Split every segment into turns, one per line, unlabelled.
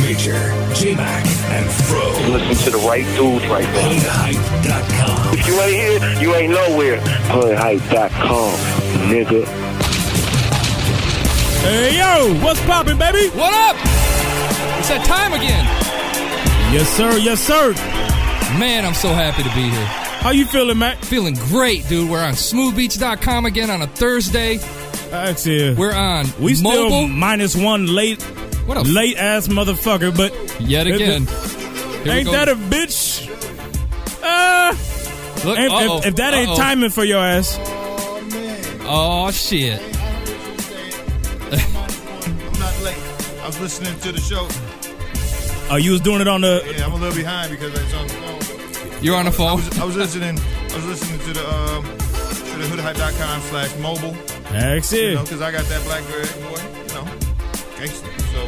Major, J Mac, and Fro.
Listen to the right dudes right now.
PlayHype.com.
If you ain't here, you ain't nowhere. Playhype.com, nigga.
Hey yo, what's poppin', baby?
What up? It's that time again.
Yes sir, yes sir.
Man, I'm so happy to be here.
How you feeling, Mac?
Feeling great, dude. We're on smoothbeach.com again on a Thursday.
That's it.
We're on
we still
mobile.
minus one late,
what a
late ass motherfucker. But
yet
it-
again. Here we
ain't
go.
that a bitch? Uh,
Look,
if, if-
uh-oh,
if that ain't
uh-oh.
timing for your ass,
Oh shit.
I'm not late. I was listening to the show.
oh, you was doing it on the.
Yeah, I'm a little behind because I was on the phone.
You're on the phone.
I was listening. I was listening to the um, to the hoodhype.com slash mobile.
That's
You know,
it.
because I got that blackberry boy. You know, gangster. So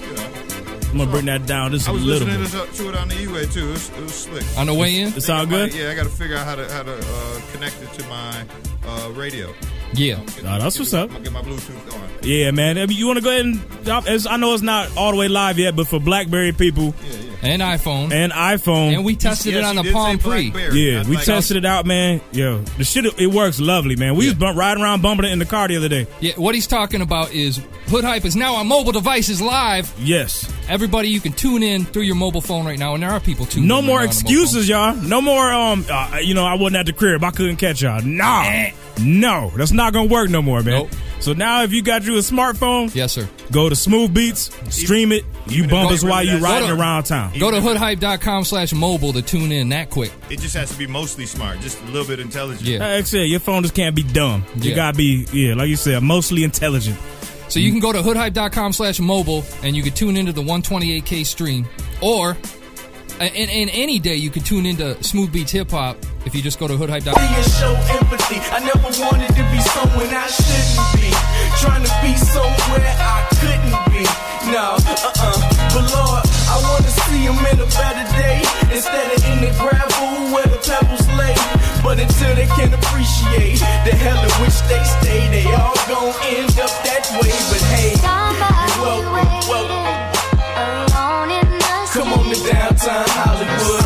you know,
I'm gonna bring that down just
I
a
was
little
listening
bit.
to, to it on the e-way too. It was, it was slick.
On the way in?
It's all good.
Yeah, I got to figure out how to how to uh, connect it to my uh, radio.
Yeah.
Nah, that's
Get
what's
it-
up.
I'm gonna get my Bluetooth going.
Yeah, man. I mean, you want to go ahead and? I- it's- I know it's not all the way live yet, but for BlackBerry people
Yeah, yeah.
And iPhone.
and iPhone,
And we tested
Yeah,
it on
she
the
did say
Palm Pre.
Blackberry,
Yeah,
not
we
like-
tested it out, man. Yo, the shit, it works lovely, man. We was bump, riding around bumping it in the car the other day.
Yeah, what he's talking about is Hood Hype is now on mobile devices live.
Yes.
Everybody, you can tune in through your mobile phone right now, and there are people tuning.
No
in
more
right now on the mobile phone.
excuses, y'all. No more, um, uh, you know, I wasn't at the crib. I couldn't catch y'all. Nah. No, that's not going to work no more, man.
Eh. Nope.
So now if you got you a smartphone,
Yes, sir.
go to Smooth Beats, stream it. You bump
it
us
don't
while
really
you
that-
riding
Go to-
around town.
Go to hoodhype.com slash mobile to tune in that quick.
It just has to be mostly smart, just a little bit intelligent.
Yeah.
Like I said, your phone just can't be dumb. You
Yeah.
got to be, yeah, like you said, mostly intelligent.
So you can go to hoodhype.com slash mobile and you can tune into the 128K stream. Or, and, and any day, you can tune into Smooth Beats Hip Hop if you just go to hoodhype.com.
and show empathy. I never wanted to be someone I shouldn't be. Trying to be somewhere I couldn't be. No, uh uh But Lord, I want to see him in a better day. Instead of in the gravel where the pebbles lay. But until they can appreciate the hell in which they stay, they all gon' end up that way. But hey, welcome, welcome. Come on to downtown Hollywood.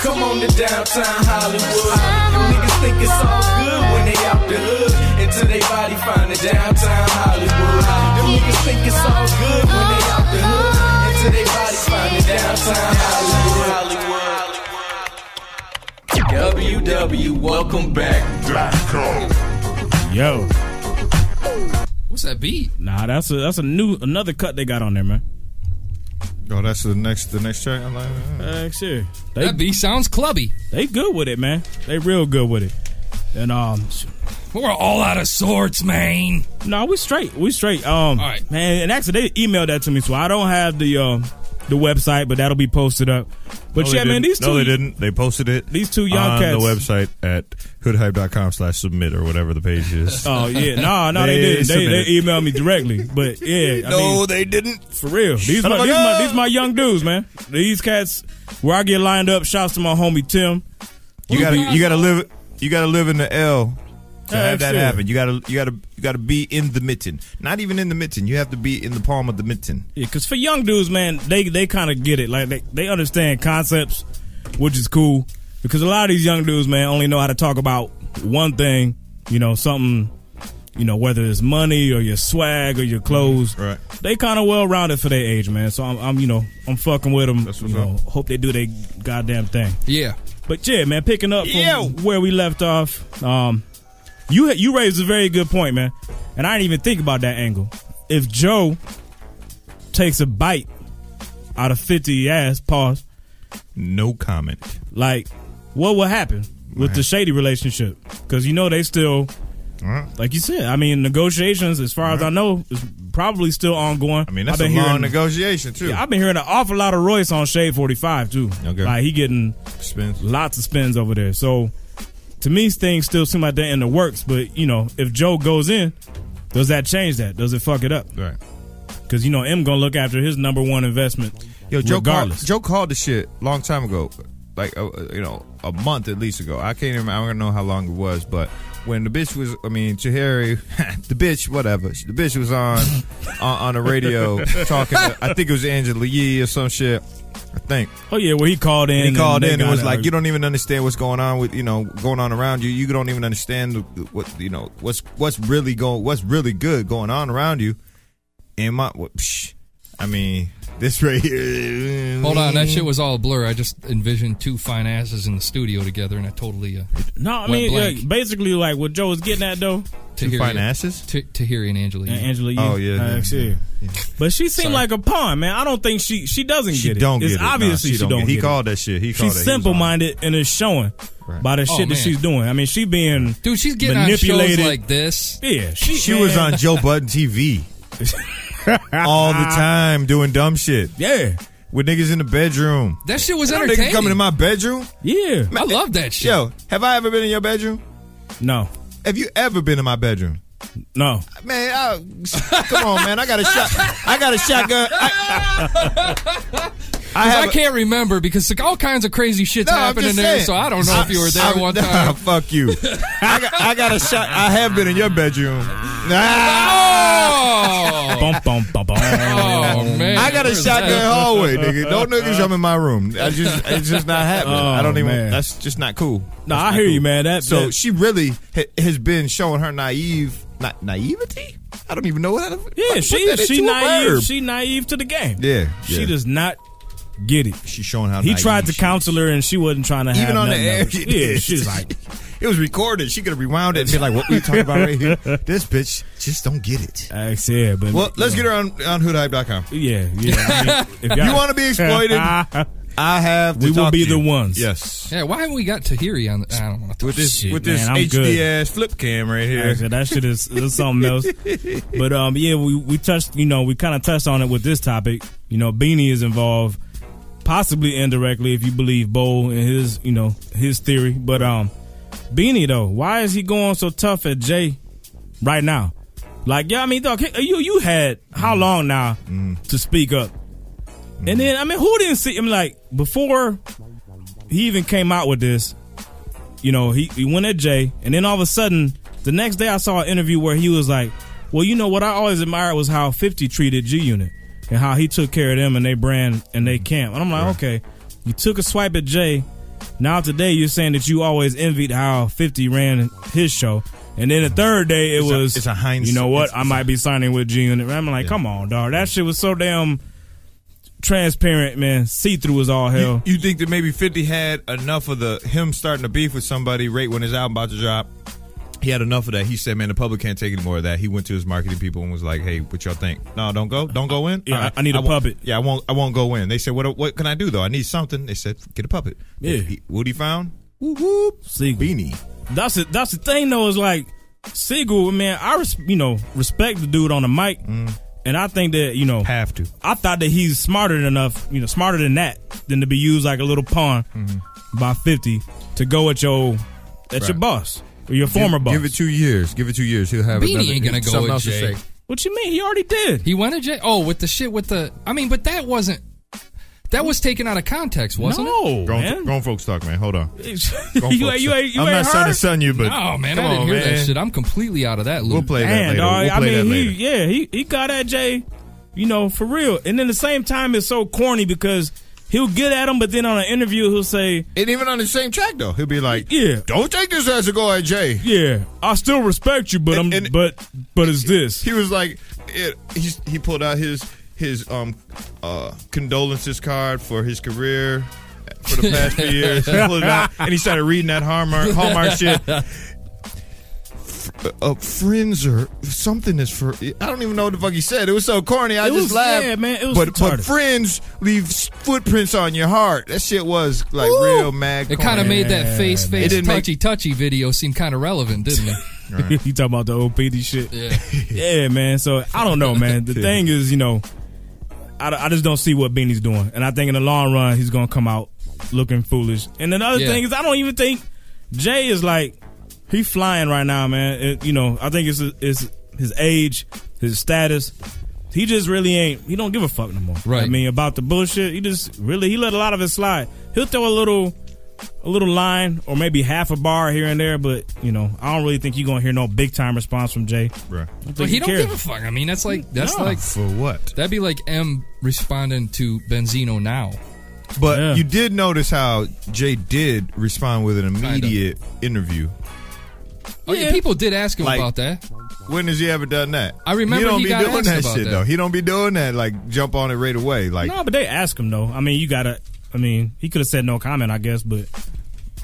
Come on to downtown Hollywood. You niggas think it's all good when they out the hood until they body find the downtown Hollywood. You niggas think it's all good when they out the hood until they body find the downtown Hollywood. WW, welcome back.
Yo.
What's that beat?
Nah, that's a, that's a new, another cut they got on there, man.
Oh, that's the next the next track. I'm like, uh,
Like I said, they
That beat sounds clubby.
they good with it, man. They real good with it. And um, sh-
We're all out of sorts, man.
no, we straight, we straight. Um,
All right.
man. And actually, they emailed that to me, so I don't have the um the website, but that'll be posted up. But
No,
yeah,
they didn't.
man, these two,
No, they didn't. They posted it.
These two young
on
cats.
the website at hoodhype.com slash submit or whatever the page is.
Oh yeah, no, no, they,
They
didn't. They, they
submitted.
emailed me directly, but yeah, I mean,
they didn't.
for real. These
Son
my,
of a
these my
gun.
these my young dudes, man. These cats, where I get lined up. Shouts to my homie Tim.
You gotta you gotta live you gotta live in the L to
Yeah,
have that
sure.
happen. You gotta you gotta you gotta be in the mitten. Not even in the mitten. You have to be in the palm of the mitten.
Yeah, because for young dudes, man, they they kind of get it. Like they, they understand concepts, which is cool. Because a lot of these young dudes, man, only know how to talk about one thing. You know, something. You know, whether it's money or your swag or your clothes.
Right.
They kind of well rounded for their age, man. So I'm, I'm you know I'm fucking with them.
That's
you
what's
know, hope they do their goddamn thing.
Yeah.
But yeah, man, picking up from where we left off, um, you you raised a very good point, man, and I didn't even think about that angle. If Joe takes a bite out of fifty ass pause,
No comment.
like what will happen with the shady relationship? Because you know they still,
Huh?
like you said, I mean negotiations, as far as I know, is probably still ongoing.
I mean that's
I've
a
been
long
hearing,
negotiation too.
I've been hearing an awful lot of Royce on Shade Forty Five too.
Okay.
Like he getting
Spence.
lots of spins over there. So to me, things still seem like they're in the works. But you know, if Joe goes in, does that change that? Does it fuck it up?
Right.
Because you know, M gonna look after his number one investment.
Yo, Joe called,
regardless.
Joe called the shit long time ago, like uh, uh, you know, a month at least ago. I can't even. I don't know how long it was, but when the bitch was, I mean, Chihari, the bitch, whatever, the bitch was on on, on the radio talking. To, I think it was Angela Yee or some shit. I think
Oh yeah, well he called in.
he called
they
in and
got
was
it.
like, "You don't even understand what's going on with you know going on around you. You don't even understand the- the- what you know what's what's really going what's really good going on around you." And my, what, psh, I mean, this right here.
Hold on, that shit was all a blur. I just envisioned two fine asses in the studio together, and I totally uh,
No, I
went
mean
blank.
like, basically like what Joe was getting at though.
to hear
fine
you-
asses?
to, to hear you and Angela.
And Angela, Yee.
Oh, yeah,
Uh,
yeah,
she- But she
Sorry.
seemed like a pawn, man. I don't think she she doesn't
She
get it.
don't
it's
get it. Nah,
obviously she, don't.
He
get it.
called that shit. He called it. He
She's
was
simple
on it.
minded and it's showing
Right.
by the shit
Oh,
that
man.
she's doing. I mean, she being
Dude, she's getting on shows
Manipulated.
like this.
yeah, she,
She was
man.
on Joe Budden TV all the time doing dumb shit
yeah,
with niggas in the bedroom.
That shit was
That nigga
entertaining.
coming in my bedroom?
yeah.
I love that shit.
Yo, have I ever been in your bedroom?
No,
Have you ever been in my bedroom?
no.
Man, I, come on, man! I got a shot. I got a shotgun. I, I
Because
have
I
a-
can't remember because like, all kinds of crazy shit's
No, I'm
happening
just
there.
saying.
So I don't know if you were there
I-
one
nah,
time.
fuck you. I got, I got a shot. I have been in your bedroom. Nah.
Oh,
Bum, bum, bum, bum.
oh man!
I got a
Where's
shotgun
that?
hallway, nigga. No niggas come in my room. I just it's just not happening.
Oh,
I don't even.
man.
That's just not cool.
No,
That's
I
not
hear
cool.
you, man. That
So
that-
she really ha- has been showing her naive, not naivety. I don't even know what. That,
yeah,
fucking put
she
that
she
into a verb.
naive. She naive to the game.
Yeah,
she
yeah.
does not get it.
She's showing how
He
naive
tried to
she
counsel her, and she wasn't trying to have
even on the
nothing
air.
of it. Yeah,
did.
she's like,
it was recorded. She could have rewound it and be like, "What we talking about right here? This bitch just don't get it."
I said, but
Well, let's get her on on hoodhype.com.
Yeah, yeah. I mean, if y'all-
You want to be exploited? I have. To
We will
talk
be
to
the
you.
ones.
Yes.
Yeah, why haven't we got Tahiri on? The, I don't want to.
With this
Oh, Shit,
with this
man, I'm
HD
good.
ass flip cam right here.
I said, that shit is, is something else. But um, yeah, we we touched, you know, we kind of touched on it with this topic. You know, Beanie is involved, possibly indirectly, if you believe Bo and his, you know, his theory. But um, Beanie though, why is he going so tough at Jay right now? Like, yeah, I mean, dog, you you had how
Mm.
long now to speak up? And then I mean, who didn't see him? Like before he even came out with this, you know, he, he went at Jay, and then all of a sudden, the next day I saw an interview where he was like, "Well, you know what I always admired was how 50 treated G Unit and how he took care of them and they brand and they camp." And I'm like, "Okay, you took a swipe at Jay. Now today you're saying that you always envied how 50 ran his show." And then the third day it
It's a-
was,
it's a Heinz-
you know what?
it's-
I might be signing with G Unit. I'm like, come on, dog. That shit was so damn transparent, man. See through as all hell.
You, you think that maybe Fifty had enough of the him starting to beef with somebody right when his album about to drop? He had enough of that. He said, "Man, the public can't take any more of that." He went to his marketing people and was like, "Hey, what y'all think? No, don't go, don't go in.
Yeah,
All right,
I- I need a
won't-
puppet.
Yeah, I won't, I won't go in." They said, "What, what can I do though? I need something." They said, "Get a puppet."
Yeah.
He, what he found? Whoop whoop.
Siegel.
Beanie.
That's the that's the thing though is like Siegel, man. I res- you know respect the dude on the mic, and I think that you know
Mm. Have to.
I thought that he's smarter than enough, you know, smarter than that than to be used like a little pawn by fifty to go at your at your
Mm-hmm. Right.
boss or your former
give,
boss.
Give it two years. Give it two years. He'll have
Beanie
another-
ain't gonna go
something
with
else to
Jay.
say.
what you mean? He already did.
He went to jail. Oh, with the shit with the. I mean, but that wasn't. That was taken out of context, wasn't it?
no,
Grown,
man.
grown folks talk, man. Hold on. Grown
you
folks
ain't you
talk.
ain't you
I'm
ain't
not trying
heard.
to son you, but
Oh man,
come
I didn't
on,
hear
man.
that shit. I'm completely out of that loop.
We'll play that
Man,
later.
dog,
we'll
I
play
mean,
that later.
he yeah, he he got at Jay, you know, for real. And then the same time, it's so corny because he'll get at him, but then on an interview, he'll say,
And even on the same track though, he'll be like,
Yeah.
don't take this as a go at Jay."
"Yeah, I still respect you, but I'm,
And- and-
but but it's this."
He was like, it, he's, he pulled out his his um uh condolences card for his career for the past few years. He pulled it out and he started reading that Hallmark Hallmark shit. F- Uh, friends or something is for I don't even know what the fuck he said. It was so corny. I
It
just
was-
laughed.
yeah, man, it was
but, but
retarded.
friends leave s- footprints on your heart. That shit was like real mad.
It kind of
corny.
made that face
It
face
didn't make-
touchy touchy video seem kind of relevant, didn't it?
you talking about the OPD shit?
Yeah.
yeah, man. So I don't know, man. The thing is, you know, I, I just don't see what Beanie's doing, and I think in the long run he's gonna come out looking foolish. And another
Yeah.
thing is, I don't even think Jay is like he's flying right now, man. It- you know, I think it's it's his age, his status. He just really ain't. He don't give a fuck no more.
Right.
I mean, about the bullshit. He just really he let a lot of it slide. He'll throw a little a little line or maybe half a bar here and there, but you know, I don't really think you're gonna hear no big time response from Jay.
Bruh.
I think
But he don't
cares.
give a fuck. I mean, that's like that's
No.
like
For what?
that'd be like M responding to Benzino now.
But
Yeah.
you did notice how Jay did respond with an immediate interview.
Oh yeah, people did ask him
Like-
about that.
When has he ever done that?
I remember
he don't
he
be
got
doing
asked
that
about
shit
that.
though. He don't be doing that. Like jump on it right away. Like
No, but they ask him though. I mean, you gotta. I mean, he could have said no comment, I guess, but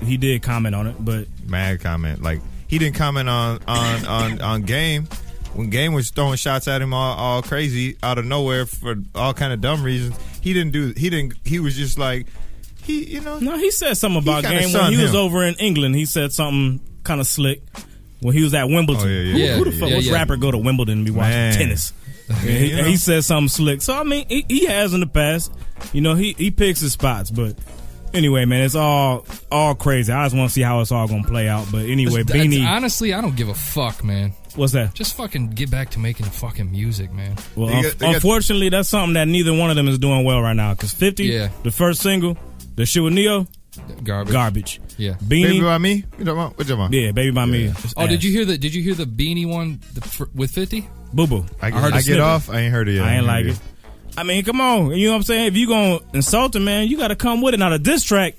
he did comment on it. But
mad comment. Like he didn't comment on on on on game when game was throwing shots at him all, all crazy out of nowhere for all kind of dumb reasons. He didn't do. He didn't. He was just like he. You know.
no, he said something about
kinda
game when
sunned
he was
him.
over in England. He said something kind of slick when he was at Wimbledon.
Oh, yeah, yeah,
who,
yeah,
who the
yeah,
fuck?
yeah,
what
yeah.
rapper go to Wimbledon and be watching
Man.
tennis? And he,
you
and he
know.
said something slick. So I mean, he, he has in the past. You know, he he picks his spots, but. Anyway, man, it's all all crazy. I just want to see how it's all gonna play out. But anyway,
That's-
Beanie,
honestly, I don't give a fuck, man.
what's that?
Just fucking get back to making fucking music, man.
Well,
They got-
unf-
they got-
unfortunately, that's something that neither one of them is doing well right now. Because Fifty,
Yeah.
the first single, the shit with Neo,
Garbage.
garbage.
Yeah.
Beanie,
Baby by me. What you talking about? What you talking about?
yeah, baby by me.
Oh, did you hear the Did you hear the beanie one the, fr with Fifty?
Boo boo.
I,
heard the
I get
snippet.
off. I ain't heard it yet.
I ain't like
heard
it. I mean, come on. You know what I'm saying? If you gonna insult him, man, you gotta come with it. Now the diss track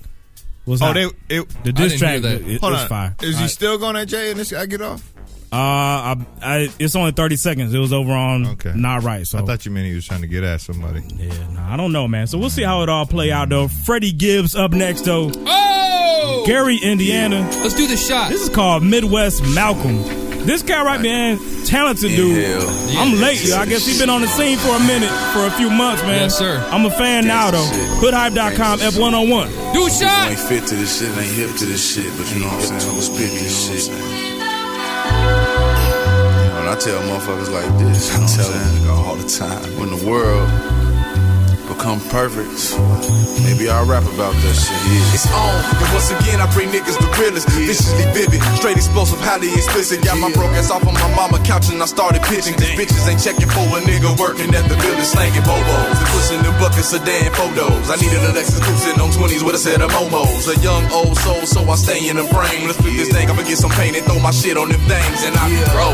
was
Oh,
hot.
they. It,
the diss
didn't
track
hear that.
it- it
hold
was
on.
fire.
Is
All
he
right.
still going at Jay? And this, I get off.
uh, I, I, it's only 30 seconds. It was over on
Okay.
not right. So
I thought you meant he was trying to get at somebody.
yeah, nah, I don't know, man. So we'll see how it all play out though. Freddie Gibbs up next though.
Oh,
Gary, Indiana.
let's do the shot.
This is called Midwest Malcolm. This guy right there, talented dude. I'm late, yo. I guess he been on the scene for a minute, for a few months, man.
Yes, sir.
I'm a fan now, though. Hoodhype.com, F101.
do a shot.
ain't fit to this shit, ain't hip to this shit, but you know what I'm saying? I'm spit this shit. You know, and I tell motherfuckers like this, you know what I'm saying? all the time. When the world become perfect, maybe I'll rap about that shit.
It's on, and once again I bring niggas the realest, viciously vivid, straight explosive, highly explicit. Got my broke ass off on my mama couch and I started pitching. Cause bitches ain't checking for a nigga working at the village, slanging bobos and pushing them buckets of damn photos. I needed a Lexus coupe sitting on 20s with a set of momos. A young old soul, so I stay in the frame. Let's flip this thing, I'ma get some paint and throw my shit on them things, and I yeah. grow.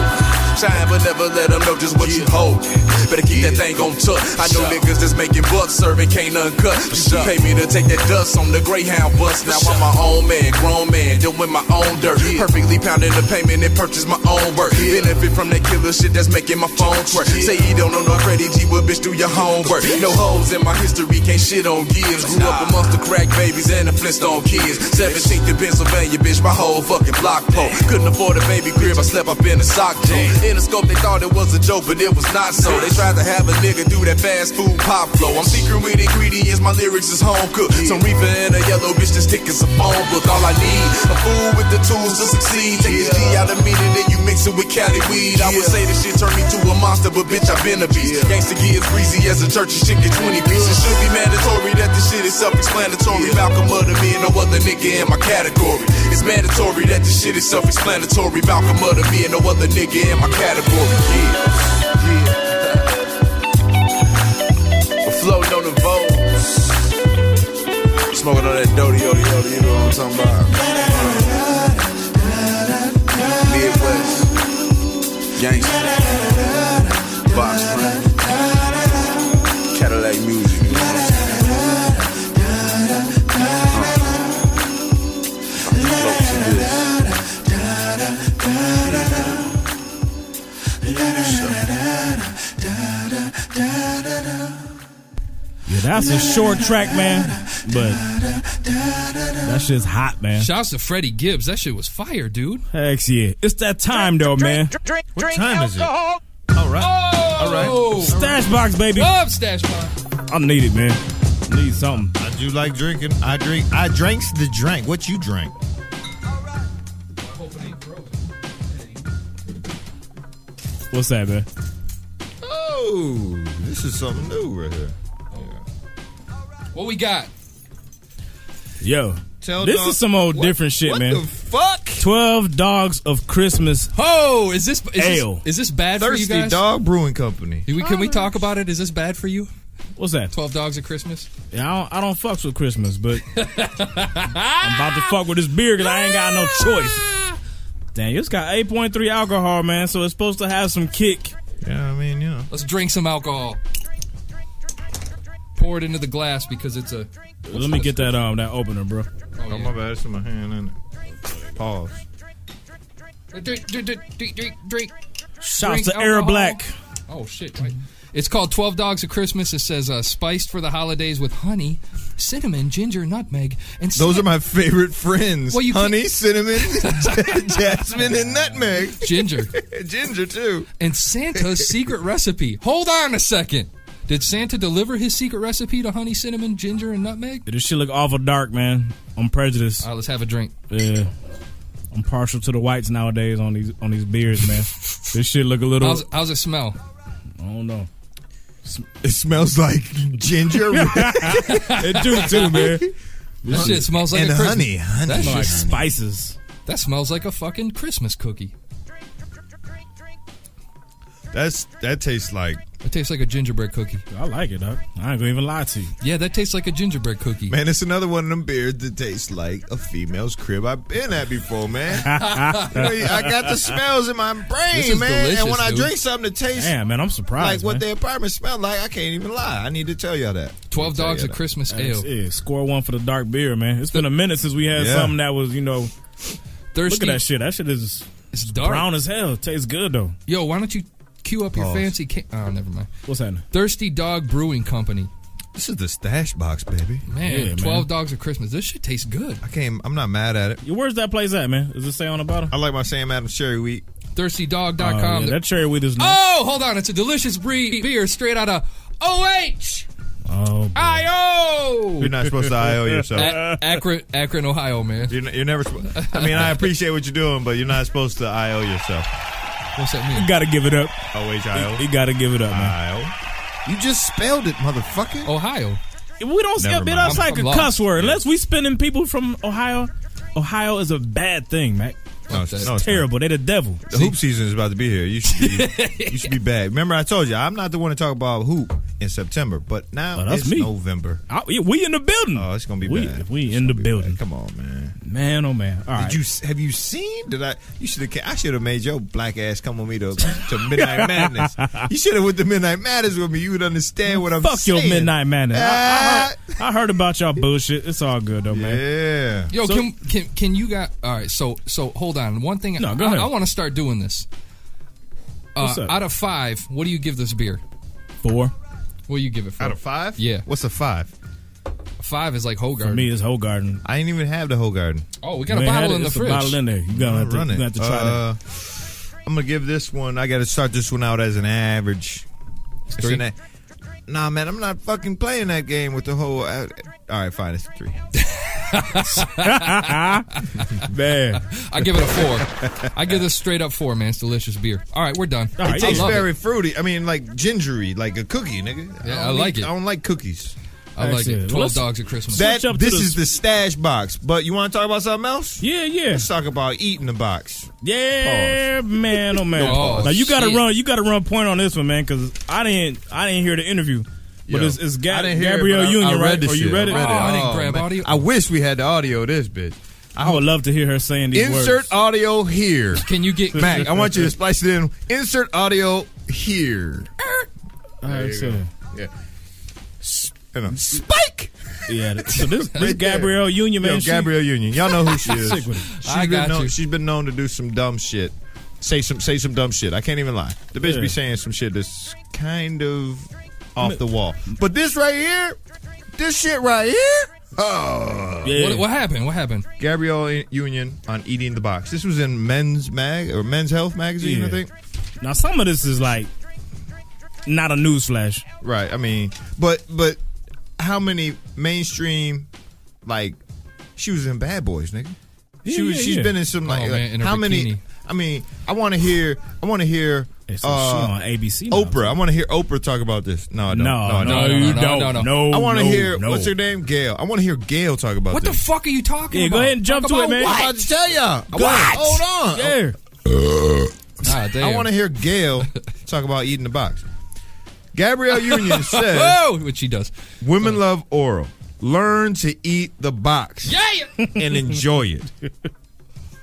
Shine, but never let them know just what you hold. Better keep that thing on tuck. I know niggas that's making bucks, serving can't uncut. You should pay me to take that dust on the Greyhound bus. Now I'm my own man, grown man, doing my own dirt. Perfectly pounding the payment and purchase my own work. Benefit from that killer shit that's making my phone twerk. Say you don't know no Freddie G, well bitch, do your homework. No hoes in my history, can't shit on gives. Grew up amongst the crack babies and the Flintstone kids. 17th in Pennsylvania, bitch, my whole fucking block pole. Couldn't afford a baby crib, I slept up in a sock joint. In the scope, they thought it was a joke, but it was not so. They tried to have a nigga do that fast food pop flow. I'm secret with ingredients, my lyrics is home cooked. Some reefer and a yellow bitch, this tick is a phone book. All I need, a fool with the tools to succeed. Take his D out of me, and then you mix it with Cali weed. I would say this shit turned me to a monster, but bitch, I've been a beast. Gangsta gear is breezy as a church, you should get 20 pieces. Should be mandatory that this shit is self-explanatory. Malcolm Mother, me and no other nigga in my category. It's mandatory that this shit is self-explanatory. Malcolm Mother, me and no other nigga in my category. Yeah. Yeah. We're floating on the vote. Smoking on that Dodie Yodi Yodi, you know what I'm talking about. Midwest. Gangsta. Box friend. Cadillac music. you know what I'm saying? Huh. Fucking close to this.
Yeah, that's a short track, man, but that shit's hot, man.
Shouts to Freddie Gibbs. That shit was fire, dude.
Heck yeah. It's that time, though, man.
What time is it?
All right. Oh,
Stash box, baby.
up, Stash Bar.
I need it, man. Need something.
I do like drinking. I drink. I drinks the drink. What you drink?
What's that, man?
Oh, this is something new right here. Yeah.
What we got?
Yo.
Tell
this
dog-
is some old
What-
different shit,
what
man.
the fuck?
12 Dogs of Christmas.
Oh, is this is
Ale.
This, is this bad for you
Thirsty
guys?
Dog Brewing Company.
Do we, can we talk about it? Is this bad for you?
What's that?
Twelve Dogs at Christmas.
Yeah, I don't, I don't fucks with Christmas, but I'm about to fuck with this beer because I ain't got no choice.
Ah.
Damn, it's got 8.3 alcohol, man, so it's supposed to have some kick.
Yeah, I mean, you know.
Let's drink some alcohol. Pour it into the glass because it's a.
Let me get that um that opener, bro.
Oh,
Oh,
yeah.
my bad. It's in my hand, isn't it? Pause.
Drink, drink, drink, drink, drink, drink.
Shouts to
Drink
Air
oh,
alcohol.
Black.
Oh shit! Wait. It's called Twelve Dogs at Christmas. It says uh, spiced for the holidays with honey, cinnamon, ginger, nutmeg, and
Those are my favorite friends.
Well, you
Honey,
can't-
cinnamon, jasmine, and nutmeg.
ginger
Ginger, too.
and Santa's secret recipe. Hold on a second. Did Santa deliver his secret recipe to honey, cinnamon, ginger, and nutmeg?
This shit look awful dark, man. I'm prejudiced.
All right, let's have a drink.
Yeah. I'm partial to the whites nowadays on these on these beers, man. this shit look a little.
How's, how's it smell?
I don't know.
It smells like ginger
It do too, man.
That shit smells like
and
a Christmas.
honey. Honey.
That's
Like
just-
spices.
That smells like a fucking Christmas cookie.
That's that tastes like
It tastes like a gingerbread cookie.
I like it, huh? I ain't gonna even lie to you.
Yeah, that tastes like a gingerbread cookie.
man. It's another one of them beers that tastes like a female's crib. I've been at before, man. You know, I got the smells in my
This
brain,
is
man. And
delicious,
when I
dude.
drink something that tastes
Damn, man, I'm
like
surprised.
what
man.
the apartment smelled like, I can't even lie. I need to tell y'all that.
Twelve
Tell
Dogs at
y'all that.
Christmas
That's
ale.
it. Score one for the dark beer, man. It's been a minute since we had
Yeah.
something that was, you know,
Thirsty.
look at that shit. That shit is
It's dark.
brown as hell. Oh, Tastes good though.
Yo, why don't you cue up your
Pause.
fancy? Ca- oh, never mind.
What's happening?
Thirsty Dog Brewing Company.
This is the stash box, baby.
Man,
Yeah,
Twelve
man.
Dogs at Christmas. This shit tastes good.
I can't. I'm not mad at it.
Yeah, Where's that place at, man? Does it say on the bottom?
I like my Sam Adams cherry wheat.
Oh, yeah,
ThirstyDog.com.
that cherry wheat is nice.
oh, hold on. It's a delicious breed beer straight out of OH.
Oh, boy.
IO.
You're not supposed to IO yourself.
A- Akron, Akron, Ohio, man.
You're, n- you're never. Sp- I mean, I appreciate what you're doing, but you're not supposed to IO yourself.
What's that mean?
you gotta give it up.
Always IO.
You gotta give it up, man.
IO. You just spelled it, motherfucker.
Ohio.
We don't
Never
skip it.
mind.
That's
I'm-
like
I'm
a
lost.
cuss word. Unless we spending people from Ohio. Ohio is a bad thing, man.
No, it's-
That's
no, it's not.
Terrible. They the devil.
The hoop season is about to be here. You should be, you should be back. Remember, I told you I'm not the one to talk about hoop in September, but now
Oh, that's
it's
me.
November.
I- yeah, we in the building.
Oh, it's gonna be
we,
bad.
We
It's
in
gonna
the
be
building.
bad. Come on, man.
Man, oh man. All right.
Did you have you seen? Did I? You should have. I should have made your black ass come with me to, to Midnight Madness. You should have went to Midnight Madness with me. You would understand what I'm
Fuck
saying.
your midnight madness. I, I,
Ah.
heard, I heard about y'all bullshit. It's all good though, man.
Yeah.
Yo,
So-
can, can can you got all right? So so hold on. One thing.
No, go
I,
ahead.
I want to start doing this. Uh,
Ah.
What's up?
out of five, what do you give this beer?
Four
What do you give it for?
Out of five?
Yeah.
What's a five?
five is like
for
Hogarth.
me is whole garden.
I ain't even have the whole garden.
Oh, we got
We
a
ain't had
bottle
it.
in the
It's a
fridge.
bottle in there. You gonna have to,
Run
you
it.
gonna have to try that.
Uh, I'm gonna give this one. I gotta start this one out as an average. It's
Three?
an a- nah, man, I'm not fucking playing that game with the whole. Uh, all right, fine. It's three.
Man,
I give it a four. I give this straight up four, man. It's delicious beer. All right, we're done.
All right,
It
I
tastes
love
very fruity. I mean, like gingery, like a cookie, nigga.
Yeah,
don't
I like
need-
it.
I don't like cookies.
I like
That's
it.
it.
12
Let's-
dogs at Christmas.
That-
That
up to
this
the-
is the stash box. But you want to talk about something else?
yeah, yeah,
Let's talk about eating the box.
yeah, man. Oh man.
pause.
now you gotta
Shit.
run. You gotta run point on this one, man, because I didn't. I didn't hear the interview. But
Yo,
it's, it's
I
Ga-
didn't hear it,
Gabrielle
but I-
Union,
I read
right?
this
Or you
shit.
read it?
read it. Oh, I didn't
Oh,
grab
man.
audio.
I wish we had the audio of this bitch.
I would love to hear her saying these
Insert
words.
audio here.
Can you get
Mac, I want you to splice it in. Insert audio here.
All right, so,
Yeah. Spike!
yeah. th- So this, this
Right there.
Gabrielle Union, man.
Yo,
she-
Gabrielle Union. Y'all know who she is.
Sick with it.
She's
I
been
got
known,
you.
She's been known to do some dumb shit. Say some say some dumb shit. I can't even lie. The bitch
Yeah.
be saying some shit that's kind of off the wall. But this right here, this shit right here. Oh.
yeah.
What, what happened? What happened?
Gabrielle Union on Eating the Box. This was in Men's Mag or Men's Health magazine, I
Yeah.
think.
Now some of this is like not a newsflash.
Right. I mean, but but how many mainstream like she was in Bad Boys, nigga.
Yeah,
she was.
yeah,
she's
yeah.
been in some like,
Oh,
like,
man, in her
how many?
bikini.
I mean, I want to hear. I want to hear.
Hey, so
uh,
she on ABC. now.
Oprah. I want to hear Oprah talk about this. No, I don't.
No,
I
no,
don't.
no,
you
no,
don't.
no,
No,
no.
I want to
no,
hear
no.
what's her name, Gail. I want to hear Gail talk about
What the
this.
fuck are you talking
Yeah,
about?
go ahead and jump
Talk
to it,
about
man.
what?
I'm about to tell ya. I
Go
wanna-
ahead.
Hold on.
Yeah.
Ah, damn.
I want to hear Gail talk about eating the box. Gabrielle Union says
Whoa! Which she does.
women love oral. Learn to eat the box
Yeah!
and enjoy it.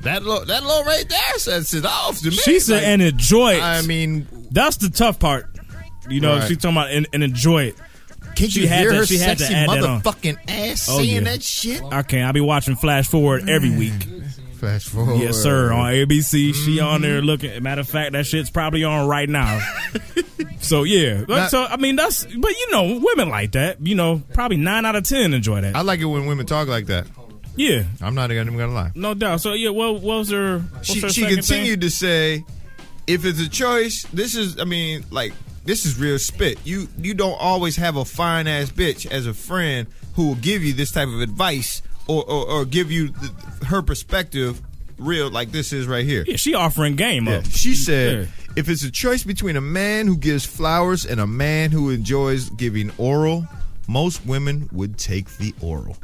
That lo- that low right there sets it off to me.
She said,
Like,
and enjoy it.
I mean,
That's the tough part. You know,
Right.
she's talking about and, and enjoy it.
can
She
you
had
hear
to-
her
she had to
sexy
add that on.
motherfucking ass
Oh,
saying
yeah.
that shit?
I can't. I be watching Flash Forward every week.
Flash forward.
Yes, sir. On ABC, she on there looking. Matter of fact, that shit's probably on right now. so yeah.
Not-
so I mean, that's but you know, women like that. You know, probably nine out of ten enjoy that.
I like it when women talk like that.
yeah,
I'm not even gonna lie.
no doubt. So yeah, well, what was her? What's
she,
her
she
second
continued to say, if it's a choice, this is, I mean, like, this is real spit. You you don't always have a fine ass bitch as a friend who will give you this type of advice or or, or give you the, her perspective, real like this is right here.
Thing? Yeah, she offering game
Yeah.
up.
She said,
Yeah.
if it's a choice between a man who gives flowers and a man who enjoys giving oral, most women would take the oral.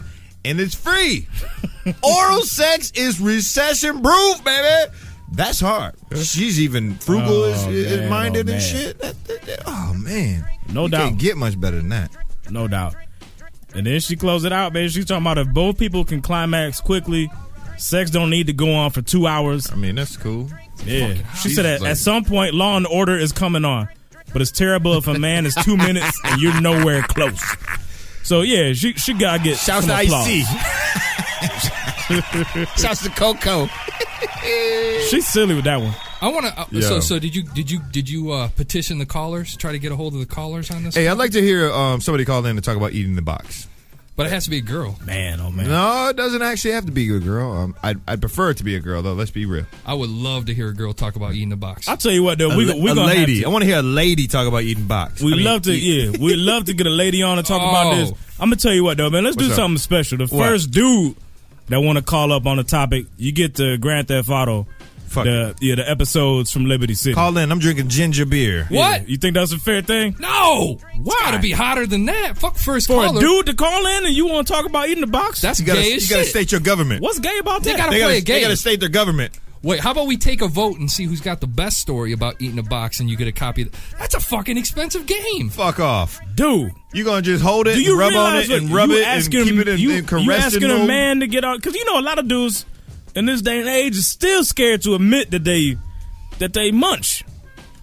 And it's free. oral sex is recession proof, baby. That's hard. She's even frugal
Oh,
is, is
man,
minded
oh,
and
man.
shit. That- that- that- oh man,
No
You
doubt.
Can't get much better than that.
No doubt. And then she closed it out, man. She's talking about if both people can climax quickly, sex don't need to go on for two hours.
I mean, that's cool.
Yeah. She
Jesus,
said at,
like-
at some point, Law and Order is coming on, but it's terrible if a man is two minutes and you're nowhere close. So yeah, she she gotta get
Shouts
some
to
applause.
Ice-T.
Shouts to Coco.
She's silly with that one.
I want to. Uh,
Yeah.
so, so did you did you did you uh, petition the callers? Try to get a hold of the callers on this.
Hey, I'd like to hear um, somebody call in to talk about eating the box.
But it has to be a girl.
Man, oh man.
No, it doesn't actually have to be a girl. Um, I'd, I'd prefer it to be a girl, though. Let's be real.
I would love to hear a girl talk about eating the box.
I'll tell you what though, we
a,
we
a
gonna have
lady.
to-
I want to hear a lady talk about eating box.
We
I mean,
love to,
eat-
yeah. We love to get a lady on and talk about
Oh.
this. I'm gonna tell you what though, man. Let's do
What's up?
something special. The
What?
first dude that want to call up on the topic, you get the Grand Theft Auto,
Fuck
the yeah, the episodes from Liberty City.
Call in. I'm drinking ginger beer.
Yeah.
what?
You think that's a fair thing
No. It's gotta be hotter than that. Fuck first
for
caller.
a dude to call in and you want to talk about eating the box?
That's
You gotta,
gay
you
as
gotta
shit.
state your government.
what's gay about
They
that?
gotta
They
play
gotta,
a game.
they gotta state their government.
Wait, how about we take a vote and see who's got the best story about eating a box, and you get a copy. Of th- That's a fucking expensive game.
Fuck off.
dude.
You gonna just hold it,
Do you
and rub on
realize
it,
what-
and rub
you
it, and
asking,
keep it in,
you,
in caressing
you asking a
mode?
man to get on? Because you know a lot of dudes in this day and age is still scared to admit that they that they munch.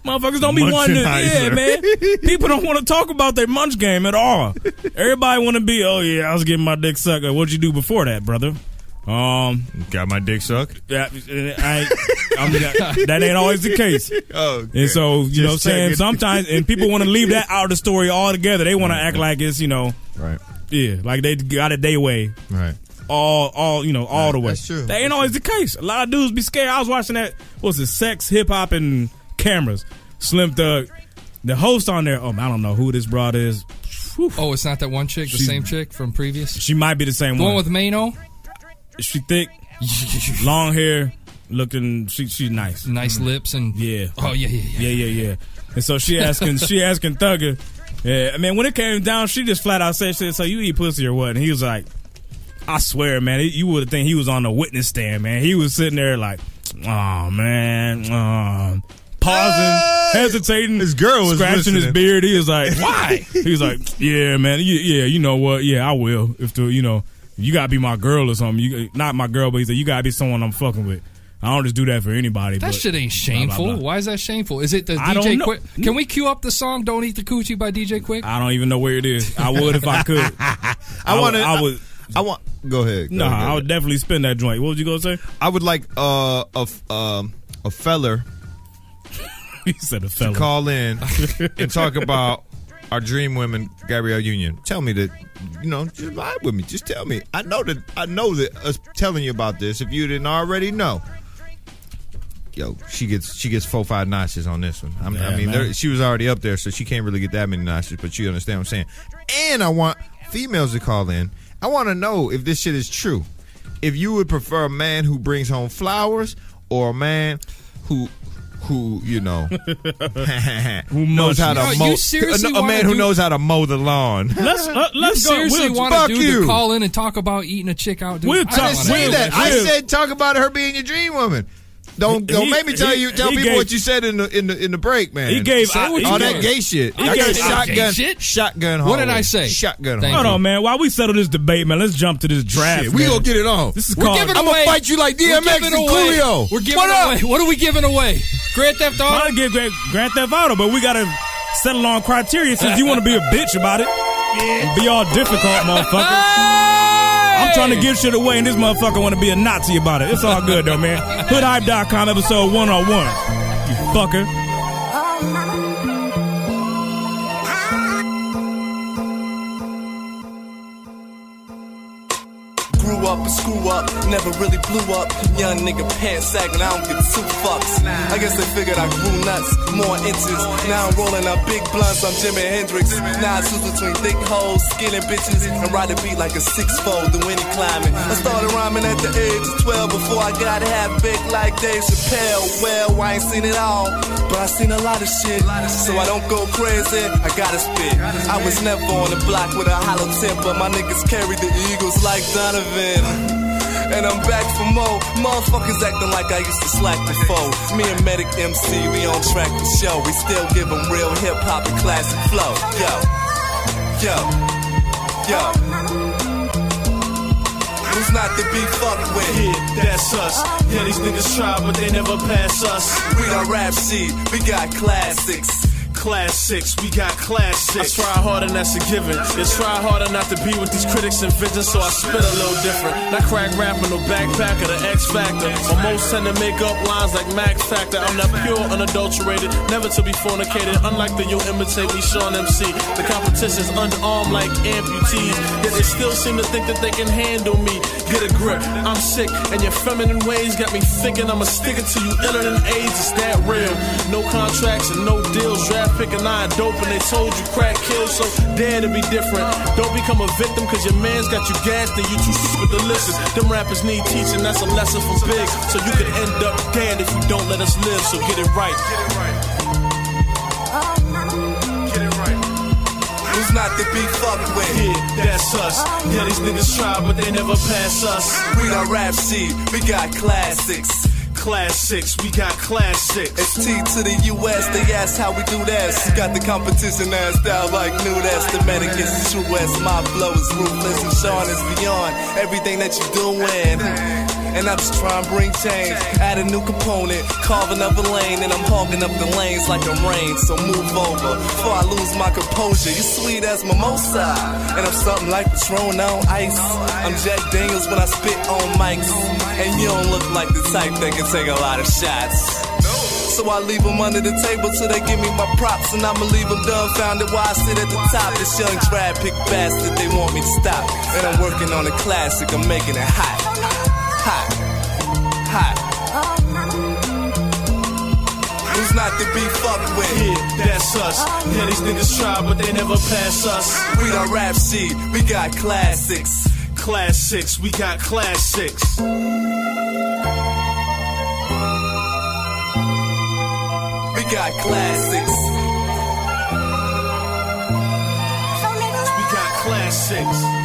Motherfuckers don't be wanting to, yeah,
Munchenizer.
man. People don't want to talk about their munch game at all. Everybody want to be, oh yeah, I was getting my dick sucked. Like, What'd you do before that, brother? Um,
Got my dick sucked.
yeah, I, I'm, that ain't always the case.
Oh, okay.
And so, you
Just
know what I'm saying?
checking.
Sometimes, and people want to leave that out of the story altogether. They want to act like it's, you know,
Right,
yeah, like they got it their way,
right.
all, all, you know, all the way.
that's true.
That ain't always the case. A lot of dudes be scared. I was watching that. What's it? Sex, hip hop, and cameras. Slim Thug, the host on there. Um, I don't know who this broad is. Whew.
Oh, it's not that one chick, the
She-
same chick from previous.
She might be the same
The one
one.
with Mano.
she thick, long hair, looking. She she nice. Mm.
nice lips and
Yeah.
Oh yeah, yeah, yeah.
Yeah, yeah, yeah. And so she asking, she asking Thugger. Yeah, I mean, when it came down, she just flat out said, she said, "So you eat pussy or what?" And he was like, "I swear, man, it- you would think he was on the witness stand, man. He was sitting there like, oh man, um, pausing, hesitating.
His girl was
scratching his
listening.
beard. He was like, why? he was like, yeah, man, yeah, yeah, you know what? Yeah, I will. If the, you know, you gotta be my girl or something. You not my girl, but he said you gotta be someone I'm fucking with. I don't just do that for anybody.
That
but
shit ain't
blah, blah,
shameful.
blah."
Why is that shameful? Is it the
I don't
DJ
know.
Quick? Can we cue up the song "Don't Eat the Coochie" by DJ Quick?
I don't even know where it is. I would if I could. I,
I
would-
want to.
I would.
I want. Go ahead. go
No,
ahead.
I would definitely spin that joint. What would you go say?
I would like uh, a f- um, a feller
He said a fella.
call in and talk about our dream women, Gabrielle Union. Tell me that, you know, just vibe with me. Just tell me. I know that I know that us telling you about this. If you didn't already know, yo, she gets she gets four five notches on this one. I'm,
Yeah,
I mean,
man.
there, she was already up there, so she can't really get that many notches. But you understand what I'm saying. And I want females to call in. I want to know if this shit is true. If you would prefer a man who brings home flowers or a man who who you know who knows
munches.
how to
Yo,
mow
you seriously
a, a man
wanna
who
do-
knows how to mow the lawn.
Let's let,
you
let's go.
seriously
We'll-
want
fuck
a dude
you.
to call in and talk about eating a chick out? Dude?
We'll
I
talk-
don't
I didn't
wanna
say
do
Will,
that. I
Will.
said talk about her being your dream woman. Don't don't
He-
make me tell
he-
you tell
he
people
gave-
what you said in the in the in the break, man.
He gave-
Say what
he
you
all
gave-
that gay shit.
he
I got
gave-
Gay
shotgun
shit?
shotgun.
What did
hallway.
I say?
Shotgun.
Thank
hallway.
Hold on, man. While we settle this debate, man, let's jump to this draft.
Shit, we
man.
gonna get it on.
This is
We're
called.
giving
I'm
away.
gonna fight you like
We're
DMX
giving
and
away.
Coolio.
We're giving
what
away.
up?
What are we giving away? Grand Theft
I'm trying
Auto.
to give Grand, Grand Theft Auto, but we gotta settle on criteria since you want to be a bitch about it. Be all difficult, motherfucker. I'm trying to give shit away, and this motherfucker want to be a Nazi about it. It's all good though, man. Hoodhype.com, episode one on one. You fucker.
Grew up and screw up, never really blew up. Young nigga pants sagging, I don't give two fucks. I guess they figured I grew nuts, more inches. Now I'm rolling up big blunts, I'm Jimi Hendrix. Now I choose between thick hoes, skinny bitches, and ride a beat like a six-fold through any climate. I started rhyming at the age of 12 before I got half big like Dave Chappelle. Well, I ain't seen it all, but I seen a lot of shit. So I don't go crazy, I gotta spit. I was never on the block with a hollow temper. My niggas carried the Eagles like Donovan. And I'm back for more. Motherfuckers acting like I used to slack before. Me and Medic MC, we on track to show. We still give 'em real hip hop and classic flow. Yo, yo, yo. Who's not to be fucked with?
Yeah, that's us. Yeah, these niggas try, but they never pass us.
We got rap sheet, we got classics.
Classics, we got classics. I try harder, that's a given. Yeah, try harder not to be with these critics and visions, so I spit a little different. Not crack rapping, no backpack or the X Factor. But most tend to make up lines like Max Factor. I'm not pure, unadulterated, never to be fornicated. Unlike the you imitate me, Sean MC. The competition's unarmed like amputees. Yet they still seem to think that they can handle me. Get a grip, I'm sick, and your feminine ways got me thinking I'ma stick it to you iller than AIDS. It's that real. No contracts and no deals. Draft pick and I ain't dope, and they told you crack kills, so dare to be different. Don't become a victim, cause your man's got you gassed and you too stupid to listen. Them rappers need teaching, that's a lesson for big. So you could end up dead if you don't let us live, so get it right.
Who's not to be fucked with?
Yeah, that's us. Yeah, these niggas try, but they never pass us.
We got rap sheet, we got classics.
Classics, we got classics.
It's T to the US, they ask how we do this. Got the competition assed out like new that's the medic is the truest. My flow is ruthless and Sean is beyond everything that you're doing. And I'm just trying to bring change. Add a new component, carve another lane, and I'm hogging up the lanes like a rain. So move over before I lose my composure. You sweet as mimosa, and I'm something like Patron on ice. I'm Jack Daniels when I spit on mics, and you don't look like the type that can take a lot of shots. So I leave them under the table till they give me my props. And I'ma leave them dumbfounded while I sit at the top. This young drag pick bastard, they want me to stop. And I'm working on a classic, I'm making it hot. Hot. Hot. Who's not to be fucked with?
Yeah, that's us. Yeah, these niggas try, but they never pass us.
We got rap sheet, we got classics.
Classics, we got classics.
We got classics.
We got classics.
We got classics.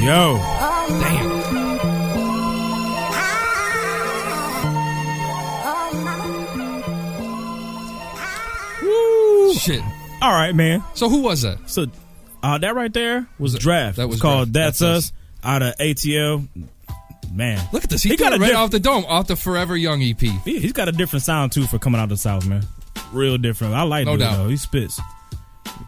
Yo.
Damn. Shit.
All right, man.
So who was that?
So uh, that right there was draft.
that was
It's called
draft.
That's,
That's
Us out of ATL. Man,
Look at this. He,
He
got
got
it
a
right
diff-
off the dome, off the Forever Young E EP.
he, he's got a different sound too for coming out the south, man. Real different. I like
No
dude,
doubt.
though. He spits.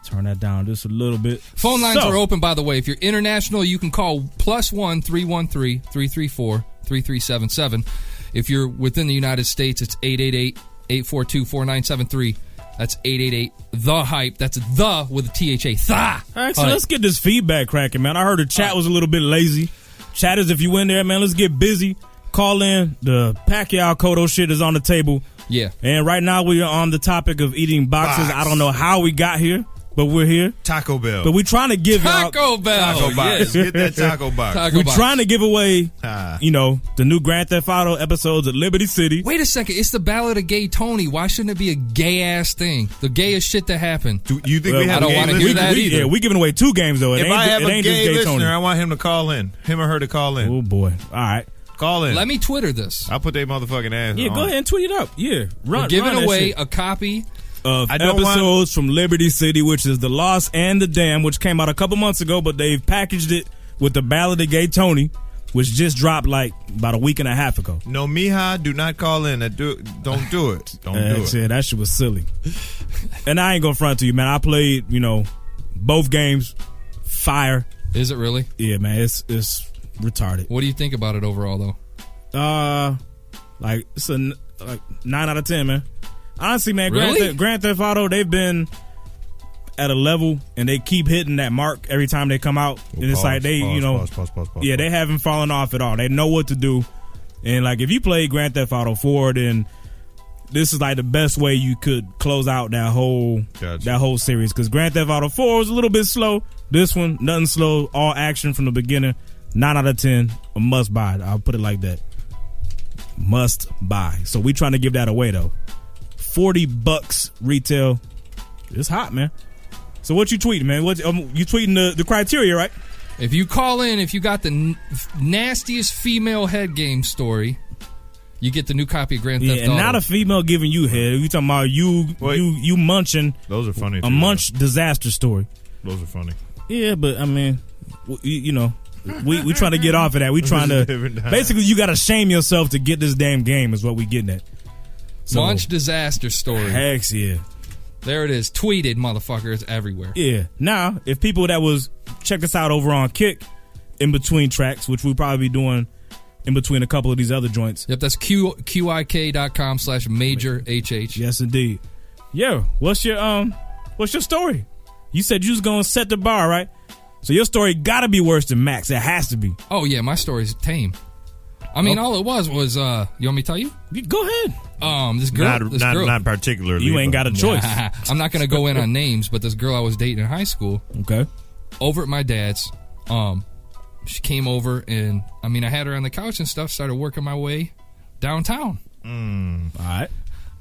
Turn that down just a little bit.
Phone lines
So,
are open, by the way. If you're international, you can call plus one three one three three three four three three seven seven. If you're within the United States, it's 888 842 4973. That's 888 The Hype. That's the with a THA. Tha.
All right, so
Hype.
let's get this feedback cracking, man. I heard the chat was a little bit lazy. Chatters, if you in there, man, let's get busy. Call in. The Pacquiao Cotto shit is on the table.
Yeah.
And right now we are on the topic of eating boxes. I don't know how we got here. but we're here.
Taco Bell.
But we're trying to give y'all-
Taco Bell.
Taco
Yes.
box. Get that taco box.
Taco
We're
box.
trying to give away,
Ah.
you know, the new Grand Theft Auto episodes at Liberty City.
Wait a second. It's the ballad of gay Tony. Why shouldn't it be a gay ass thing? The gayest shit that happened.
Do you think
Well,
we have
I don't wanna
game
hear
listeners?
that
we,
either.
Yeah, we're giving away two games though. It
If
ain't,
I
ju-
have
it
a
ain't just
gay
gay
listener,
Tony.
I want him to call in. Him or her to call in.
oh boy! All right.
Call in.
Let me Twitter this.
I'll put their motherfucking ass
Yeah,
on.
go ahead and tweet it up. Yeah, run.
We're giving
run that
away
shit.
a copy.
of
I don't
episodes
want-
from Liberty City, which is the Lost and the Dam, which came out a couple months ago, but they've packaged it with the Ballad of Gay Tony, which just dropped like about a week and a half ago.
No, mija, do not call in. That do, don't do it. Don't
That
do it.
shit, that shit was silly. and I ain't gonna front to you, man. I played, you know, both games, fire.
Is it really?
Yeah, man, it's it's retarded.
What do you think about it overall, though?
Uh, like it's a n- like nine out of ten, man. Honestly, man, Grand,
Really?
Theft, Grand Theft Auto they've been at a level and they keep hitting that mark every time they come out, and it's
Pause,
like they, you
pause,
know,
pause, pause, pause, pause,
yeah,
pause.
they haven't fallen off at all. They know what to do, and like if you play Grand Theft Auto Four, then this is like the best way you could close out that whole
Gotcha.
that whole series because Grand Theft Auto Four was a little bit slow. This one, nothing slow, all action from the beginning. Nine out of ten, a must buy. I'll put it like that. Must buy. So we trying to give that away though. Forty bucks retail. It's hot, man. So what you tweeting, man? What um, you tweeting the, the criteria, right?
If you call in, if you got the n- f- nastiest female head game story, you get the new copy of Grand Theft
Yeah, and
Auto.
not a female giving you head. You talking about you
Wait.
you you munching
Those are funny.
a
too,
munch disaster story.
though. Those are funny.
Yeah, but I mean, w- you, you know, we we trying to get off of that. We trying
is a
to
different time.
basically you got to shame yourself to get this damn game is what we getting at. So,
Munch disaster story.
Hex yeah,
There it is. Tweeted, motherfucker. It's everywhere.
yeah. Now if people that was check us out over on Kick in between tracks, which we probably be doing in between a couple of these other joints.
Yep, that's Q- QIK.com slash major HH.
Yes, indeed. Yo, what's your um, what's your story? You said you was gonna set the bar, right? So your story gotta be worse than Max. It has to be.
Oh, yeah, my story's tame. I mean, all it was was, uh, you want me to tell you?
Oh. Go ahead.
Um, this girl.
not
this
not,
girl
not particularly.
You ain't
but-
got a choice.
I'm not going to go in on names, but this girl I was dating in high school,
Okay.
over at my dad's. Um, she came over and I mean I had her on the couch and stuff. Started working my way downtown.
Hmm.
All right.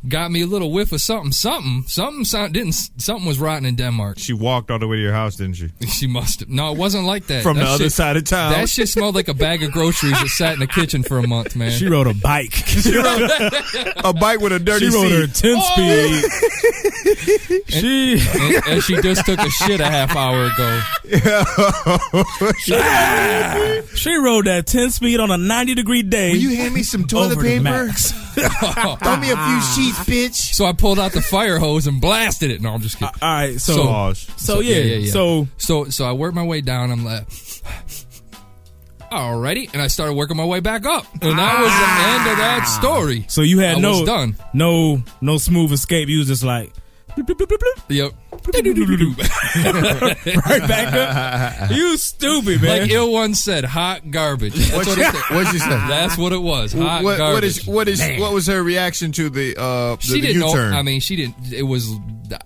Got me a little whiff of something, something, something. Sound, didn't something was rotten in Denmark.
She walked all the way to your house, didn't she?
She must. have. No, it wasn't like that.
From
That
the other
shit-
side of town.
That shit smelled like a bag of groceries that sat in the kitchen for a month, man.
She rode a bike. she rode,
a bike with a dirty
her
seat. Oh,
ten speed. she
and, and she just took a shit a half hour ago.
she rode that ten speed on a ninety degree day.
Will you hand me some toilet
over to
paper?
Max.
Throw me a few
Ah.
sheets, bitch.
So I pulled out the fire hose and blasted it. No, I'm just kidding.
Uh, All right. So so,
Pause.
yeah, So
so so I worked my way down. I'm like, alrighty, and I started working my way back up, and that was the end of that story.
Ah. so you had
I
no
was done.
no no smooth escape. You was just like. bloop, bloop, bloop, bloop, bloop.
Yep.
right back up. You stupid man.
Like ill one said, hot garbage. That's what, it said.
What'd you say?
That's what it was. Hot
What,
garbage.
what is what is what was her reaction to the uh the,
she didn't know.
U-turn?
I mean, she didn't. It was.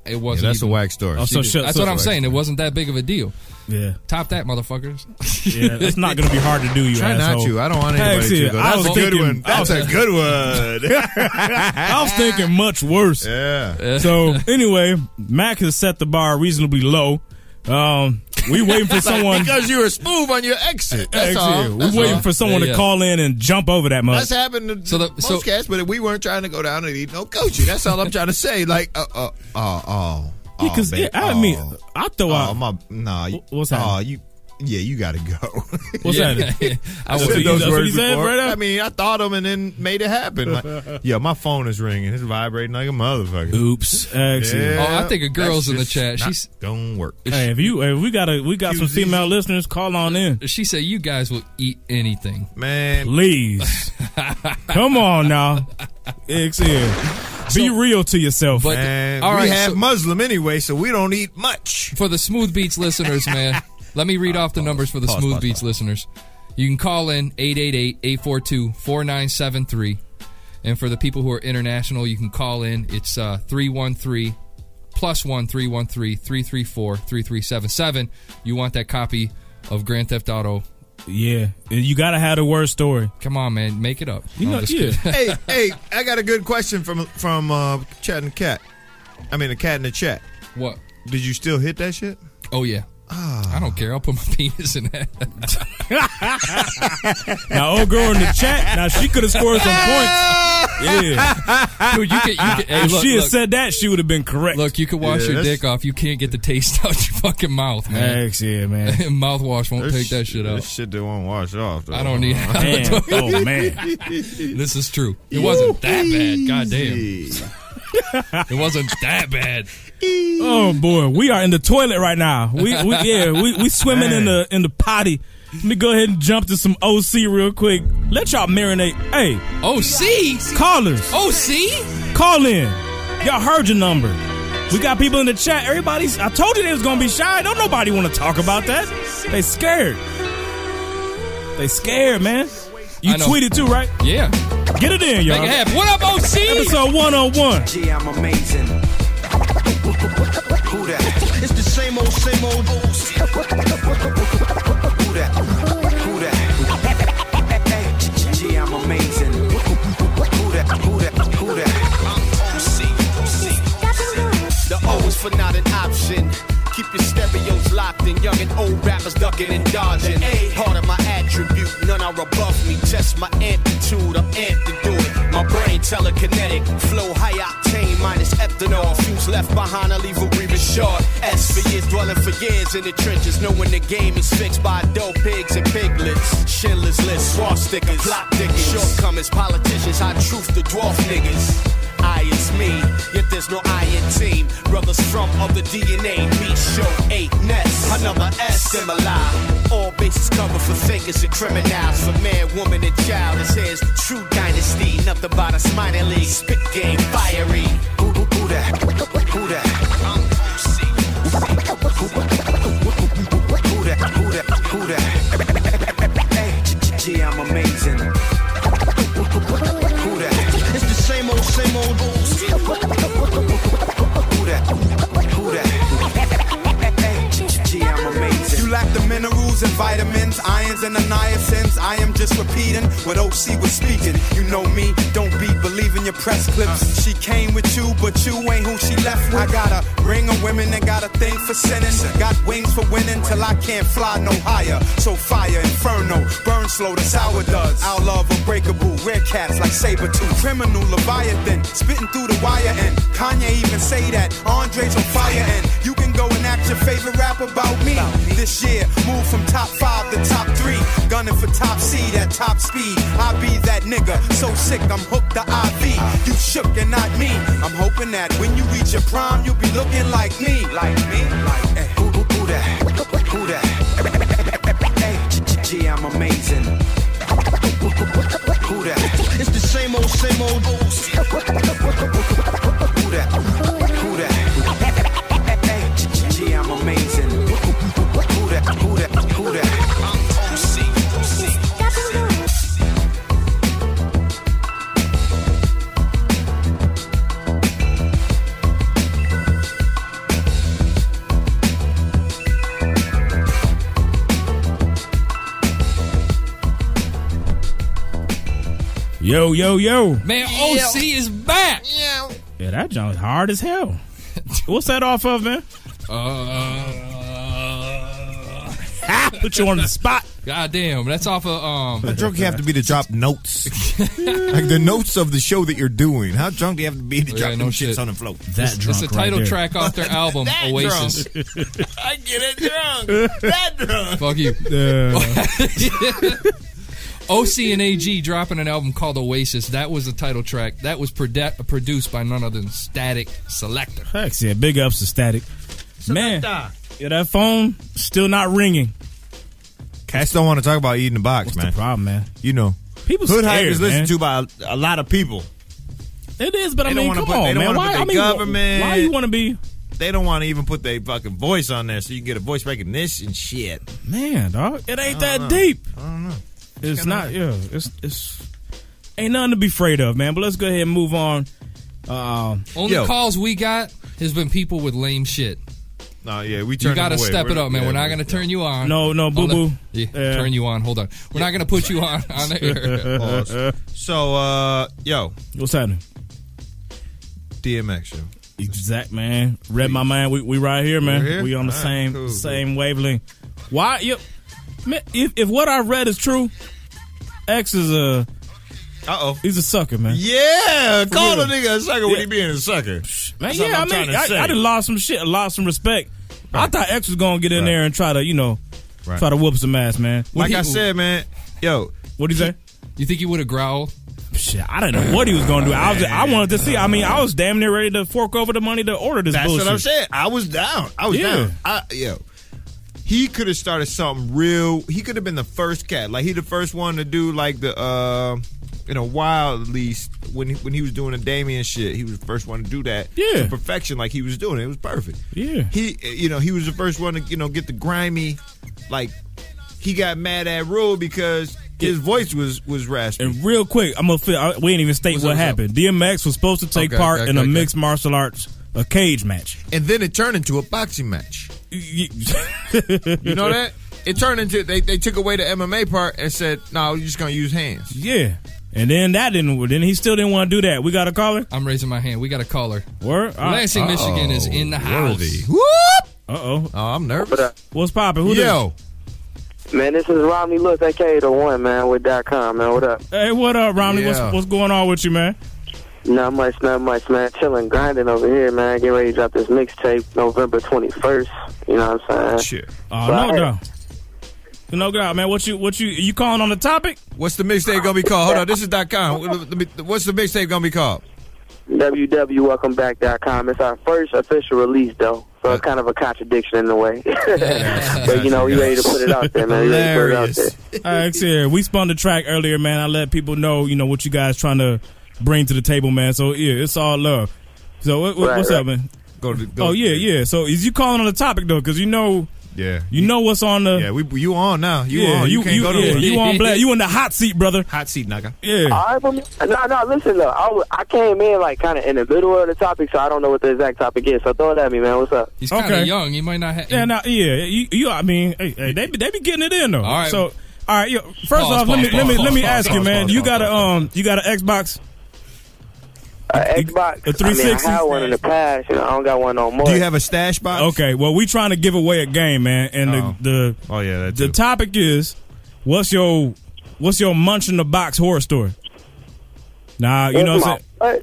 It wasn't.
that's a
even-
whack story.
Oh,
she
so
didn't-
shut-
that's
so-
what I'm saying. It wasn't that big of a deal.
yeah,
Top that, motherfuckers.
yeah. It's not gonna be hard to do. You
Try
asshole.
not to. I don't want anybody
Hex,
to.
yeah,
Go.
I
That's
was
a good
thinking-
one. That's a good one.
I was thinking much worse.
yeah.
So anyway, Mac has set the bar reasonably low. Um, we waiting for someone.
Because you were smooth on your exit. That's
Actually,
all.
we
That's
waiting
all.
for someone
Yeah,
to
yeah.
call in and jump over that much.
That's happened to
So the-
most
so-
cats, but we weren't trying to go down and eat no coaching. That's all I'm trying to say. Like, uh, uh, uh, oh, oh,
Because
babe,
I
oh,
mean, I throw
oh,
out.
my, nah, you-
Wh- what's
Oh,
happening?
you, yeah, you got to go.
what's that?
I
That's
was.
what he- that's what he said right
I
there?
mean, I thought them and then made it happen. Like, yeah, my phone is ringing. It's vibrating like a motherfucker.
Oops. Actually.
Yeah,
Oh, I think a girl's
that's
in the
just
chat.
not
She's-
don't work.
Hey, if you if we got a we got some
Excuse
female listeners, call on in,
She said, "You guys will eat anything."
Man,
please. Come on now, XL. Be real to yourself.
But
man,
all
we
right,
have
so-
Muslim anyway, so we don't eat much.
for the Smooth Beats listeners, man, let me read off the numbers for the Smooth
pause,
Beats listeners. You can call in 888-842-4973. And for the people who are international, you can call in. It's uh, 313 plus 1 313 334 3377. You want that copy of Grand Theft Auto.
Yeah. You got to have the worst story.
Come on, man. Make it up.
You
No,
know,
I'm just
yeah.
kidding.
hey, hey, I got a good question from from uh, Chat and Cat. I mean, the cat in the chat.
What?
Did you still hit that shit?
Oh, yeah.
Ah.
I don't care. I'll put my penis in that.
Now, old girl in the chat, now she could have scored some points. Yeah.
Dude, you can, you can, hey,
if
look,
she had
look,
said that, she would have been correct.
look, you can wash
Yeah,
your
that's-
dick off. You can't get the taste out your fucking mouth, man.
Thanks, yeah, man.
Mouthwash won't
There's
take that shit out.
This shit that won't wash off. Though.
I don't need.
Damn. Oh, man.
this is true. It wasn't that bad. God damn. It wasn't that bad.
Oh, boy. We are in the toilet right now. We, we yeah, we, we swimming in the in the potty. Let me go ahead and jump to some OC real quick. Let y'all marinate. Hey,
Oh, see?
callers,
Oh, see?
call in. Y'all heard your number. We got people in the chat. Everybody's. I told you they was gonna be shy. Don't nobody want to talk about that. They scared. They scared, man. You
I know.
tweeted too, right?
Yeah.
Get it
Make
in, y'all.
it happen. What up, OC?
Episode one on one.
Gee, I'm amazing.
Who that? It's the same old, same old.
Who that? Who that? Hey, gee, I'm amazing. Who that? Who that? Who that?
The O is for not an option. Keep your stereos locked in, young and old rappers ducking and dodging. A part of my attribute, none are above me. Just my amplitude, I'm amped to do it. My brain telekinetic, flow high octane minus ethanol. Fuse left behind, I leave a reaver short. S for years, dwelling for years in the trenches, knowing the game is fixed by dope pigs and piglets. Schindler's list, swastikas, block dickens, shortcomings, politicians, high truth to dwarf niggas. I is me, yet there's no I in team. Brothers from other DNA, me show eight nets, another S similar. All bases covered for thinkers and criminals, for man, woman, and child. This here's the true dynasty, nothing but a minor league. Spit game fiery.
Who, who, who that? Who that? Who that? Who that? Who that? Hey, gee, gee, I'm amazing. Who that?
It's the same old, same old.
Who that? Who that? Hey, gee, I'm amazing.
You lack the minerals and vitamins, irons and the niacins. I am just repeating what OC was speaking. You know me, don't be believing your press clips. She came with you, but you ain't who she left with. I got a ring of women and got a thing for sinning. Got wings for winning till I can't fly no higher. So fire, inferno, burn slow, that's how it does. Our love unbreakable, rare cats like saber tooth. Criminal Leviathan, spitting through the wire. And Kanye even say that Andre's on fire. And you can go and act your favorite rap about me. This year, move from top five to top three. Gunning for top seed at top speed. I be that nigga, so sick I'm hooked to IV. You shook and not me. I'm hoping that when you reach your prime, you'll be looking like me. Like me, like eh.
Who, who, who that? Who that? Hey, gee, I'm amazing. Who that?
It's the same old, same old.
Who that? Who that? Hey, gee, I'm amazing. Who that? Who that? Who that?
Yo, yo, yo.
Man, OC is back.
Yeah, that joint hard as hell. What's that off of, man?
Uh,
Put you on the spot.
God damn. That's off of. um.
How drunk do you have to be to drop notes? like the notes of the show that you're doing. How drunk do you have to be to
Yeah,
drop
no
them
shit.
shits on the float?
That
It's the title track off their album,
That
Oasis.
I get it drunk. That drunk.
Fuck you.
Uh,
OC and AG dropping an album called Oasis. That was the title track. That was prode- produced by none other than Static Selector.
Heck yeah, big ups to Static. Man, yeah, that phone still not ringing.
Cats don't want to talk about eating the box,
That's
man.
the problem, Oh, man.
You know.
People
Hood hype
scared,
is
man.
listened to by a, a lot of people.
It is, but I
They don't
mean,
wanna
come
put- they
on,
don't
man.
wanna
Why,
put
I
their
mean,
government-
why you want to be,
They don't want to even put their fucking voice on there, so you get a voice recognition shit.
man, dog? It ain't that
know.
deep.
I don't know.
It's
kinda
not. Yeah, it's it's ain't nothing to be afraid of, man. But let's go ahead and move on. Um,
Only
Yo.
calls we got has been people with lame shit.
No, yeah, we
You
turned
gotta
them away.
step
We're-
it up, man.
yeah,
We're not
we're-
gonna turn you on.
No, no,
on
boo
the-
boo.
Yeah,
Yeah.
turn you on. Hold on. We're not gonna put you on on the air.
Pause. so, uh, yo,
what's happening?
DMX, yo.
Exact man. Read my mind. We, we right here, man.
We're here?
We on the
All right,
same
cool.
same wavelength. Why? Yep. Man, if, if what I read is true, X is a
uh oh.
He's a sucker, man.
Yeah,
For
call
real.
a nigga a sucker when
Yeah.
he being a sucker.
Man,
That's all
yeah, I
I'm trying
mean,
to
I,
say.
I done lost some shit, lost some respect. I thought X was gonna get in
Right.
there and try to, you know,
Right.
try to whoop some ass, man.
Like I said, man, yo,
what do you say?
You think you would have growled?
Shit, I didn't know what he was gonna do. I was, I wanted to see. I mean, I was damn near ready to fork over the money to order this
that's
bullshit.
what I'm saying. I was down. I was
Yeah.
down. I, yo, he could have started something real. He could have been the first cat. Like he the first one to do like the uh, in a while at least when he, when he was doing the Damien shit. He was the first one to do that.
Yeah.
to perfection. Like he was doing it. It was perfect.
Yeah.
He, you know, he was the first one to you know get the grimy, like. He got mad at Rule because his voice was was raspy.
And real quick, I'm gonna. Feel, I, we didn't even state
What's up,
what
what's up?
happened. DMX was supposed to take
Okay,
part
okay,
in a
okay, okay.
mixed martial arts, a cage match.
and then it turned into a boxing match.
You
You know that? It turned into they, they took away the MMA part and said, "No, we're just gonna use hands."
Yeah. And then that didn't. Then he still didn't want to do that. We got a caller.
I'm raising my hand. We got a caller.
Word. Ah.
Lansing, Michigan is in the house.
Whoop!
Uh oh.
Oh, I'm nervous.
What up?
What's poppin'? Who
Yo,
Man, this is Romney Lutz, aka the one, man, with dot com, man. What up?
this? Hey, what up, Romney?
Yeah.
What's what's going on with you, man?
Not much, not much, man. Chilling, grinding over here, man. Get ready to drop this mixtape November 21st. You know what I'm saying?
shit.
Oh
Right.
no, doubt. No doubt, man. What you what you you calling on the topic?
What's the mixtape gonna be called? Hold on, this is dot com. Let me- What's the mixtape gonna be called?
www.welcomeback.com. It's our first official release, though, so it's kind of a contradiction in a way. but you know, we ready to put it out there, man. We ready to put it out there.
Hilarious.
All right, here. We spun the track earlier, man. I let people know, you know, what you guys trying to bring to the table, man. So yeah, it's all love. So what, what-
Right,
what's
right.
up, man?
Go to, go
Oh yeah, yeah. So is you calling on the topic though? Because you know,
yeah,
you know what's on the.
yeah. We you on now? You
yeah,
on? You, can't go to
yeah,
work.
you on black. You in the hot seat, brother.
Hot seat, nigga.
Yeah.
All right, for me. No, no, listen, though. I, w- I came in, like, kind of in the middle of the topic, so I don't know what the exact topic is. So throw it at me, man. What's up?
He's kind of
Okay.
young. He might not have.
Yeah, now, yeah, you, you I mean, hey, hey, they be, they be getting it in though.
All right.
So, all right, yo, first
Pause,
off, let
pause,
me let me
pause,
let me
pause,
ask
pause,
you, man.
pause,
you
pause,
got a
pause.
um, you got an Xbox?
Uh, Xbox.
a 360?
I mean, I had one in the past. You know, I don't got one no more.
Do you have a stash box?
Okay, well, we trying to give away a game, man, and
Oh.
the the
Oh yeah, that
the
too.
topic is what's your what's your munch in the box horror story? Nah, you know
Where's
what I'm
my- Hey,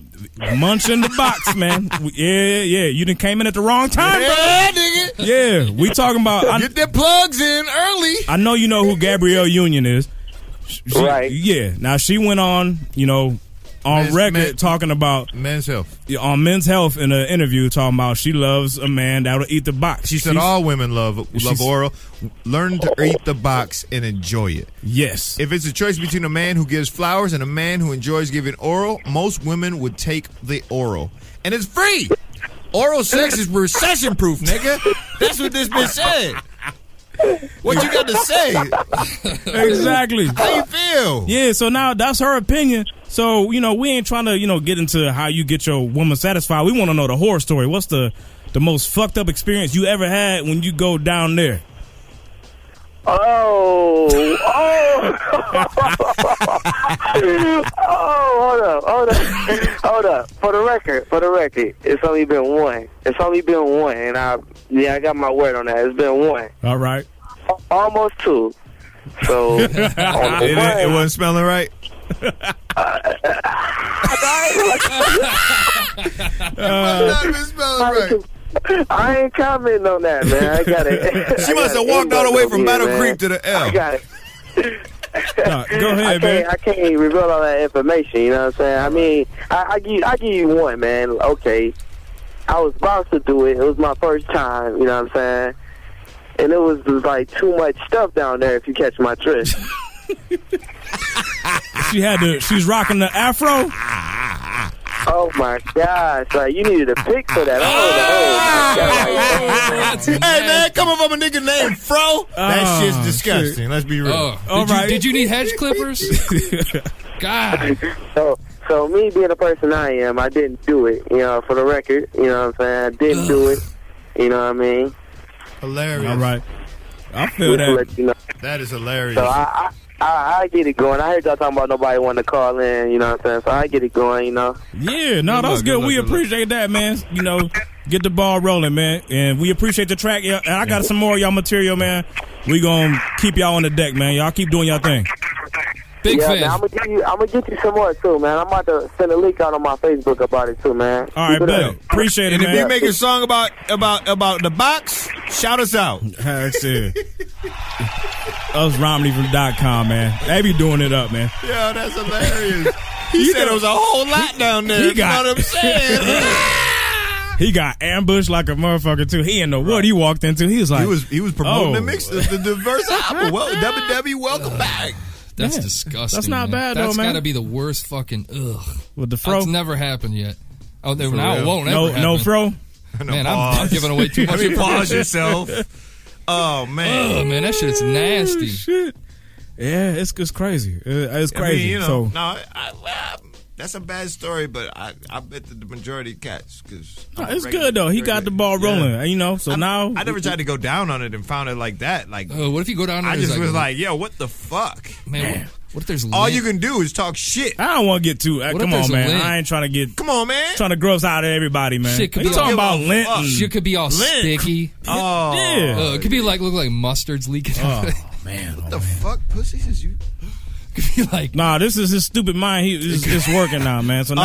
saying? Munch in the box, man. We- Yeah, yeah. You done came in at the wrong time, bro.
Yeah, nigga.
Yeah, we talking about. I,
Get their plugs in early.
I know you know who Gabrielle Union is. She-
Right.
Yeah. Now she went on, you know, on
Miss-
record
Miss-
talking about
Men's health.
on Men's Health in an interview talking about she loves a man that'll eat the box.
She said
She's-
all women love love
She's-
oral. Learn to eat the box and enjoy it.
yes.
If it's a choice between a man who gives flowers and a man who enjoys giving oral, most women would take the oral. And it's free. Oral sex is recession proof, nigga. That's what this bitch said. What you got to say?
exactly.
How you feel?
Yeah, so now that's her opinion. So, you know, we ain't trying to, you know, get into how you get your woman satisfied. We want to know the horror story. What's the the most fucked up experience you ever had when you go down there?
Oh, oh, oh! Hold up, hold up, hold up. For the record, for the record, it's only been one. It's only been one, and I yeah, I got my word on that. It's been one,
All right.
Al- almost two. So on the
It, it wasn't smelling right. Must not have been smelling right.
one, I ain't commenting on that, man. I got it.
She must have walked all the way from Battle Creek to the
I
L.
got it.
No, go
I
ahead, man.
can't, I can't reveal all that information. You know what I'm saying? I mean, I, I give I give you one, man. Okay, I was about to do it. It was my first time. You know what I'm saying? And it was, it was like too much stuff down there. If you catch my drift,
She had the she's rocking the afro.
oh my gosh! Like you needed a pick for that.
Ah!
Oh,
That's
Hey man,
nasty.
coming from a nigga named Fro, that
Oh,
shit's disgusting. Let's be real.
Oh,
All
did,
right.
you, did you need hedge clippers? God,
oh, oh. So, So me being the person I am, I didn't do it. You know, for the record, you know what I'm saying? I didn't do it. You know what I mean?
Hilarious.
All right. I
Just to let you know.
That is hilarious.
So I, I, I, I get it going. I heard y'all talking about nobody wanting to call in. You know what I'm saying? So I get it going. You know.
Yeah, no, that's good. we appreciate that, man. You know, get the ball rolling, man. And we appreciate the track. Yeah, and I got some more of y'all material, man. We gonna keep y'all on the deck, man. Y'all keep doing y'all thing. Big
yeah,
fan.
I'm gonna get you. I'm gonna get you some more too, man. I'm about to send a link out on my Facebook about it too, man.
All right, bet. Appreciate it,
And
man.
if you make a song about about uh, about the box, shout us out.
That's it. Us Romney from dot com, man. They be doing it up, man.
Yo, that's hilarious. He
said there was a whole lot down there.
he
You
got-
know what I'm saying?
He got ambushed like a motherfucker too. He didn't know what he walked into. He was like,
he was he was promoting
oh,
the mix, the, the diverse album. Well, WW, welcome back.
That's
Yeah.
disgusting.
That's not
man.
bad, though, man.
That's got to be the worst fucking ugh.
With the fro?
That's never happened yet. Oh, they,
For
now it
real.
won't
No-
ever
no
happen.
fro?
Man, I'm, I'm
Pause.
giving away too much.
I mean, pause
information.
yourself. Oh man,
Oh, man, that shit's nasty.
Oh, Shit. Yeah, it's it's crazy. Uh, It's
I mean,
crazy.
you know,
so
no, I, I, well, that's a bad story, but I, I bet that the majority of cats because
No, it's good though. He got the ball rolling. You know, so now
I never tried to go down on it and found it like that. Like,
Uh, what if you go down there?
I
and it's
just was
like,
like, yo, what the fuck?
man, what, what if there's
All
lint?
you can do is talk shit.
I don't want to get too. Uh,
What if
come on,
there's a
man.
lint?
I ain't trying to get
Come on, man.
trying to gross out of everybody, man.
Shit could
you
be
talking
all-
about lint?
Fuck.
and-
shit could be all
Lint.
sticky.
Oh,
Yeah.
Uh, it could be like look like mustard's leaking. out.
Oh man.
the fuck, pussies is you?
it could be like
Nah, this is his stupid mind. He it's, it's working now, man. So now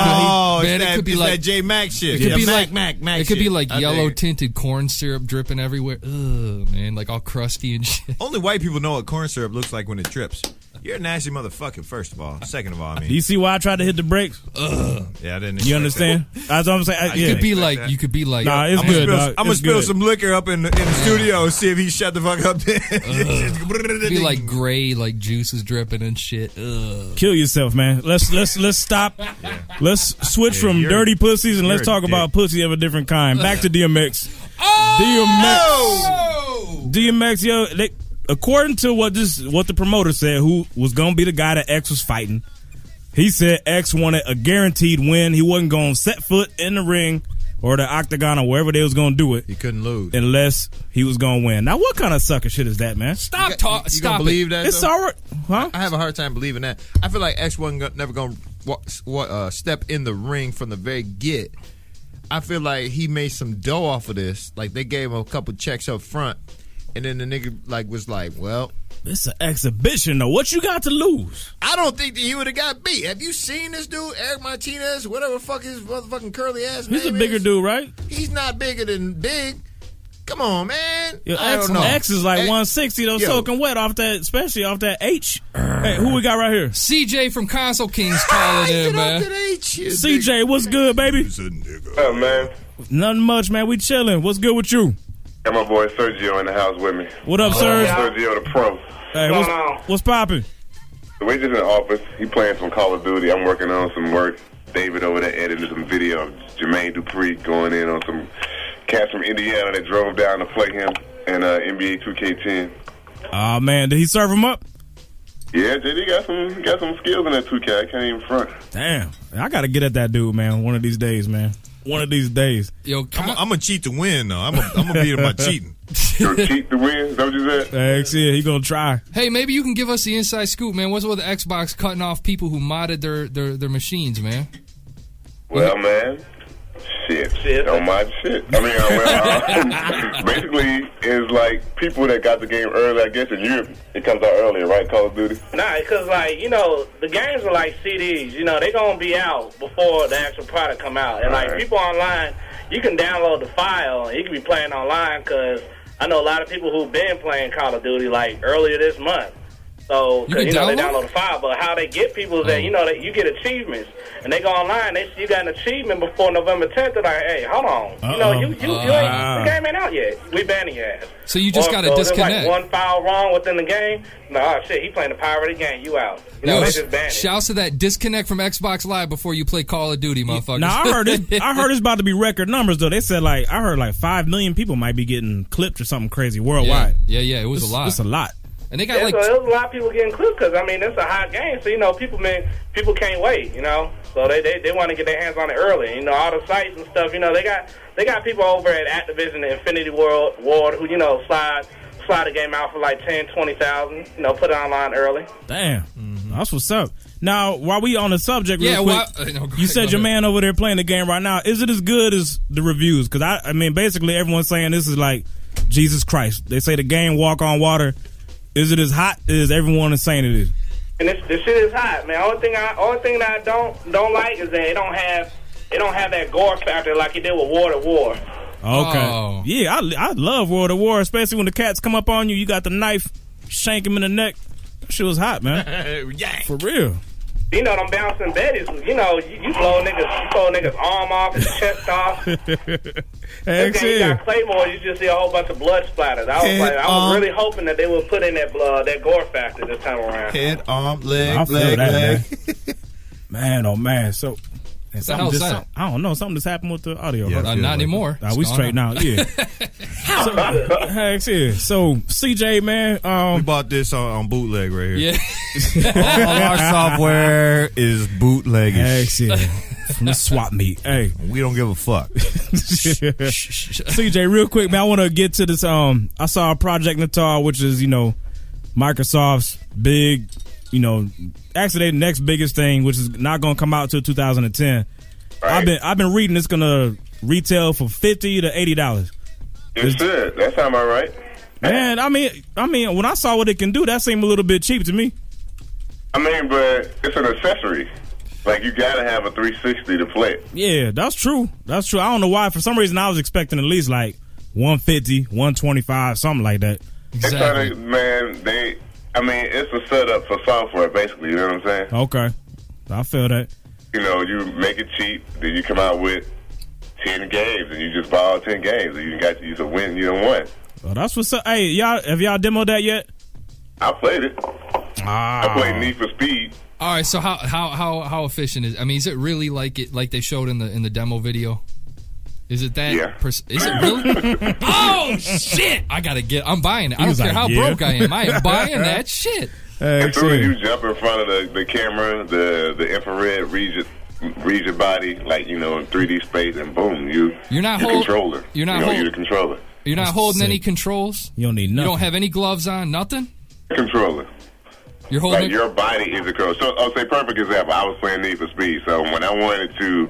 Oh,
man,
it's
it
that,
could be
it's
like-
that J Mac shit.
It could
Yeah,
be
Mac,
like
Mac, Mac.
It could be
shit.
like
I
yellow
dig it.
tinted corn syrup dripping everywhere. Ugh, man, like all crusty and shit.
Only white people know what corn syrup looks like when it trips. You're a nasty motherfucker. First of all, second of all, I
he, do
mean,
you see why I tried to hit the brakes?
yeah, I didn't. expect
You understand? That's what I'm saying. I-
You
yeah.
It could be
Like
like
that.
you could be like
Nah, it's
I'm
good.
gonna
dog.
spill, I'm gonna
It's
spill
good.
some liquor up in the, in the studio, see if he shut the fuck up. Then
it could be like gray, like juices dripping and shit. Ugh.
Kill yourself, man. Let's let's let's stop. Let's switch
Yeah,
from
you're-
dirty pussies and let's
you're a
talk about
dick.
pussy of a different kind. Back to DMX. DMX. DMX, yo, they, according to what this what the promoter said, who was gonna be the guy that X was fighting, he said X wanted a guaranteed win. He wasn't gonna set foot in the ring or the octagon or wherever they was gonna do it
he couldn't lose.
unless he was gonna win. Now, what kind of sucker shit is that, man?
Stop talking.
You gonna
Stop
believe
it.
that?
It's
though?
all right, huh?
I have a hard time believing that. I feel like X wasn't go- never going to uh, step in the ring from the very get. I feel like he made some dough off of this. Like they gave him a couple checks up front, and then the nigga like was like, "Well,
It's an exhibition, though. What you got to lose?
I don't think that he would have got beat." Have you seen this dude, Eric Martinez, whatever fuck his motherfucking curly ass?
He's a
name
bigger
is?
dude, right?
He's not bigger than Big. Come on, man.
Yo,
I
X,
don't know.
X is like
X-
160 though,
Yo.
soaking wet off that, especially off that H. hey, who we got right here?
CJ from Console Kings
Ah,
calling
he
in,
said,
man.
"I'm that H." You nigga.
CJ, what's good, baby?
He's a nigga.
What's up, man?
Nothing much, man. We chilling. What's good with you?
Got my boy Sergio in the house with me.
What up, Serge?
Sergio the pro.
Hey, what's, what's popping?
So we just in the office. He playing some Call of Duty. I'm working on some work. David over there edited some video of Jermaine Dupree going in on some cats from Indiana that drove down to play him in uh, NBA 2K10.
Oh man, did he serve him up?
Yeah, JD got some got some skills in that 2K. I can't even front.
Damn, I gotta get at that dude, man. One of these days, man. One of these days.
Yo,
I'm
Con-
gonna cheat to win though. I'm gonna beat him by cheating.
You'll cheat to win. Is that what you said?
X, yeah, he gonna try.
hey, maybe you can give us the inside scoop, man. What's with Xbox cutting off people who modded their their, their machines, man?
Well, man, shit. shit. Don't mind shit. I mean, uh, well, um, basically, it's like people that got the game early, I guess, in Europe. It comes out earlier, right? Call of Duty?
Nah, because like you know, the games are like CDs. You know, they gonna be out before the actual product come out. And like
Right.
people online, you can download the file and you can be playing online. Because I know a lot of people who've been playing Call of Duty like earlier this month. So 'cause,
You
you,
can
know they
download? Oh.
download the file, but how they get people is that you know that you get achievements and they go online. They see you got an achievement before November 10th. They're like, hey, hold on, you know,
Uh-oh.
you you, you
Ah.
ain't, the game ain't out yet. We banning your ass.
Uh-uh. So you just
Or
gotta
if there's,
disconnect.
Like one file wrong within the game. No, oh shit, he playing the power of the game. You out. You know,
Yo,
they
sh-
just banned it.
shouts to that disconnect from Xbox Live before you play Call of Duty, motherfuckers.
Now I heard it. I heard it's about to be record numbers though. They said like I heard like five million people might be getting clipped or something crazy
yeah,
worldwide.
yeah, yeah, it was
It's-
a lot.
It's a lot.
And they got
Yeah,
like
so there's a lot of people getting clipped because I mean it's a hot game, so you know people man, people can't wait, you know. So they they, they want to get their hands on it early, you know. All the sites and stuff, you know, they got they got people over at Activision and Infinity World Ward who you know slide slide the game out for like ten, twenty thousand, you know, put it online early.
Damn, that's what's up. Now, while we on the subject, real
Mm-hmm. Yeah,
quick,
well, I- no, go
you
ahead,
said
go
your
ahead.
man over there playing the game right now. Is it as good as the reviews? Because I, I mean, basically everyone's saying this is like Jesus Christ. They say the game walk on water. Is it as hot as everyone is saying it is?
And this this shit is hot, man. Only thing I only thing that I don't don't like is that it don't have it don't have that gore factor like it did with War to War.
Okay,
Oh.
yeah, I, I love World of War, especially when the cats come up on you. You got the knife, shank him in the neck. That shit was hot, man.
yeah.
For real.
You know, them bouncing betties, you know, you, you blow niggas, you blow niggas arm off, his chest off. And then
Heck
you
yeah.
got Claymore, you just see a whole bunch of blood splatters. I was
Head
like, I was
on.
really hoping that they would put in that blood, that gore factor this time around.
Head, arm, leg,
I feel
leg,
that,
leg.
Man, oh man, so. and
the
something
hell's
just-
that?
I don't know. Something just happened with the audio.
Yeah,
Huh?
I feel Not like anymore.
Nah,
It's
we
gone
straight
now.
now. Yeah. so, heck yeah. So CJ, man, um,
we bought this on, on bootleg right here.
Yeah.
all our software is bootlegging.
Heck yeah. From the swap meet. Hey,
we don't give a fuck.
CJ, real quick, man, I want to get to this. Um, I saw Project Natal, which is you know Microsoft's big, you know, actually their next biggest thing, which is not going to come out till 2010. I've been I've been reading it's going to retail for fifty to eighty dollars.
It should. That sound about right.
Man, I mean, I mean, when I saw what it can do, that seemed a little bit cheap to me.
I mean, but it's an accessory. Like you gotta have a 360 to play it.
Yeah, that's true. That's true. I don't know why. For some reason, I was expecting at least like 150, 125, something like that.
Exactly. They're trying to, man, they. I mean, it's a setup for software, basically. You know what I'm saying?
Okay, I feel that.
You know, you make it cheap, then you come out with ten games, and you just buy all ten games, and you got you to win. You don't win.
Well, that's what's up. Hey, y'all, have y'all demoed that yet?
I played it.
Ah.
I played Need for Speed.
all right. So how how how how efficient is? I mean, is it really like it like they showed in the in the demo video? Is it that?
Yeah.
pers- is it really? oh shit! I gotta get. I'm buying it.
He
I don't
was
care
like,
how
yeah.
broke I am. I am buying that shit.
as soon as you jump in front of the, the camera, the the infrared reads your, reads your body, like you know, in 3D space, and boom, you
You're not hold-
controller.
you're not
you know,
hold-
you're the controller.
You're not
That's
holding
sick.
any controls.
You don't need
You
nothing.
don't have any gloves on. Nothing.
Controller.
You're holding.
Like your body is the controller. So I'll say perfect example. I was playing Need for Speed, so when I wanted to,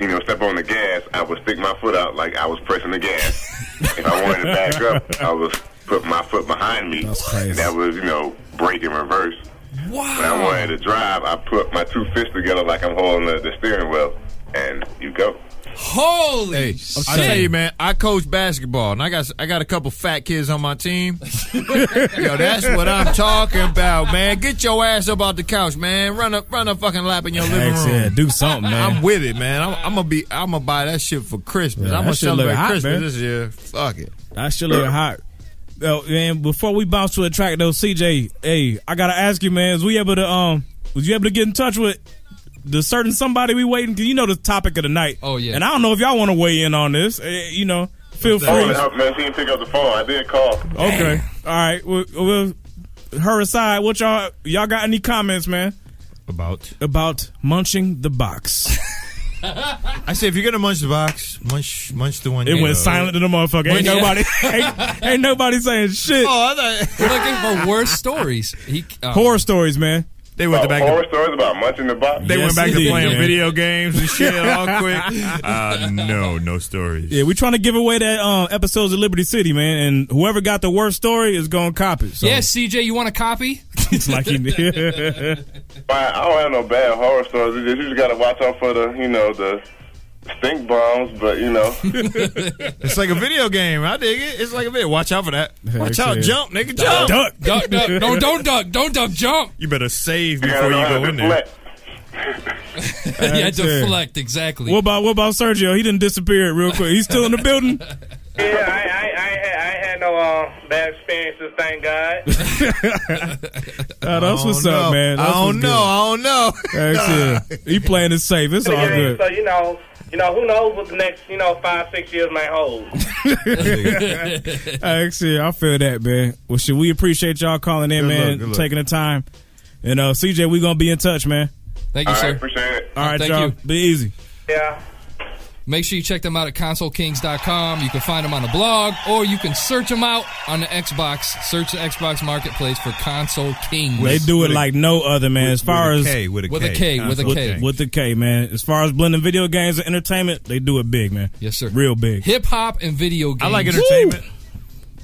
you know, step on the gas, I would stick my foot out like I was pressing the gas. if I wanted to back up, I would put my foot behind me. That's crazy. That was you know brake in reverse. When I wanted to drive, I put my two fists together like I'm holding the, the steering wheel, and you go.
Holy
I tell you, man, I coach basketball, and I got I got a couple fat kids on my team. Yo, that's what I'm talking about, man. Get your ass up off the couch, man. Run up, run a fucking lap in your living
Heck
room.
yeah, do something, man.
I'm with it, man. I'm, I'm gonna be. I'm gonna buy that shit for Christmas.
Yeah,
I'm
that
gonna
shit look
celebrate
hot,
Christmas
man.
this year. Fuck it.
That shit look hot. Oh, and before we bounce to a track though, CJ, hey, I gotta ask you, man, is we able to um, was you able to get in touch with the certain somebody we waiting? Cause you know the topic of the night. Oh yeah. And I don't know if y'all want to weigh in on this. eh, you know, feel free.
Oh, no, man, she didn't pick up the phone. I did call.
Okay. All right. Well, well, her aside, what y'all y'all got any comments, man?
About
about munching the box.
I say, if you're gonna munch the box, munch, munch the one.
It
you
went
love.
silent in the motherfucker. Ain't
Yeah.
nobody, ain't, ain't nobody saying shit.
Oh, I thought
we're looking for worse stories. He, uh,
Horror stories, man.
They
About Oh, horror stories about munching the box.
They went Yes, back to indeed, playing man. video
games and
shit all quick.
Uh, no, no stories.
Yeah, we trying to give away that um, episodes of Liberty City, man, and whoever got the worst story is gonna cop it. So
Yes, CJ, you want a copy?
it's like he
Fine, I don't have no bad horror stories. You just, you just gotta watch out for the, you know, the stink bombs. But you know,
It's like a video game. I dig it. It's like a video. Watch out for that. Watch out.
yeah.
Jump, nigga.
Duck.
Jump.
Duck.
Duck, duck. No, don't duck. Don't duck. Jump.
You better save
You gotta
before you
know how
go
to
in there.
yeah,
That's it.
deflect exactly.
What about what about Sergio? He didn't disappear real quick. He's still in the building.
Yeah, I, I, I, had- I had no uh, bad experiences, thank God.
Uh, that's what's up, man. That's what's good.
don't know.
That's it. He playing it safe. It's all
Yeah,
good.
So you know, you know, who knows what the next, you know, five, six years may hold.
Actually, I feel that, man. Well, shit, we appreciate y'all calling in,
Good
man,
luck, good luck.
taking the time. And uh, CJ, we gonna be in touch, man.
Thank you, sir.
All right,
Thank
y'all.
you.
Be easy.
Yeah.
Make sure you check them out at consolekings.com. You can find them on the blog, or you can search them out on the Xbox. Search the Xbox Marketplace for Console Kings.
They do it like no other, man. As far
with a
as
K, with a With a K. K, with a K.
with, the K, man. As far as blending video games and entertainment, they do it big, man. Yes, sir. Real big.
hip hop and video games.
I like entertainment.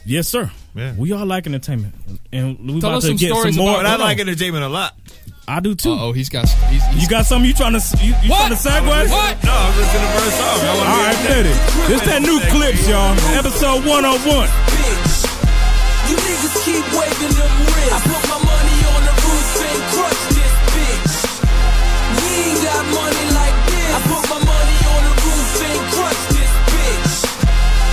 Yes, sir. We all like entertainment, and we
Tell
about
us
to
some
get some
stories
more.
about-
Hold
I like
on.
entertainment a lot.
I do too.
Oh, he's got. He's,
you got something you trying to you, you trying to segue?
What?
No, I'm just in the first song. I
All right, fit it. This that new clips, y'all. Episode one on one.
You niggas keep waving them wrists. I put my money on the roof and crush this bitch. We ain't got money like this. I put my money on the roof and crush this bitch.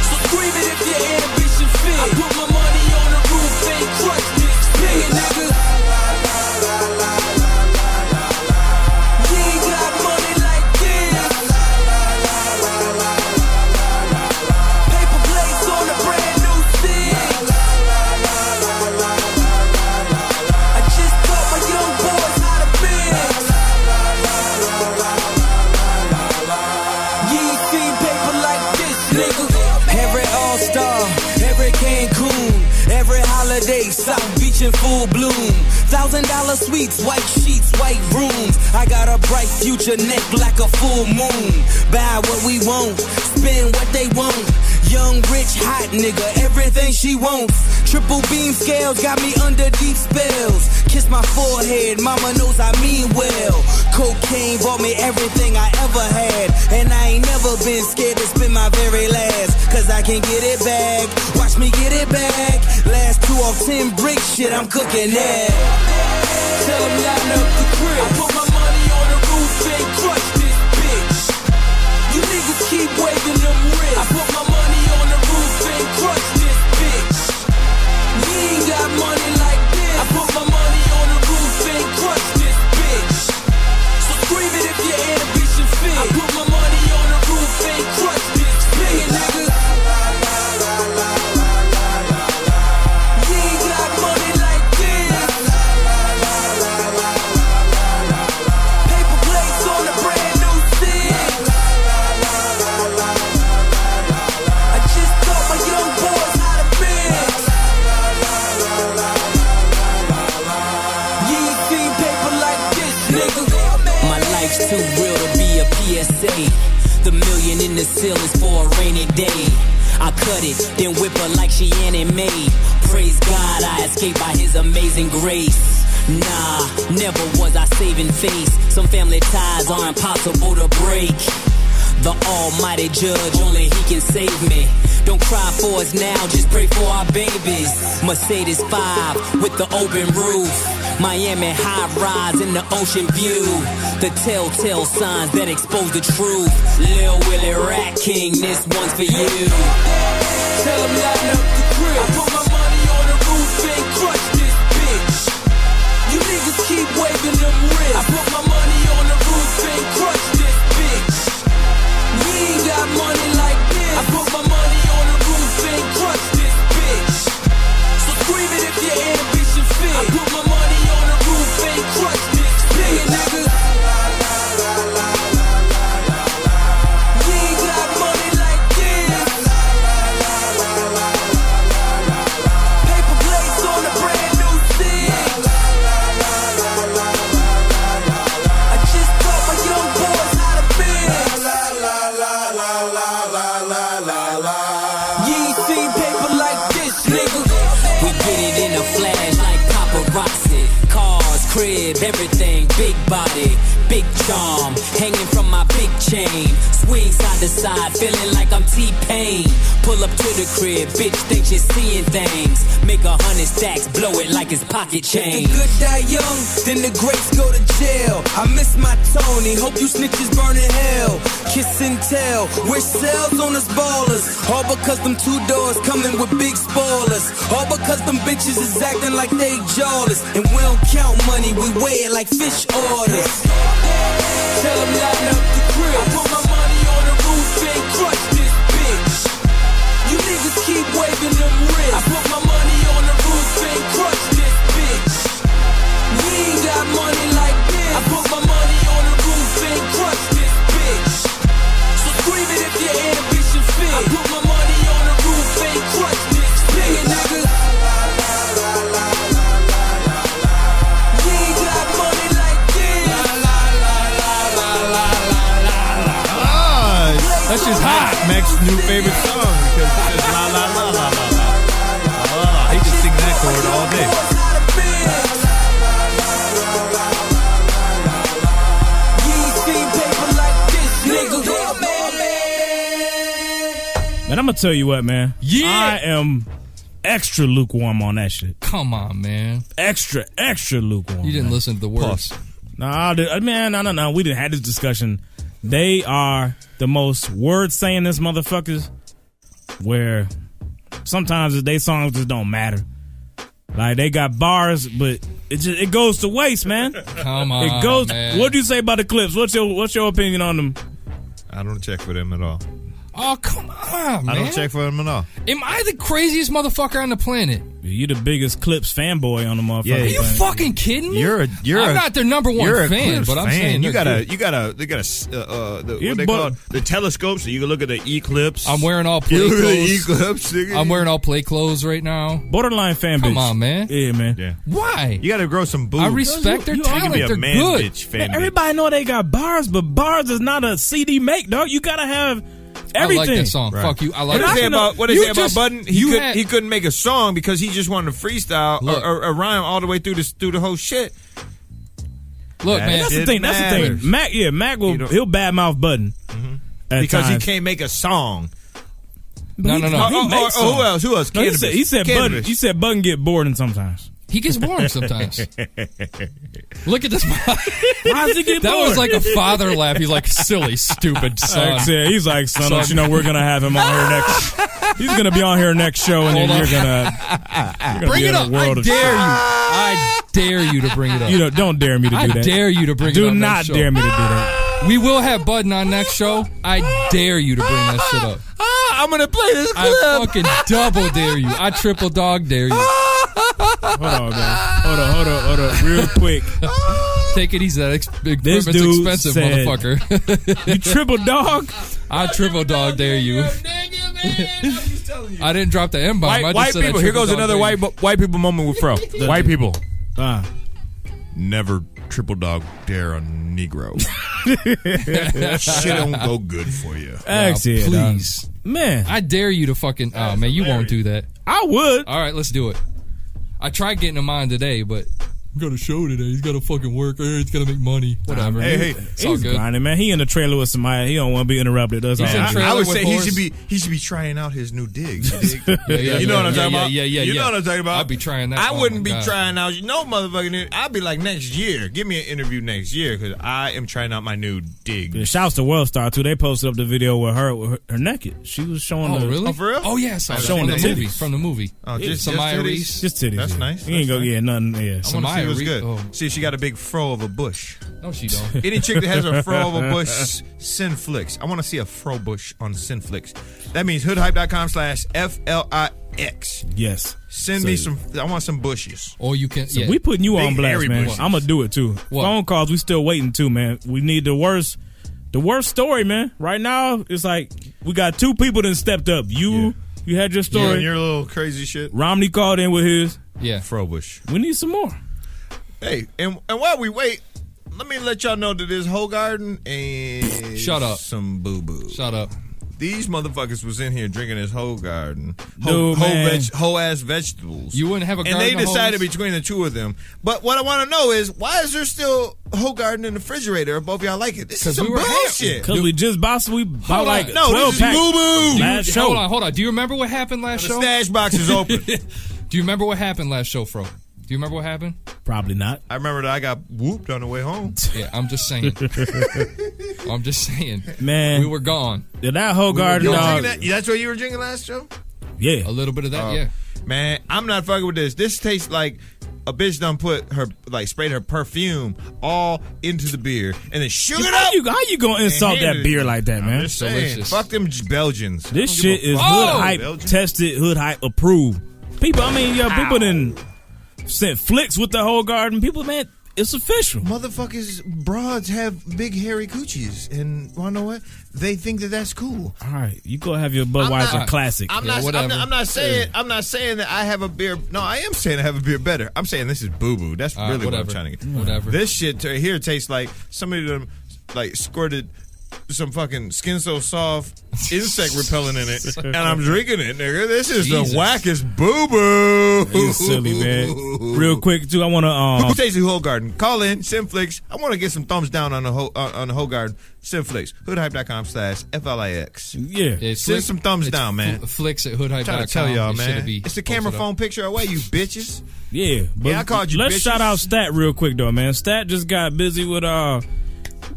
So scream it if your ambition fit. I put my money on the roof and crush this bitch. Niggas. We ain't got money like this. Paper plates on a brand new thing. I just taught my young boys how to bend. You ain't seen paper like this, nigga. Every All Star, every Cancun, every holiday, South Beach in full bloom. Thousand dollar suites, white sheets, white rooms. I got a bright future neck like a full moon. Buy what we want, spend what they want. Young, rich, hot nigga, everything she wants. Triple beam scales got me under deep spells. Kiss my forehead, mama knows I mean well. Cocaine bought me everything I ever had. And I ain't never been scared to spend my very last. Cause I can get it back. Watch me get it back. Last two off ten brick shit, I'm cooking that. Tell 'em line up the crib. I put my money on the roof and crush this bitch. You niggas keep waving them wrists. I put my money on the roof and crush this bitch. We ain't got money like this. I put my money on the roof and crush this bitch. So scream it if your ambition fit. I put my money on the roof and crush this bitch. Niggas. We ain't got money like this. Paper plates on a brand new thing. I just taught my young boys how to bend. You ain't seen paper like this, nigga.
My life's too real to be a PSA. The million in the seal is for a rainy day. I cut it, then whip her like she anime. Praise God, I escaped by his amazing grace. Nah, never was I saving face. Some family ties are impossible to break. The almighty judge, only he can save me. Don't cry for us now, just pray for our babies. Mercedes 5 with the open roof. Miami high rise in the ocean view. The telltale signs that expose the truth. Lil Willie Rat King, this one's for you.
Tell 'em line up the crib. I put my money on the roof and crush this bitch. You niggas keep waving them wrists. I put my money on the roof and crush this bitch. We ain't got money like this. I put my money on the roof and crush this bitch. So scream it if your ambition fit. I put my money on the roof and crush this bitch, niggas. We ain't got money like this. Paper plates on a brand new thing. I just taught my young boys how to bend. You ain't seen paper like this, nigga.
We get it in a flash like paparazzi. Cars, crib, everything. Big body, big charm. Hanging from my big chain. Swing side to side, feeling like I'm T-Pain. Pull up to the crib, bitch think she's seeing things. Make a hundred stacks, blow it like it's pocket
If
change.
the good die young, then the greats go to jail. I miss my Tony. Hope you snitches burn in hell. Kiss and tell. Wish sales on us ballers. All because them two doors coming with big spoilers. All because them bitches is acting like they jawless. And we don't count money, we weigh it like fish orders. Tell 'em line up the crib. I put my money on the
Uh,
is hot.
Mac's new favorite song because it says la la la la la la la la la. He can sing that chord all day.
Man, I'm gonna tell you what, man.
Yeah.
I am extra lukewarm on that shit.
Come on, man.
Extra, extra lukewarm.
You didn't
man.
listen to the words.
Nah, I did- uh, man, no, no, no. We didn't have this discussion. They are the most word saying this motherfuckers. Where sometimes they songs just don't matter. Like they got bars, but it just it goes to waste, man.
Come on,
it goes.
man.
What do you say about the clips? What's your What's your opinion on them?
I don't check for them at all.
Oh, come on,
I
man.
don't check for them at all.
Am I the craziest motherfucker on the planet?
You the biggest clips fanboy on the motherfucker.
Yeah,
Are you
man.
fucking kidding me?
You're a you're
I'm
a-
not their number one
you're a
fan,
Clips
but I'm
fan.
saying
you
they're
gotta
cool.
you gotta they gotta uh, uh the,
You're
what they
but-
call it? the telescope so you can look at the eclipse.
I'm wearing all
You
play
look at the
clothes.
eclipse, nigga.
I'm wearing all play clothes right now.
Borderline fan
Come
bitch.
on, man.
Yeah, man.
Yeah.
Why?
You gotta grow some boobs.
I respect their
You- you
talent.
argue-
be a
They're
man
good.
bitch fan.
Man, everybody know they got bars, but bars is not a CD make, dog. You gotta have everything.
I like that song. Fuck you. I like
And
What
I
they say
can-
about what they
you
say about
just-
Button? He
you
could
had-
he couldn't make a song because he just wanted to freestyle
Look.
or, or, or rhyme all the way through the through the whole shit.
Look,
That
man.
That's the
shit
thing. That's the
matters.
thing. Mac, yeah, Mac will he'll badmouth Button at
because
times.
he can't make a song.
But he- he
oh,
Or- or-
makes
or oh, who
songs.
else? Who else?
No, he said, he said
Cannabis.
Button. He said Button get bored sometimes.
He gets boring sometimes. Look at this.
Why does he get
That
bored?
was like a father laugh. He's like, silly, stupid son.
Like, yeah, he's like, son,
Son.
don't you know we're gonna have him on here next. He's gonna be on here next show, and then
Hold
you're
on.
gonna, you're gonna
Bring
be
it
in a
up. I
World of-
dare you. I dare you to bring it up.
You know, don't dare me to do
I
that.
dare you to bring
Do
it up.
not
next show.
dare me to do that.
We will have Budden on next show. I dare you to bring that shit up.
Ah, I'm gonna play this clip.
I fucking double dare you. I triple dog dare you.
Hold on, man. Hold on, hold on, hold on. Real quick.
Take it easy. That ex-
This
equipment's
dude
expensive,
said-
motherfucker.
you triple dog?
I triple dog dare you. I didn't drop the M bomb.
White,
I just
white
said I
people. Here
triple
goes
dog
another
dare
white
you.
bo- white people moment with Fro. white people.
Uh,
Never triple dog dare a Negro. Shit don't go good for you.
Ex- yeah, dog. please.
man.
I dare you to fucking. Oh man, you won't do that.
I would.
All right, let's do it. I tried getting him on today, but we got a show today. He's got to fucking work. or He's got to make money. Whatever. it's all
he's
good.
grinding, man. He in the trailer with somebody. He don't want to be interrupted. That's all.
He's in
I-
trailer
I would
with
say he
horse.
should be he should be trying out his new digs. you dig?
Yeah, yeah,
You know
yeah,
what I'm
yeah,
talking
yeah,
about?
Yeah, yeah,
You
yeah.
know what I'm talking about?
I'd be trying that.
I
Oh, my
wouldn't be
God.
trying out. No motherfucking. I'd be like next year. Give me an interview next year because I am trying out my new dig.
Yeah, Shouts to World Star too. They posted up the video with her with her, her naked. She was showing.
Oh
the,
really?
Oh, for real?
Oh yeah, I saw that.
Showing
from the,
the
movie.
titties.
From the movie.
Oh, just-
Samaya
just titties?
Reese.
Just titties.
That's
yeah.
nice,
You ain't
that's
go.
nice.
Yeah, nothing. Yeah.
I
I
wanna
want to see
Samaya
what's
Reed-
good.
oh.
See, if she got a big fro of a bush.
No, she don't.
Any chick that has a fro of a bush, Sinflix. I want to see a fro bush on Sinflix. That means hoodhype.com slash F L I X.
Yes.
Send
So-
me some. I want some bushes.
Or you can.
So
yeah.
we putting you
Big
on blast,
hairy
man.
bushes.
I'm gonna do it too.
What?
Phone calls, we still waiting too, man. We need the worst, the worst story, man. Right now, it's like we got two people that stepped up. You, you had your
Doing
story.
your little crazy shit.
Romney called in with his.
Yeah.
Fro Oh, bush.
We need some more.
Hey, and, and while we wait, let me let y'all know that this whole garden and
Shut up.
Some boo boo.
Shut up.
These motherfuckers was in here drinking this whole garden,
Dude,
whole, whole,
man.
veg, whole ass vegetables.
You wouldn't have a
And they
garden hose?
decided between the two of them. But what I want to know is why is there still whole garden in the refrigerator? If both y'all like it, this
'Cause
is some
we were
bullshit.
Cause we just bought, we bought
Hold
like
on.
No, this
12
is
packs.
boo-boo.
Last
Dude,
show.
Hold on, hold on. Do you remember what happened last
The
show?
stash box is open.
Do you remember what happened last show, Fro? Do you remember what happened?
Probably not.
I remember that I got whooped on the way home.
Yeah, I'm just saying. I'm just saying.
Man,
We were gone.
Yeah, that whole garden
You were
dog.
drinking that- that's what you were drinking last show?
Yeah,
A little bit of that, yeah.
Oh. Man, I'm not fucking with this. This tastes like a bitch done put her like sprayed her perfume all into the beer and then sugar it
how
up.
you how you gonna insult
handed
that
it.
beer like that, man?
Just saying,
delicious.
Fuck them J- Belgians.
This
I don't
shit
give a
is
fuck.
hood
Oh!
hype
Belgium.
tested, hood hype approved. People, I mean, yo, people done sent flicks with the whole garden. People, man, it's official.
Motherfuckers, broads have big hairy coochies, and wanna know what? They think that that's cool.
All right, you go have your
I'm
Budweiser
not-
classic.
I'm
Yeah,
not, I'm
whatever.
not. I'm not saying. I'm not saying that I have a beer. No, I am saying I have a beer better. I'm saying this is boo boo. That's
All right,
really what I'm
Uh, whatever.
trying to get.
Whatever.
This shit t- here tastes like somebody done like squirted
some fucking skin so soft insect repellent in it, and I'm drinking it, nigga. This is the wackest boo boo.
You silly man. Real quick too, I want to.
Uh-huh.
Um,
Who tastes the whole garden? Call in Simflix. I want to get some thumbs down on the whole uh, on the whole garden. Simflix. Hoodhype.com slash flix.
Yeah,
send some thumbs down, man.
Flicks at hoodhype.com.
Trying to tell y'all,
It should
man.
be
It's the camera
posted up.
phone picture away, you bitches.
Yeah, but
I called you
Let's
bitches.
shout out Stat real quick though, man. Stat just got busy with uh,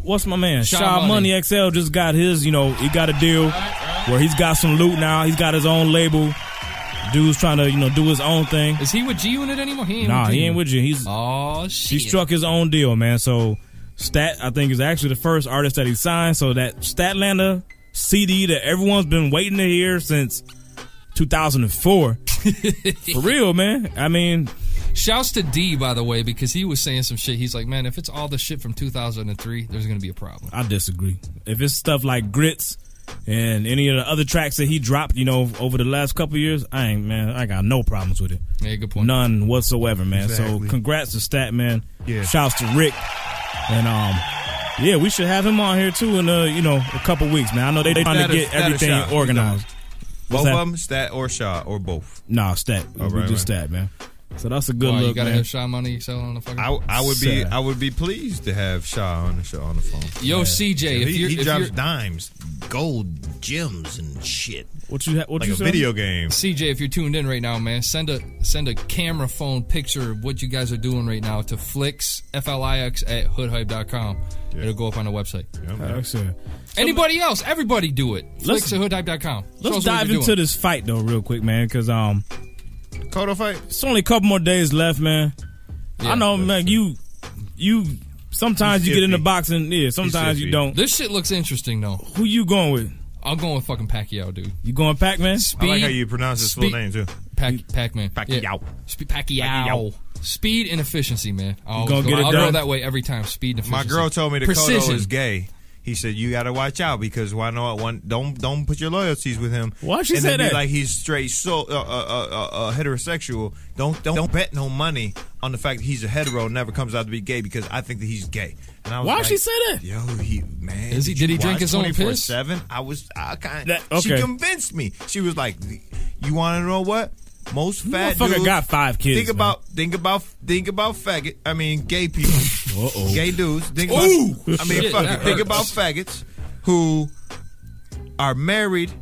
what's my man?
Shaw
Shaw
Money.
Money. XL just got his. You know, he got a deal where he's got some loot now. He's got his own label. Dude's trying to you know do his own thing.
Is he with G Unit anymore? He ain't
Nah,
with
he
G
ain't
Unit.
with you. He's
oh shit.
he struck his own deal, man. So Stat, I think, is actually the first artist that he signed. So that Statlander CD that everyone's been waiting to hear since 2004. For real, man. I mean,
Shouts to D by the way because he was saying some shit. He's like, man, if it's all the shit from 2003, there's gonna be a problem.
I disagree. If it's stuff like Grits and any of the other tracks that he dropped, you know, over the last couple of years, I ain't man, I got no problems with it.
Yeah, good point.
None whatsoever, man.
Exactly.
So congrats to Stat, man.
Yeah.
Shouts to Rick. And um yeah, we should have him on here too in uh, you know, a couple weeks, man. I know they
Stat
trying to
or-
get
Stat or
everything
Shaw?
organized.
Both
What's that?
of them, stat or shot or both.
Nah, Stat.
Oh,
we
right,
just
right.
Stat, man. So that's a good
Why,
look,
you gotta
man.
have Sean Money selling on the fucking.
I,
I would be
Sad.
I would be pleased to have Shaw on the show on the phone.
Yo, CJ, if
he,
you're-
he
if
drops
you're-
dimes, gold gems and shit.
What you ha- what
like
you
a
selling?
video game?
CJ, if you're tuned in right now, man, send a send a camera phone picture of what you guys are doing right now to flicks f l i x at hoodhype.com. It'll go up on the website.
Excellent.
Anybody else? Everybody do it.
Let's-
Flicks at hoodhype.com.
Let's dive into this fight though, real quick, man, because um,
Kodo fight.
It's only a couple more days left, man. I know, man. You, you. Sometimes
He's
you get in the
iffy.
box and yeah. Sometimes you don't.
This shit looks interesting though.
Who you going with?
I'm going with fucking Pacquiao, dude.
You going Pac Man?
Speed, speed- Pac Pac-Man. Pacquiao. Spe- Pacquiao.
Pacquiao.
Speed and efficiency, man. I always
gonna
go,
get it
I'll go
done?
that way every time. Speed and
My
efficiency.
girl told me that
Precision.
Kodo is gay. He said you got to watch out because why not? One don't don't put your loyalties with him.
Why she
and
say
then be
that?
Like he's straight so uh, uh, uh, uh, uh, heterosexual. Don't don't don't bet no money on the fact that he's a hetero. and Never comes out to be gay because I think that he's gay. And I was
Why
like,
she say that?
Yo, he man.
Is he- did he
you
drink
watch
his own piss?
24/7? I was I kind.
That-
She
okay.
convinced me. She was like, you want to know what? Most fat
motherfucker
dudes-
got five kids,
Think
man.
about think about think about faggot. I mean, gay people.
Oh.
Uh-oh.
Gay dudes. Think about,
Ooh!
I mean,
Shit,
fuck
that
it. Think
hurts.
about faggots who are married,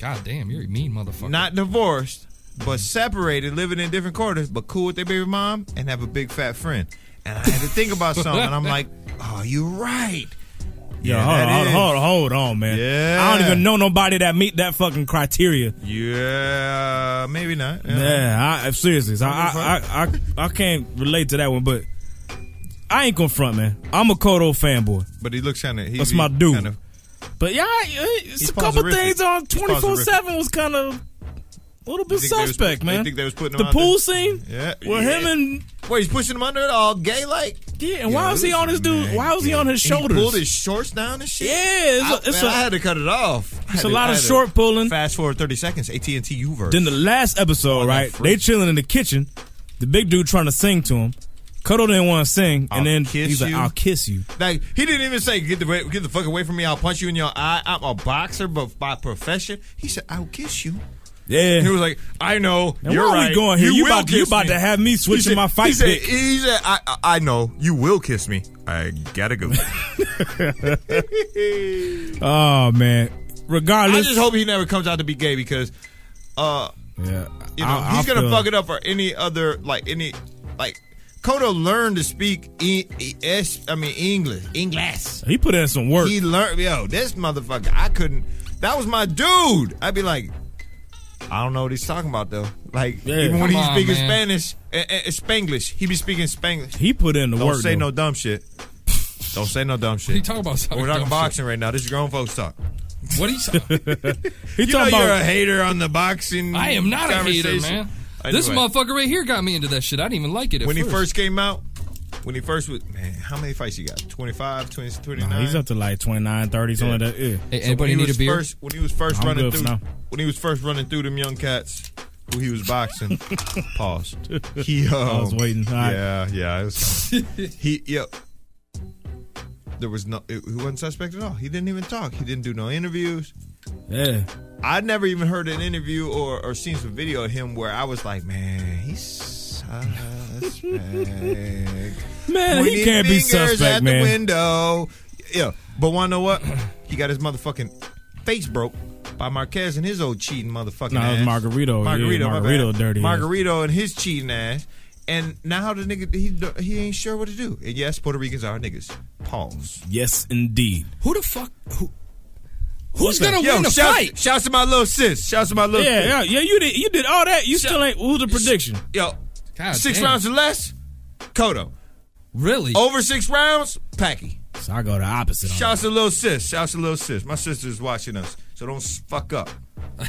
God damn, you're a mean motherfucker.
not divorced, but separated, living in different quarters, but cool with their baby mom and have a big fat friend. And I had to think about something, and I'm like, oh, you're right.
Yo,
Yeah,
hold,
that
on,
is.
hold, on, hold on, man.
Yeah.
I don't even know nobody that meet that fucking criteria.
Yeah, maybe not.
Yeah, I, seriously, so I, I, I, I, I can't relate to that one, but I ain't gonna front, man. I'm a Kodo fanboy.
But he looks kind of.
That's my dude.
Kind of,
But yeah, I- uh, it's
He's
a couple
poserific.
things on
He's
twenty four seven was kind of a little bit
You think they was
suspect,
put-
man.
they think they was putting him
the
out
pool
there?
scene.
Yeah,
Well,
yeah.
him and
wait, he's pushing him under it all gay like.
yeah. And why was he on his dude? why was he on his shoulders?
He pulled his shorts down and shit.
Yeah, it's a-
I,
it's
man,
a-
I had to cut it off. I
it's
had
a
to-
lot
I
of
had to
short pulling.
Fast forward thirty seconds. AT and T U verse.
Then the last episode, right? They chilling in the kitchen. The big dude trying to sing to him. Kodo didn't want to sing, and then he's like,
you.
"I'll kiss you."
Like he didn't even say get the way- get the fuck away from me. I'll punch you in your eye. I'm a boxer, but by profession, he said I'll kiss you.
Yeah,
he was like, I know.
And
you're
why
right.
we going here? You,
will
about, you
kiss
about
me."
to have me switching
He said-
my fight
He said,
pick?
he said I, I, I know you will kiss me. I gotta go.
Oh man! Regardless,
I just hope he never comes out to be gay because, uh,
yeah,
you know,
I- I
he's gonna
feel-
fuck it up for any other like any like. Kodo learned to speak e- e- es- I mean English, English.
He put in some work.
He learned, yo, this motherfucker. I couldn't. That was my dude. I'd be like, I don't know what he's talking about though. Like
Yeah.
even when
Come
he's
on,
speaking
man.
Spanish, eh, eh, Spanglish, he be speaking Spanglish.
He put in the
Don't
work.
say
though.
no dumb shit. Don't say no dumb shit.
He talking about
We're talking
dumb
boxing right now. This is grown folks talk.
What are you talking?
He
you know you're a hater on the boxing.
I am not a hater,
conversation.
man. This
Anyway,
motherfucker right here got me into that shit. I didn't even like it at
When he first came out, when he first was man, how many fights he got? 25, 20, 29?
Nah, he's up to like 29, 30, something like that. Yeah.
So when he was First, when he was first
I'm
running
good for
through,
now.
when he was first running through them young cats, who he was boxing. pause. He, um,
I was waiting. All right.
Yeah, yeah. it was- he, yeah. There was no. It, he wasn't suspect at all. He didn't even talk. He didn't do no interviews.
Yeah.
I never even heard an interview or, or seen some video of him where I was like, man, he's suspect.
Man, he
Pointing
can't be
fingers
suspect,
at
man.
The window. Yeah, but want to know what? He got his motherfucking face broke by Marquez and his old cheating motherfucking.
Nah, it was
ass.
Margarito.
Margarito,
Yeah,
my bad.
Margarito dirty ass.
Margarito and his cheating ass. And now the nigga he he ain't sure what to do. And yes, Puerto Ricans are niggas. Pause.
Yes, indeed.
Who the fuck? Who,
who's gonna
Yo,
win the
shout-
fight?
Shouts to my little sis. Shouts to my little
yeah,
sis.
yeah, yeah. You did, you did all that. You still ain't. Who's the prediction?
Yo, six
damn.
rounds or less, Cotto.
Really?
Over six rounds, Packy.
So I go the opposite. on
Shouts to little sis. Shouts to little sis. My sister's watching us, so don't s- fuck up. Don't say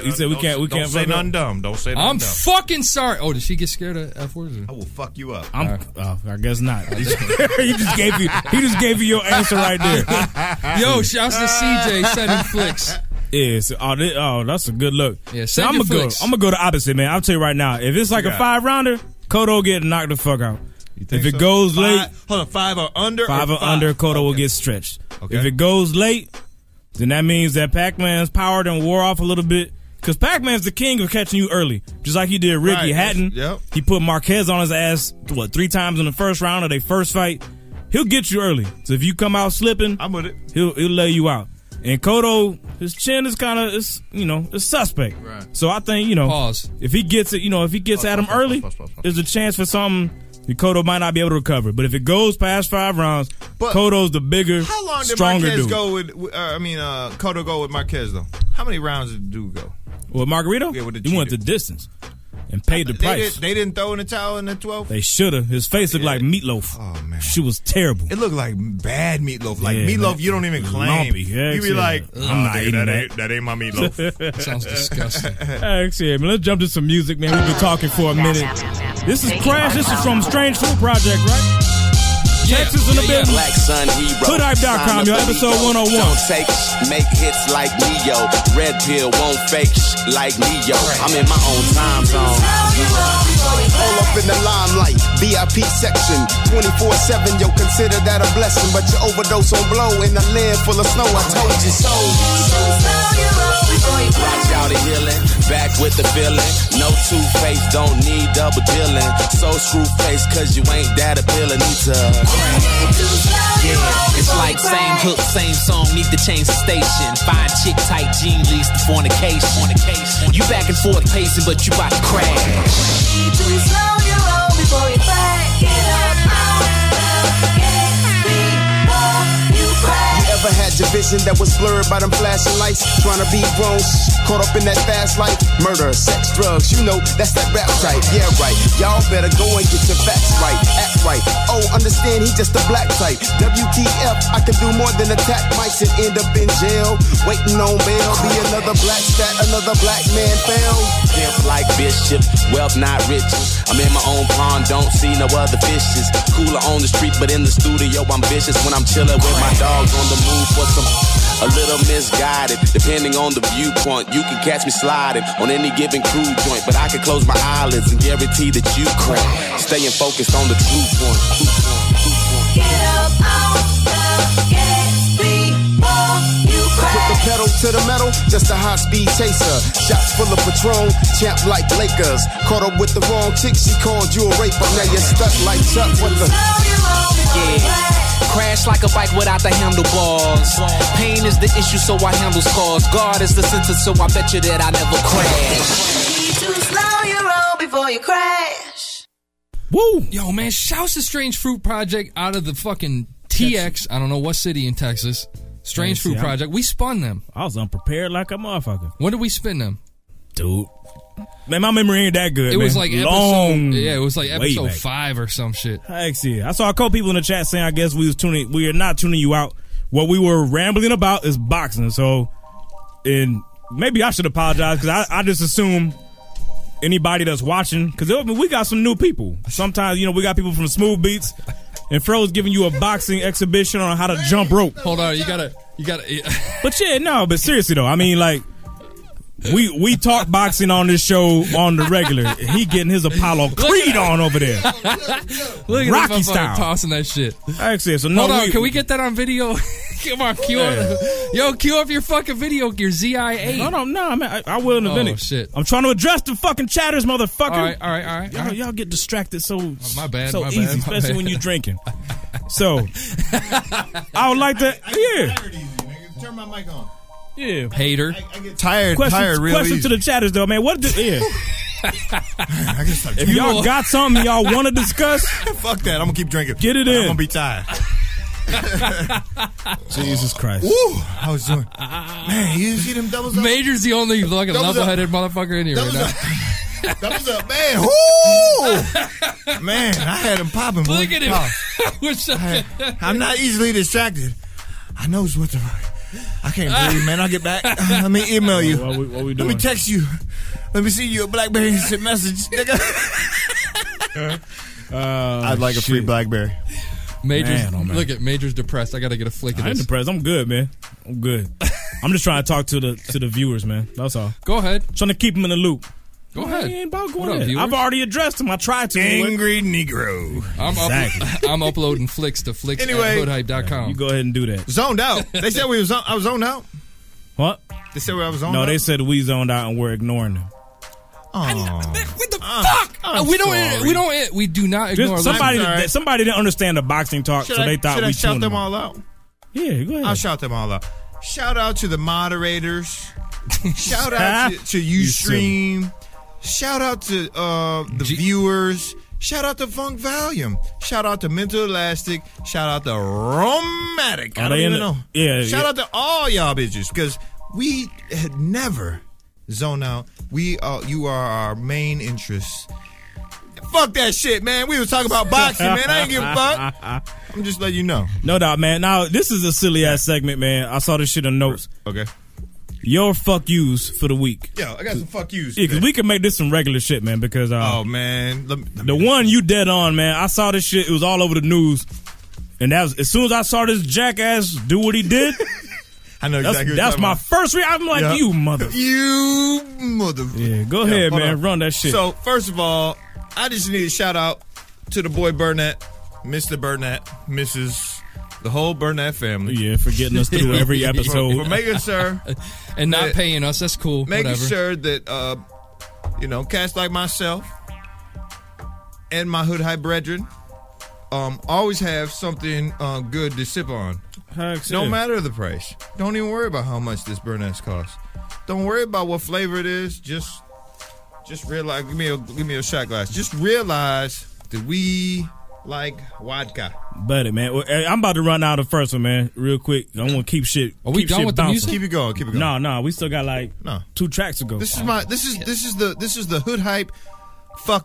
He
nothing-
said we
don't-
can't- we
don't
can't
say
fuck up.
nothing dumb. Don't say nothing
I'm
dumb.
fucking sorry. Oh, did she get scared of F words?
I will fuck you up.
I'm, oh, I guess not. he just gave you. He just gave you your answer right there.
Yo, shouts to CJ sending flicks.
Yeah, so, oh, thi- oh, that's a good look. Yeah,
send
I'm
your
gonna go.
flicks.
I'm gonna go the opposite, man. I'll tell you right now. If it's like
Yeah.
a five rounder, Kodo get knocked the fuck out. If it goes late,
Five- hold on, five or under.
five or under, Kodo will get stretched. If it goes late, then that means that Pac Man's power done wore off a little bit. Because Pac Man's the king of catching you early. Just like he did Ricky
Right,
Hatton.
yep.
He put Marquez on his ass, what, three times in the first round of their first fight. He'll get you early. So if you come out slipping,
I'm with it.
He'll, he'll lay you out. And Kodo, his chin is kind of, it's you know, it's suspect.
Right.
So I think you know, if he gets it, you know, if he gets
Pause,
at him
pause, pause,
early,
pause, pause, pause.
there's a chance for something. that Kodo might not be able to recover, but if it goes past five rounds,
But
Kodo's the bigger,
How long did
stronger
Marquez
dude.
go with? with- Uh, I mean, uh, Cotto go with Marquez though. How many rounds did the dude go?
Well, Margarito,
Yeah, with the
he went the distance and paid the
They,
price.
Did, they didn't throw in the towel in the 12th?
They should have. His face looked like meatloaf. Oh man, she was terrible.
It looked like bad meatloaf. Like
Yeah,
meatloaf,
man.
you don't even claim.
Lumpy. Yeah,
you be
yeah.
like, "Oh,
I'm not
nigga, that,
eating that."
Ain't, that ain't my meatloaf.
Sounds disgusting.
Actually, man, let's jump to some music, man. We've been talking for a minute. This is Crash. This is from Strange Food Project, right? Texas in the building.
Black Sun Hero.
Hoodhype.com, yo, episode 101.
Don't take sh- make hits like Neo. Red pill won't fake sh- like Neo. I'm in my own time zone.
All up in the limelight, VIP section, 24-7, yo, consider that a blessing. But you overdose on blow in a land full of snow, I told you so.
Watch out of healing, back with the feeling. No two face, don't need double dealing. So screw face, cause you ain't that appealing. Need to.
Yeah, it's like same hook, same song, need to change the station. Find chick tight jean leads to fornication. fornication. You back and forth pacing, but you about to crash.
You ever had your vision that was blurred by them flashing lights? Trying to be grown, shh, caught up in that fast life. Murder, sex, drugs, you know, that's that rap type. Yeah, right. Y'all better go and get your facts right, act right. Oh, understand he just a black type. WTF, I can do more than attack mics and end up in jail. Waiting on bail, be another black stat, another black man failed.
Pimp like Bishop, wealth not riches. I'm in my own pond, don't see no other fishes. Cooler on the street, but in the studio I'm vicious. When I'm chilling with my dogs on the move for some, a little misguided. Depending on the viewpoint, you can catch me sliding on any given crew joint. But I can close my eyelids and guarantee that you crack. Staying focused on the true point.
Put the pedal to the metal, just a high speed chaser. Shots full of Patron, champ like Lakers. Caught up with the wrong chick, she called you a raper. Now you're stuck like Chuck with the.
Yeah. Crash like a bike without the handlebars. Pain is the issue, so I handle scars. God is the sentence, so I bet you that I never crash.
Woo!
Yo, man, shouts to Strange Fruit Project out of the fucking TX. I don't know what city in Texas. Strange
Yeah, see,
Fruit
I'm-
Project. We spun them.
I was unprepared like a motherfucker.
When did we spin them?
Dude. Man, my memory ain't that good.
It was
man.
like
long.
episode. Yeah, it was like
way
episode
back.
five or some shit.
Heck yeah. I saw a couple people in the chat saying I guess we was tuning we are not tuning you out. What we were rambling about is boxing. So and maybe I should apologize because I, I just assume anybody that's watching because we got some new people. Sometimes you know we got people from Smooth Beats and Fro's giving you a boxing exhibition on how to jump rope.
Hold on, you gotta, you gotta.
But yeah, no, but seriously though, I mean like We we talk boxing on this show on the regular. He getting his Apollo Creed on over there.
Look at
Rocky
Rocky
style.
style tossing that shit.
Actually, so no,
Hold on,
we-
can we get that on video? Come on, cue
Yeah.
up, yo, cue up your fucking video, your ZIA.
No, no, no, man, I, I will in a
Oh,
minute.
shit.
I'm trying to address the fucking chatters,
All
motherfucker.
right, all right, all right,
Y'all,
all right.
y'all get distracted so
my bad,
so
my bad,
easy,
my
especially
bad.
when you're drinking. So I would like to, yeah,
Turn my mic on.
yeah.
Hater.
I get tired,
Questions,
tired, real
questions
easy.
to the chatters though, man. What? Do, yeah. if
drinking.
y'all got something y'all want to discuss,
Fuck that. I'm gonna keep drinking.
Get it in.
I'm gonna be tired.
Jesus Christ.
Woo! I was doing. Man, you see them doubles up?
Major's the only fucking
Doubles up.
level-headed motherfucker in here right
Doubles
now.
Doubles up, man. Woo! Man, I had them popping. boy.
Look at him.
Oh,
What's up?
I- I'm not easily distracted. I knows what the. I can't believe, man. I'll get back. Let me email you.
What we, what we
Let
doing?
me text you. Let me see you a BlackBerry and send message, nigga.
I'd
I'd like a free BlackBerry.
Uh, Major's
Man, oh, man.
look at Major's depressed. I gotta get a flick of
I'm
this.
depressed. I'm good, man. I'm good. I'm just trying to talk to the to the viewers, man. That's all.
Go ahead.
Trying to keep them in the loop.
Go ahead.
I ain't about
What up,
going. in.
viewers?
I've already addressed them. I tried to.
Angry Negro.
I'm, uplo-
Exactly.
I'm uploading flicks to flicks
Anyway.
at hoodhype.com.
You go ahead and do that.
Zoned out. They said we was zon- I was zoned out.
What?
They said I was zoned
No,
out.
they said we zoned out and we're ignoring them.
What the fuck?
Oh, I'm
Uh, we don't.
sorry.
We don't. We do not ignore.
Just somebody,
I'm sorry.
that- somebody didn't understand the boxing talk,
Should
so
I,
they thought
should
we
I
tuned
shout them
out.
all out?
Yeah, go ahead.
I'll shout them all out. Shout out to the moderators. shout out to, to Ustream. Shout out to uh, the viewers. Shout out to Funk Valium. Shout out to Mental Elastic. Shout out to Romantic. I
Are
don't
they
even
in the-
know.
yeah,
Shout
yeah.
out to all y'all bitches because we had never zone out. We are you are our main interest. Fuck that shit, man. We was talking about boxing, man. I ain't give a fuck. I'm just letting you know.
No doubt, man. Now this is a silly ass segment, man. I saw this shit in notes.
Okay.
Your fuck yous for the week.
Yo, I got some fuck yous.
Yeah, because we can make this some regular shit, man. Because uh,
Oh man, let me, let
The one you dead on, man. I saw this shit. It was all over the news. And that was as soon as I saw this jackass do what he did,
I know
that's,
exactly. what
that's
you're
my
talking
first re I'm like,
Yeah.
you mother.
about. you mother.
Yeah, go
Yeah,
ahead,
hold
man.
on.
Run that shit.
So first of all, I just need a shout out to the boy Burnett, Mr. Burnett, Mrs. The whole Burnett family.
yeah, for getting us through every
For, for
episode.
making sure,
and not
Yeah.
paying us. That's cool.
making
Whatever.
sure that uh, you know, cats like myself and my hood high brethren, um, always have something uh, good to sip on.
Heck,
No
yeah.
matter the price. Don't even worry about how much this Burnett's costs. Don't worry about what flavor it is. Just just realize give me a give me a shot glass. Just realize that we like vodka.
But it, man. Well, hey, I'm about to run out of the first one, man. Real quick. I want to keep shit.
Are we
keep
done
shit
with the
bouncing.
music?
Keep it going, keep it going.
No, no, we still got like
No.
two tracks to go.
This is my this is this is the this is the hood hype fuck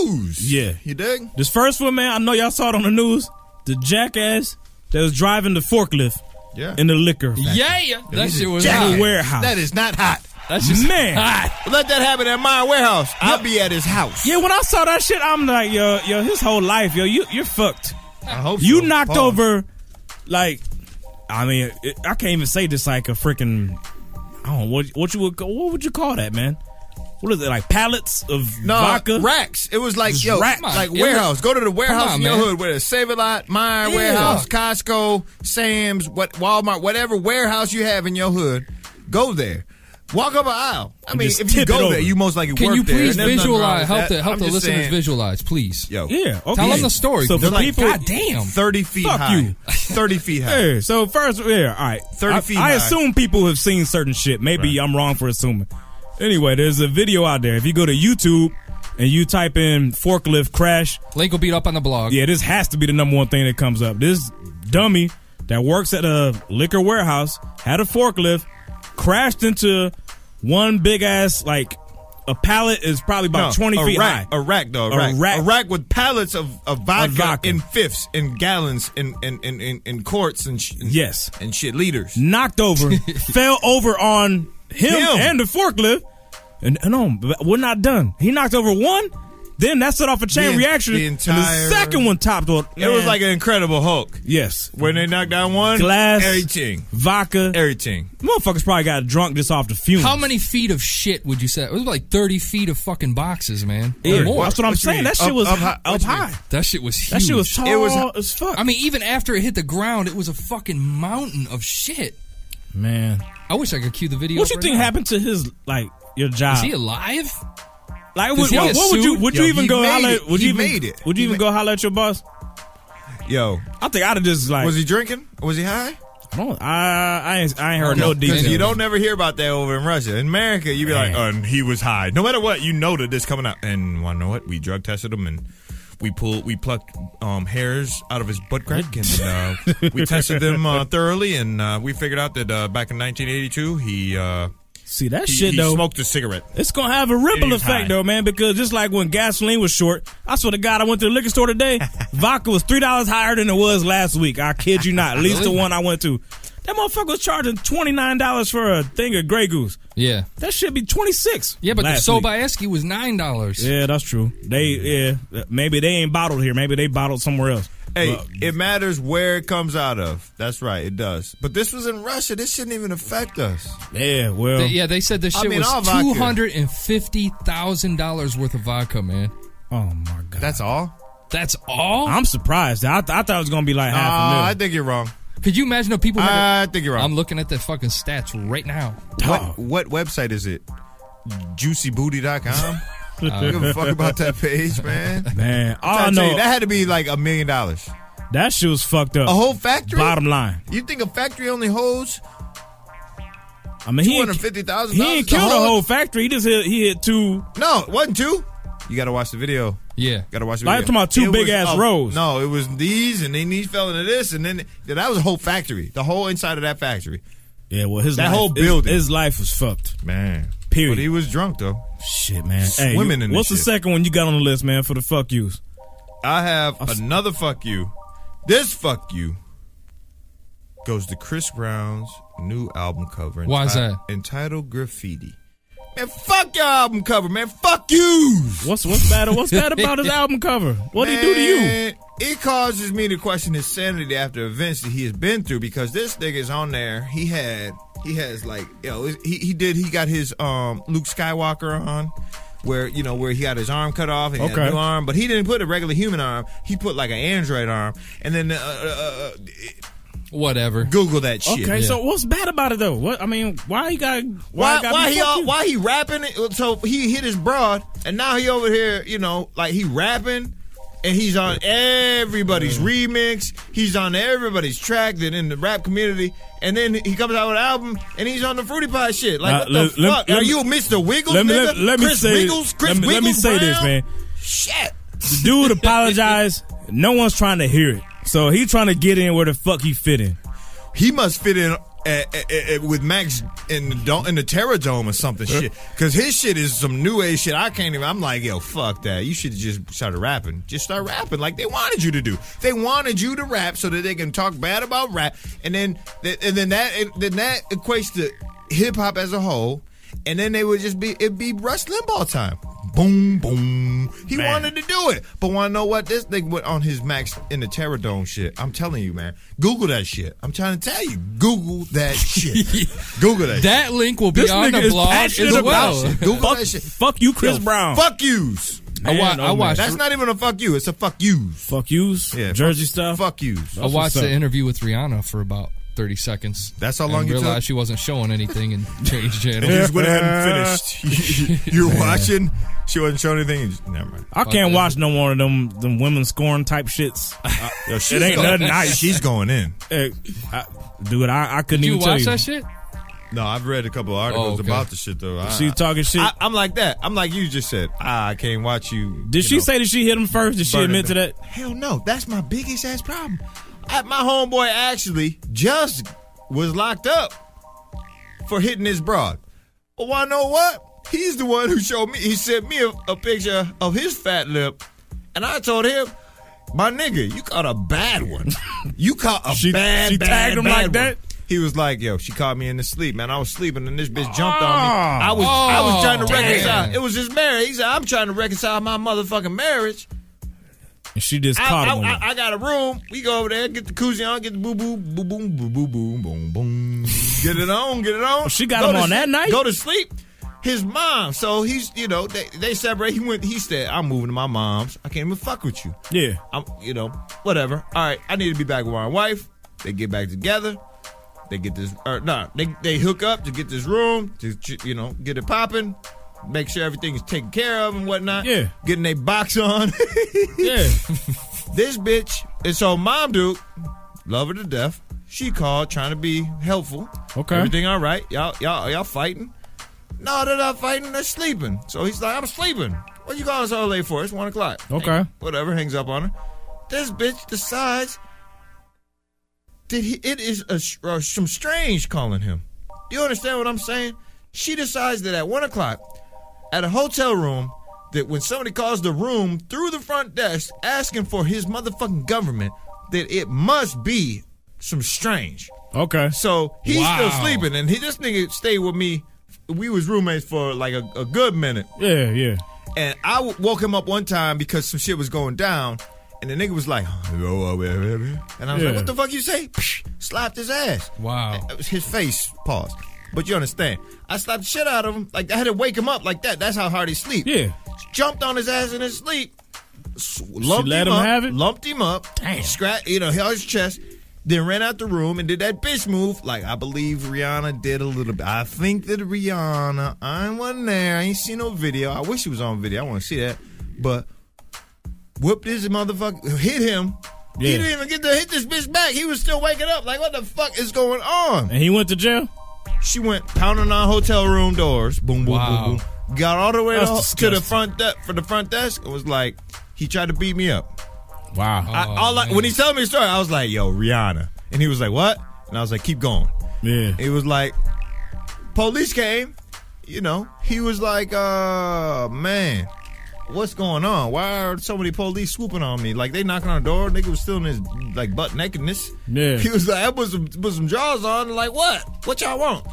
yous.
Yeah.
You dig?
This first one, man, I know y'all saw it on the news. The jackass that was driving the forklift
Yeah.
in the liquor.
Yeah, that shit was
Jack-
hot.
warehouse.
That is not hot.
That's just
Man.
hot.
Let that happen at my warehouse. I'll be at his house.
Yeah, when I saw that shit, I'm like, yo, yo, his whole life, yo, you, you're fucked.
I hope
You
so.
knocked
Pause.
over, like, I mean, it, I can't even say this like a freaking, I don't know what what you would what would you call that, man? What is it like pallets of
No,
vodka?
racks. It was like,
Just
yo,
racks.
like
Come on,
warehouse. Go to the warehouse
on,
in your
man.
hood, whether it's Save a Lot, Mine
Yeah.
Warehouse, Costco, Sam's, what Walmart, whatever warehouse you have in your hood, go there. Walk up an aisle. I
And
mean,
just
if you
tip it
go
over.
there, you most likely
Can
work
you
there.
please
and there's nothing wrong
visualize?
with
Help
that.
the help
I'm
the
just
listeners
saying,
visualize, please.
Yo,
Yeah, okay.
Tell them the story.
So for
They're like,
people,
God damn.
thirty feet
Fuck
high.
you.
Thirty feet high.
Hey, so first, yeah, all right.
30
I,
feet
I
high.
assume people have seen certain shit. Maybe I'm wrong for assuming. Anyway, there's a video out there. If you go to YouTube and you type in forklift crash,
Link will beat up on the blog.
yeah, this has to be the number one thing that comes up. This dummy that works at a liquor warehouse had a forklift, crashed into one big ass like a pallet is probably about
No,
20
a
feet
rack,
high.
A rack, though. A,
A
rack.
rack.
A rack with pallets of, of, vodka
vodka.
in fifths, in gallons, in in in, in, in quarts, and, sh- and
Yes.
and shit liters.
knocked over, fell over on him,
Him.
and the forklift. And, and no, but we're not done. He knocked over one, Then that set off a chain
The en-
reaction.
the
and
entire-
the second one topped off.
It was
Man.
like an Incredible Hulk.
Yes.
When they knocked down one,
glass,
everything.
vodka,
everything.
Motherfuckers probably got drunk just off the fumes.
How many feet of shit would you say? It was like 30 feet of fucking boxes, man. Or
Yeah,
more.
that's what I'm What you saying. mean? That shit Up- was up hi- hi- up what you mean? high.
That shit was huge.
That shit was tall It was- as fuck.
I mean, even after it hit the ground, it was a fucking mountain of shit.
Man,
I wish I could cue the video.
what you
up right
think
now.
happened to his like your job?
Is he alive?
Like,
Does
would,
he
what,
get
what would you
sued?
would
Yo,
you even
he
go
made
holler?
it.
Would
He
you even,
made it.
Would you
He
even go holler at your boss?
Yo,
I think I'd have just like.
Was he drinking? Was he high?
I don't. I I ain't, I ain't heard no
Because
details.
You don't never hear about that over in Russia. In America, you be like, uh, and he was high. No matter what, you know that this coming out. And well, you know what? We drug tested him and we pulled, we plucked um, hairs out of his butt crack and uh, we tested them uh, thoroughly and uh, we figured out that uh, back in 1982, he. Uh,
See that
he,
shit
he
though.
smoked a cigarette.
It's gonna have a ripple
It is
effect
high.
though, man, because just like when gasoline was short, I swear to God, I went to the liquor store today. vodka was three dollars higher than it was last week. I kid you not. At least the
Really?
one I went to, that motherfucker was charging twenty nine dollars for a thing of Grey Goose.
Yeah.
That should be twenty six.
Yeah, but
Last
the
week.
Sobieski was nine dollars.
Yeah, that's true. They yeah, maybe they ain't bottled here. Maybe they bottled somewhere else.
Hey,
But-
it matters where it comes out of. That's right, it does. But this was in Russia. This shouldn't even affect us.
yeah, well,
yeah, they said this
I
shit
mean, all
was
vodka.
two hundred and fifty thousand dollars worth of vodka, man.
Oh my god,
that's all.
That's all.
I'm surprised. I, th- I thought it was gonna be like half a
Nah,
mil.
I
think you're wrong.
Could you imagine if people?
I think you're wrong.
I'm looking at the fucking stats right now.
What, what website is it? Juicybooty.com? I don't give a fuck about that page, man.
Man, all
I
I
know
know-
you, that had to be like a million dollars.
That shit was fucked up.
A whole factory?
Bottom line.
You think a factory only holds
I mean, he ain't-
$250,000
He ain't
to
killed a
hold?
whole factory. He just hit, he hit two.
No, it wasn't two. You got to watch the video.
Yeah,
got to watch the
Like,
video.
I'm talking about two
It
big
was
ass
a-
rows.
No, it was these, and then these fell into this, and then yeah, that was a whole factory, the whole inside of that factory.
Yeah, well, his
that
life-
whole
his-
building,
His, life was fucked,
man.
Period.
But he was drunk though.
Shit, man. Hey,
Swimming
you-
in this
what's the
shit.
second one you got on the list, man? For the fuck yous.
I have another fuck you. This fuck you goes to Chris Brown's new album cover.
Why is
enti- Entitled Graffiti. Man, fuck your album cover, man. Fuck yous.
What's what's bad? What's bad about his album cover? What would he do to you?
Man, It causes me to question his sanity after events that he has been through because this nigga is on there. He had, he has like, you know, he, he did, he got his um Luke Skywalker on. Where you know where he got his arm cut off and he had a
Okay.
new arm, but he didn't put a regular human arm. He put like an android arm, and then uh, uh, uh,
whatever.
Google that shit.
Okay, so what's bad about it though? What I mean, why he got why
Why?
it gotta
Why,
be
he
fuck
all,
you?
why he rapping? it? So he hit his broad, and now he over here. You know, like he rapping, and he's on everybody's remix. He's on everybody's track that in the rap community, and then he comes out with an album, and he's on the Fruity Pie shit. Like,
Nah,
what
let-
the
let-
fuck?
let
Are
me-
you Mr. Wiggles?
Let me
nigga?
let, let me
Chris
say
Wiggles. Chris
let me, let me
Wiggles
say this,
Brown?
man.
Shit.
The dude apologized. no one's trying to hear it, so he trying to get in where the fuck he fit in.
He must fit in eh, eh, eh, with Max in the dome, in the Terra Dome or something shit. Because his shit is some new age shit. I can't even. I'm like, yo, fuck that. You should have just started rapping. Just start rapping like they wanted you to do. They wanted you to rap so that they can talk bad about rap, and then th- and then that and then that equates to hip hop as a whole. And then they would just be it'd be Rush Limbaugh time. Boom, boom. He wanted to do it, but want to know what this thing went on his Max in the Terror Dome shit. I'm telling you, man. Google that shit. I'm trying to tell you. Google that shit. Google that.
That
shit.
link will be on the blog as well.
Google that shit. Google
Fuck-
that shit.
fuck you, Chris
Yo,
Brown.
Fuck yous.
I wa- Man, oh, I man. watched-
That's not even a fuck you. It's a fuck yous.
Fuck yous.
Yeah.
Jersey
fuck,
stuff.
Fuck yous.
I watched the interview with Rihanna for about thirty seconds.
That's how long
and
you took?
realized she wasn't showing anything and changed channel.
And you just went ahead and finished. You're watching. She wasn't showing anything. and just- Never mind.
I can't watch no more of them them women scoring type shits.
Uh, Yo, she's
it ain't
going-
nothing nice.
She's going in.
Hey, I, dude, I, I couldn't
Did you
even tell
watch
you.
that shit?
No, I've read a couple of articles
Oh, okay.
about the shit though. I-
She talking shit?
I, I'm like that. I'm like you just said. "Ah, I can't watch you.
Did she say that she hit him first? Did she admit to that?
Hell no. That's my biggest ass problem. I, my homeboy actually just was locked up for hitting his broad. Well, I know what? He's the one who showed me. He sent me a, a picture of his fat lip, and I told him, "My nigga, you caught a bad one. You caught a
She-
bad,
she
bad,
tagged him
bad
like
one."
that?
He was like, "Yo, she caught me in the sleep, man. I was sleeping, and this bitch jumped on me. I was, I
Oh,
was trying to
damn.
reconcile. It was his marriage. He said, I'm trying to reconcile my motherfucking marriage.
And she just
I,
caught
I,
him.
I, I got a room. We go over there, get the koozie on, get the boo boo, boo boom, boo boo, boom, boom, boom. Get it on, get it on.
she got
Go
him
to
on that
sleep-
night?
Go to sleep. His mom. So he's, you know, they, they separate. He went. He said, "I'm moving to my mom's. I can't even fuck with you."
Yeah.
I'm, you know, whatever. All right, I need to be back with my wife. They get back together. They get this, or nah, they they hook up to get this room to you know get it popping. Make sure everything's taken care of and whatnot. Yeah, getting their box on.
yeah,
this bitch. And so, mom, dude, love her to death. She called trying to be helpful.
Okay.
everything all right? Y'all, y'all, y'all fighting? No, they're not fighting. They're sleeping. So he's like, I'm sleeping. What you calling so late for? It's one o'clock.
Okay.
Whatever. Hangs up on her. This bitch decides that he, it is a, sh- uh, some strange calling him. Do you understand what I'm saying? She decides that at one o'clock, at a hotel room, that when somebody calls the room through the front desk asking for his motherfucking government, that it must be some strange.
Okay.
So he's still
Wow.
sleeping, and he this nigga stayed with me. We was roommates for like a, a good minute.
Yeah, yeah.
And I w- woke him up one time because some shit was going down, and the nigga was like, and I was like,
Yeah.
what the fuck you say? Psh, slapped his ass. Wow. His face paused. But you understand, I slapped the shit out of him. Like I had to wake him up like that. That's how hard he sleep. Yeah. Jumped on his ass in his sleep. s- Lumped
let
him,
him
up,
have it?
Lumped him up. Damn. Scratch. You know, held his chest. Then ran out the room and did that bitch move. Like I believe Rihanna did a little bit. I think that Rihanna. I wasn't there. I ain't seen no video. I wish it was on video. I want to see that. But whooped his motherfucker. Hit him. He
Yeah.
didn't even get to hit this bitch back. He was still waking up. Like, what the fuck is going on?
And he went to jail?
She went pounding on hotel room doors. Boom, boom, boom, boom. Got all the way
That's
to, to the
disgusting.
front de- for the front desk. It was like he tried to beat me up.
Wow.
I, all I, when he told me the story, I was like, "Yo, Rihanna," and he was like, "What?" And I was like, "Keep going."
Yeah.
It was like police came. You know, he was like, "Uh, man." What's going on? Why are so many police swooping on me? Like they knocking on the door. Nigga was still in his like butt nakedness.
Yeah.
He was like, I put some put some drawers on. Like what? What y'all want?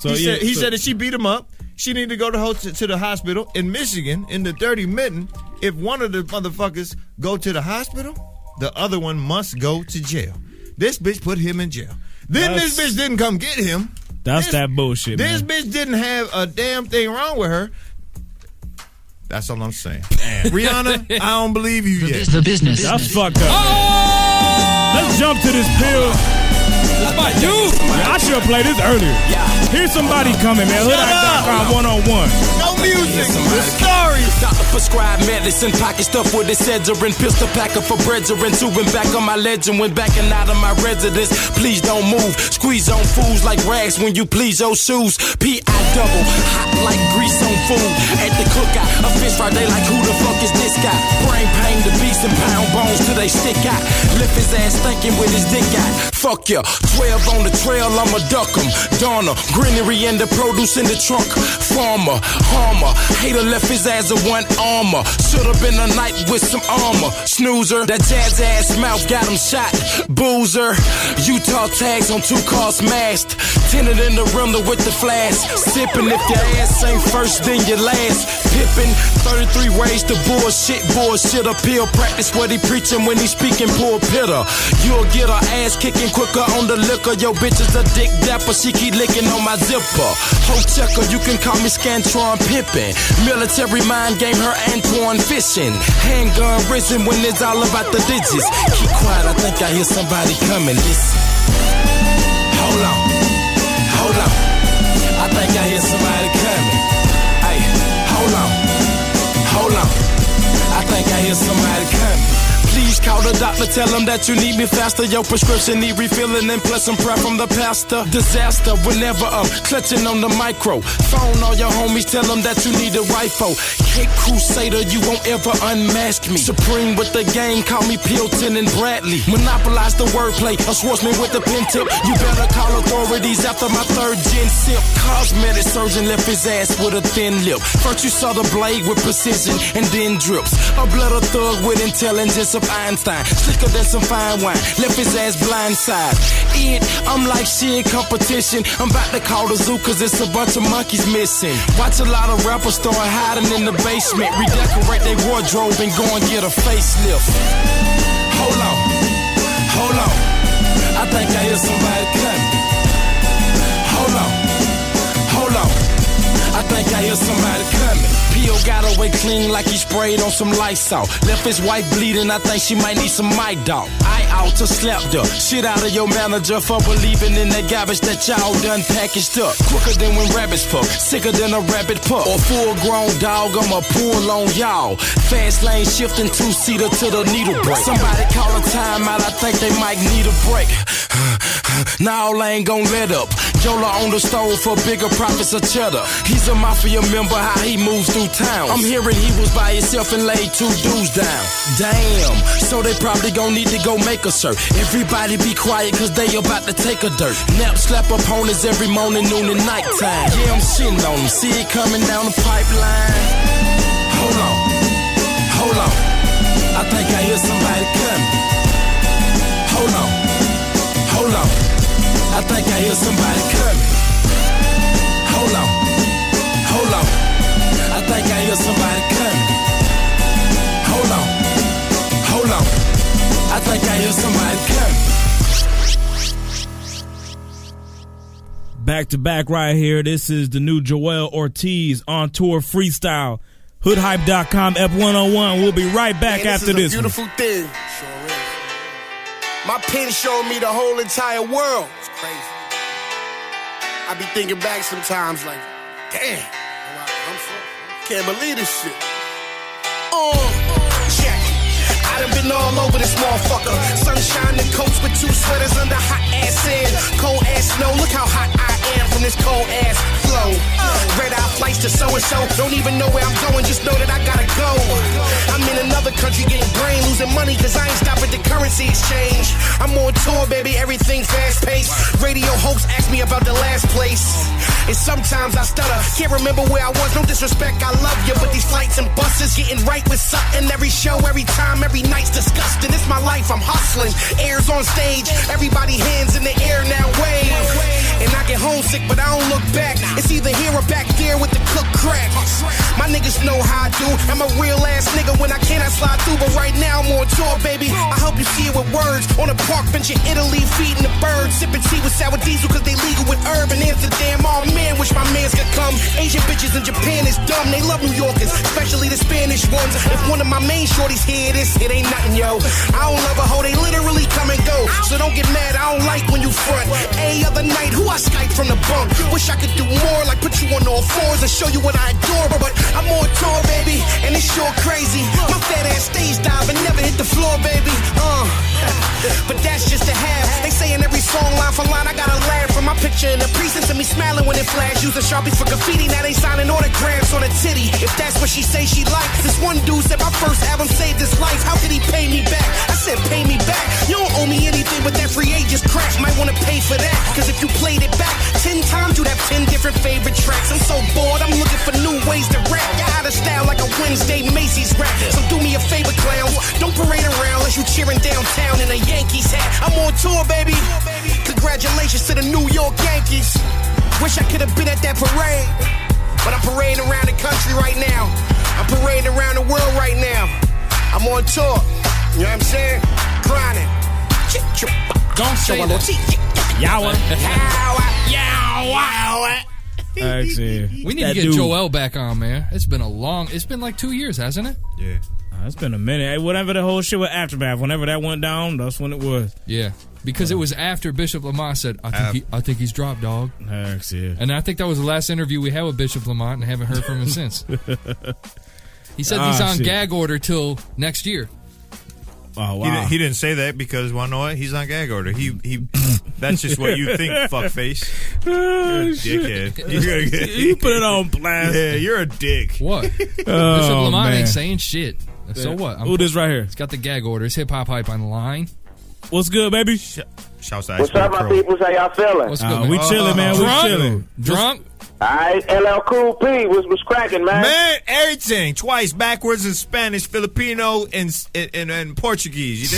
So,
he
yeah,
said he
so-
said that she beat him up. She needed to go to, ho- to the hospital in Michigan in the dirty mitten. If one of the motherfuckers go to the hospital, the other one must go to jail. This bitch put him in jail. Then this bitch didn't come get him.
That's
This-
that bullshit,
This
man.
bitch didn't have a damn thing wrong with her. That's all I'm saying. Rihanna, I don't believe you yet. Oh!
the business. That's fucked up. man. Let's jump to this pill. That's my dude. I should have played this earlier. Here's somebody coming, man. Hoodite.com one on one.
No music,
the stories. Doctor prescribed medicine, pocket stuff with a and pistol packer for brethren. Two and back on my legend, went back and out of my residence. Please don't move, squeeze on fools like rags when you please your shoes. P I double, hot like grease on food. At the cookout, a fish fry, they like who the fuck is this guy? Brain pain the beast and pound bones till they stick out. Lift his ass thinking with his dick out. Fuck ya, 12 on the trail, I'ma duck 'em. Donna, greenery and the produce in the trunk. Farmer, harmer, hater left his ass a one armor. Should've been a night with some armor. Snoozer, that jazz ass mouth got him shot. Boozer, Utah tags on two cars masked. Tinted in the rimmer with the flash. Sipping if your ass ain't first, then you last. Pippin', 33 ways to bullshit, bullshit appeal. Practice what he preachin' when he speaking poor pitter. You'll get her ass kicking quicker on the liquor. Yo, bitch is a dick dapper, she keep licking on my zipper. Ho checker, you can call me Scantron Pippin. Military mind game, her Antoine fishing. Handgun risen when it's all about the digits. Keep quiet, I think I hear somebody coming. Listen. Hold on, hold on. I think I hear somebody coming. Hey, hold on, hold on. I think I hear somebody coming. Please call the doctor, tell him that you need me faster. Your prescription need refilling and plus some prep from the pastor. Disaster, whenever I'm clutching on the micro. Phone all your homies, tell them that you need a rifle. Cape Crusader, you won't ever unmask me. Supreme with the game, call me Pilton and Bradley. Monopolize the wordplay, a swordsman with a pen tip. You better call authorities after my third gen sip. Cosmetic surgeon left his ass with a thin lip. First you saw the blade with precision and then drips. A blooded thug with intelligence of Einstein. Slicker than some fine wine. Left his ass blindside. it. I'm like shit competition. I'm about to call the zoo cause it's a bunch of monkeys missing. Watch a lot of rappers start hiding in the basement. Redecorate their wardrobe and go and get a facelift. Hold on, hold on. I think I hear somebody coming. Hold on, hold on. I think I hear somebody coming. P.O. got away clean like he sprayed on some Lysol. Left his wife bleeding, I think she might need some my dog. I out to slap the shit out of your manager for believing in that garbage that y'all done packaged up. Quicker than when rabbits puff, sicker than a rabbit pup. Or full grown dog, I'ma pull on y'all. Fast lane shifting two seater to the needle break. Somebody call a timeout, I think they might need a break. Now all ain't gon' let up. Yola on the stove for bigger profits of cheddar. He's a mafia member, how he moves through town. I'm hearing he was by himself and laid two dudes down. Damn, so they probably gon' need to go make a shirt. Everybody be quiet, cause they about to take a dirt. Nap slap opponents every morning, noon, and nighttime. Yeah, I'm shitting on them. See it coming down the pipeline. Hold on, hold on. I think I hear somebody coming. Hold on, hold on. I think I hear somebody coming. Hold on, hold on. I think I hear somebody coming. Hold on, hold on. I think I hear somebody coming.
Back to back right here. This is the new Joel Ortiz on tour freestyle. Hoodhype.com F101. We'll be right back
Man, this
after this.
is A
one.
beautiful thing. My pen showed me the whole entire world. It's crazy. I be thinking back sometimes, like, damn, can't believe this shit. Oh, check. I done been all over this motherfucker. Sunshine and coats with two sweaters under hot ass sand. Cold ass snow, look how hot I am from this cold ass flow. Red eye flights to so and so. Don't even know where I'm going, just know that I gotta go. I'm in another country getting brain, losing money cause I ain't stopping the currency exchange. I'm on tour, baby, everything fast paced. Radio hosts ask me about the last place. And sometimes I stutter, can't remember where I was. No disrespect, I love you, but these flights and buses getting right with something every show, every time, every night's disgusting. It's my life, I'm hustling. Airs on stage, everybody hands in the air now wave. And I get homesick, but I don't look back. It's either here or back there with the cook crack. My niggas know how I do. I'm a real ass nigga when I can, I slide through. But right now I'm on tour, baby. I hope you see it with words. On a park bench in Italy, feeding the birds. Sipping tea with sour diesel, cause they legal with herb in Amsterdam. All men wish my mans could come. Asian bitches in Japan is dumb. They love New Yorkers, especially the Spanish ones. If one of my main shorties hear this, it ain't nothing, yo. I don't love a hoe, they literally come and go. So don't get mad, I don't like when you front. Every other night, who I Skype from the bunk. Wish I could do more, like put you on all fours and show you what I adore. But I'm on tour, baby, and it's sure crazy. My fat ass stage dive and never hit the floor, baby. Uh, but that's just a half. They saying every song line for line, I gotta laugh from my picture in the precinct to me smiling when it flash. Using sharpies for graffiti, now they signing autographs on a titty. If that's what she say she like, this one dude said my first album saved his life. How could he pay me back? I said pay me back. You don't owe me anything, but that free agent's crack. Might wanna pay for that, cause if you played it back ten times, you'd have ten different favorite tracks. I'm so bored, I'm looking for new ways to rap. You're out of style like a Wednesday Macy's rap. So do me a favor, clowns. Don't parade around unless you cheering downtown in a Yankees hat. I'm on tour, baby. Congratulations to the New York Yankees. Wish I could have been at that parade. But I'm parading around the country right now. I'm parading around the world right now. I'm on tour. You know what I'm saying? Grinding. Don't
say that.
Yow.
Yow.
Actually,
We need
that
to get
dude-
Joel back on, man. It's been a long. It's been like two years, hasn't it?
Yeah. it's been a minute. Hey, whatever the whole shit with Aftermath, whenever that went down, that's when it was.
Yeah. Because it was after Bishop Lamont said, "I
Uh,
think he, I think he's dropped, dog." And I think that was the last interview we had with Bishop Lamont, and haven't heard from him since. He said he's
Ah,
on
shit.
gag order till next year.
Oh
He, didn't, he didn't say that because why not? He's on gag order. He he. That's just what you think, fuckface. You're a
Oh, shit.
dickhead. You're a-
You put it on blast.
Yeah, you're a dick.
What? Bishop Lamont ain't saying shit. So
Oh, Yeah.
what?
Who this right here?
It's got the gag order. It's hip hop hype on the line.
What's good, baby?
Shouts to
What's up, my
people?
How y'all feeling?
What's
Uh, we chilling, man. We
Drunk?
chilling.
Drunk?
All right, LL Cool P was was cracking, man.
Man, everything twice backwards in Spanish, Filipino, and and, and, and Portuguese.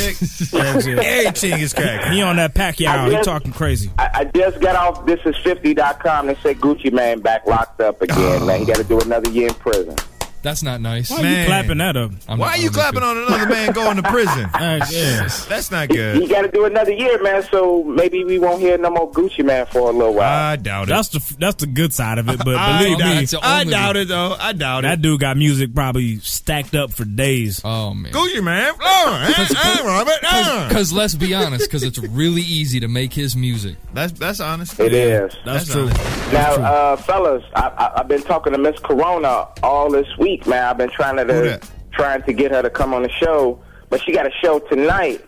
You dig? everything is cracking.
He on that Pacquiao.
I
He
just-
talking crazy.
I, I just got off this is 50.com. They said Gucci Man back locked up again, man. He got to do another year in prison.
That's not nice.
Why are you clapping that up? Ah,
Why are you clapping on another man going to prison? That's not
He
good.
got to do another year, man. So maybe we won't hear no more Gucci Man for a little while.
I doubt
That's the that's the good side of it, but
I-
believe
I-
me,
it's the I only- doubt
it though. I doubt
that That dude got music probably stacked up for days.
Oh man,
Gucci man, Florida, eh, eh, Robert, eh.
Because let's be honest, because it's really easy to make his music.
That's that's honest.
It is.
That's, true.
Now, uh, fellas, I, I, I've been talking to Miss Corona all this week, man. I've been trying to, trying to get her to come on the show, but she got a show tonight.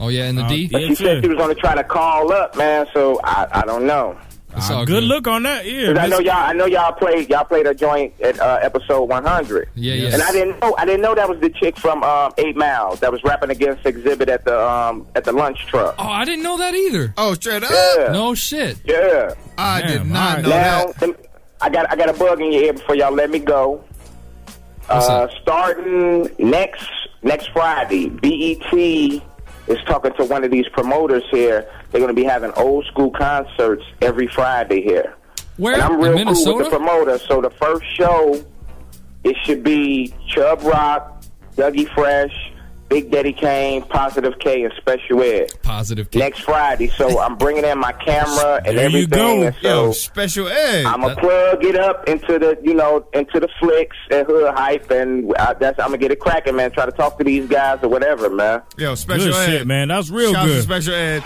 Oh yeah, and the D.
But she said she was going to try to call up, man. So I, I don't know.
good, look on that. Yeah,
'Cause I know
Miss-
y'all. I know y'all played. Y'all played a joint at uh, episode 100.
Yeah, yes.
And I didn't know. I didn't know that was the chick from um, Eight Miles that was rapping against Exhibit at the um, at the lunch truck.
Oh, I didn't know that either.
Oh, straight up.
Yeah.
No shit.
Yeah.
I
did not all right. know
now, that. I got I got a bug in your ear before y'all let me go. Uh, starting next next Friday, BET is talking to one of these promoters here. They're going to be having old school concerts every Friday here.
Where?
And I'm real cool with
In Minnesota?
the promoter. So the first show, it should be Chub Rock, Dougie Fresh, Big Daddy Kane, Positive K, and Special Ed.
Positive
K. Next Friday. So I'm bringing in my camera and
There
everything.
you go.
and so
Yo, Special Ed.
I'm gonna plug it up into the you know into the flicks and hood hype, and I, that's I'm gonna get it cracking, man. Try to talk to these guys or whatever, man.
Yo, special
Good
ed,
shit, man. That's real
Shout out
good.
To special ed.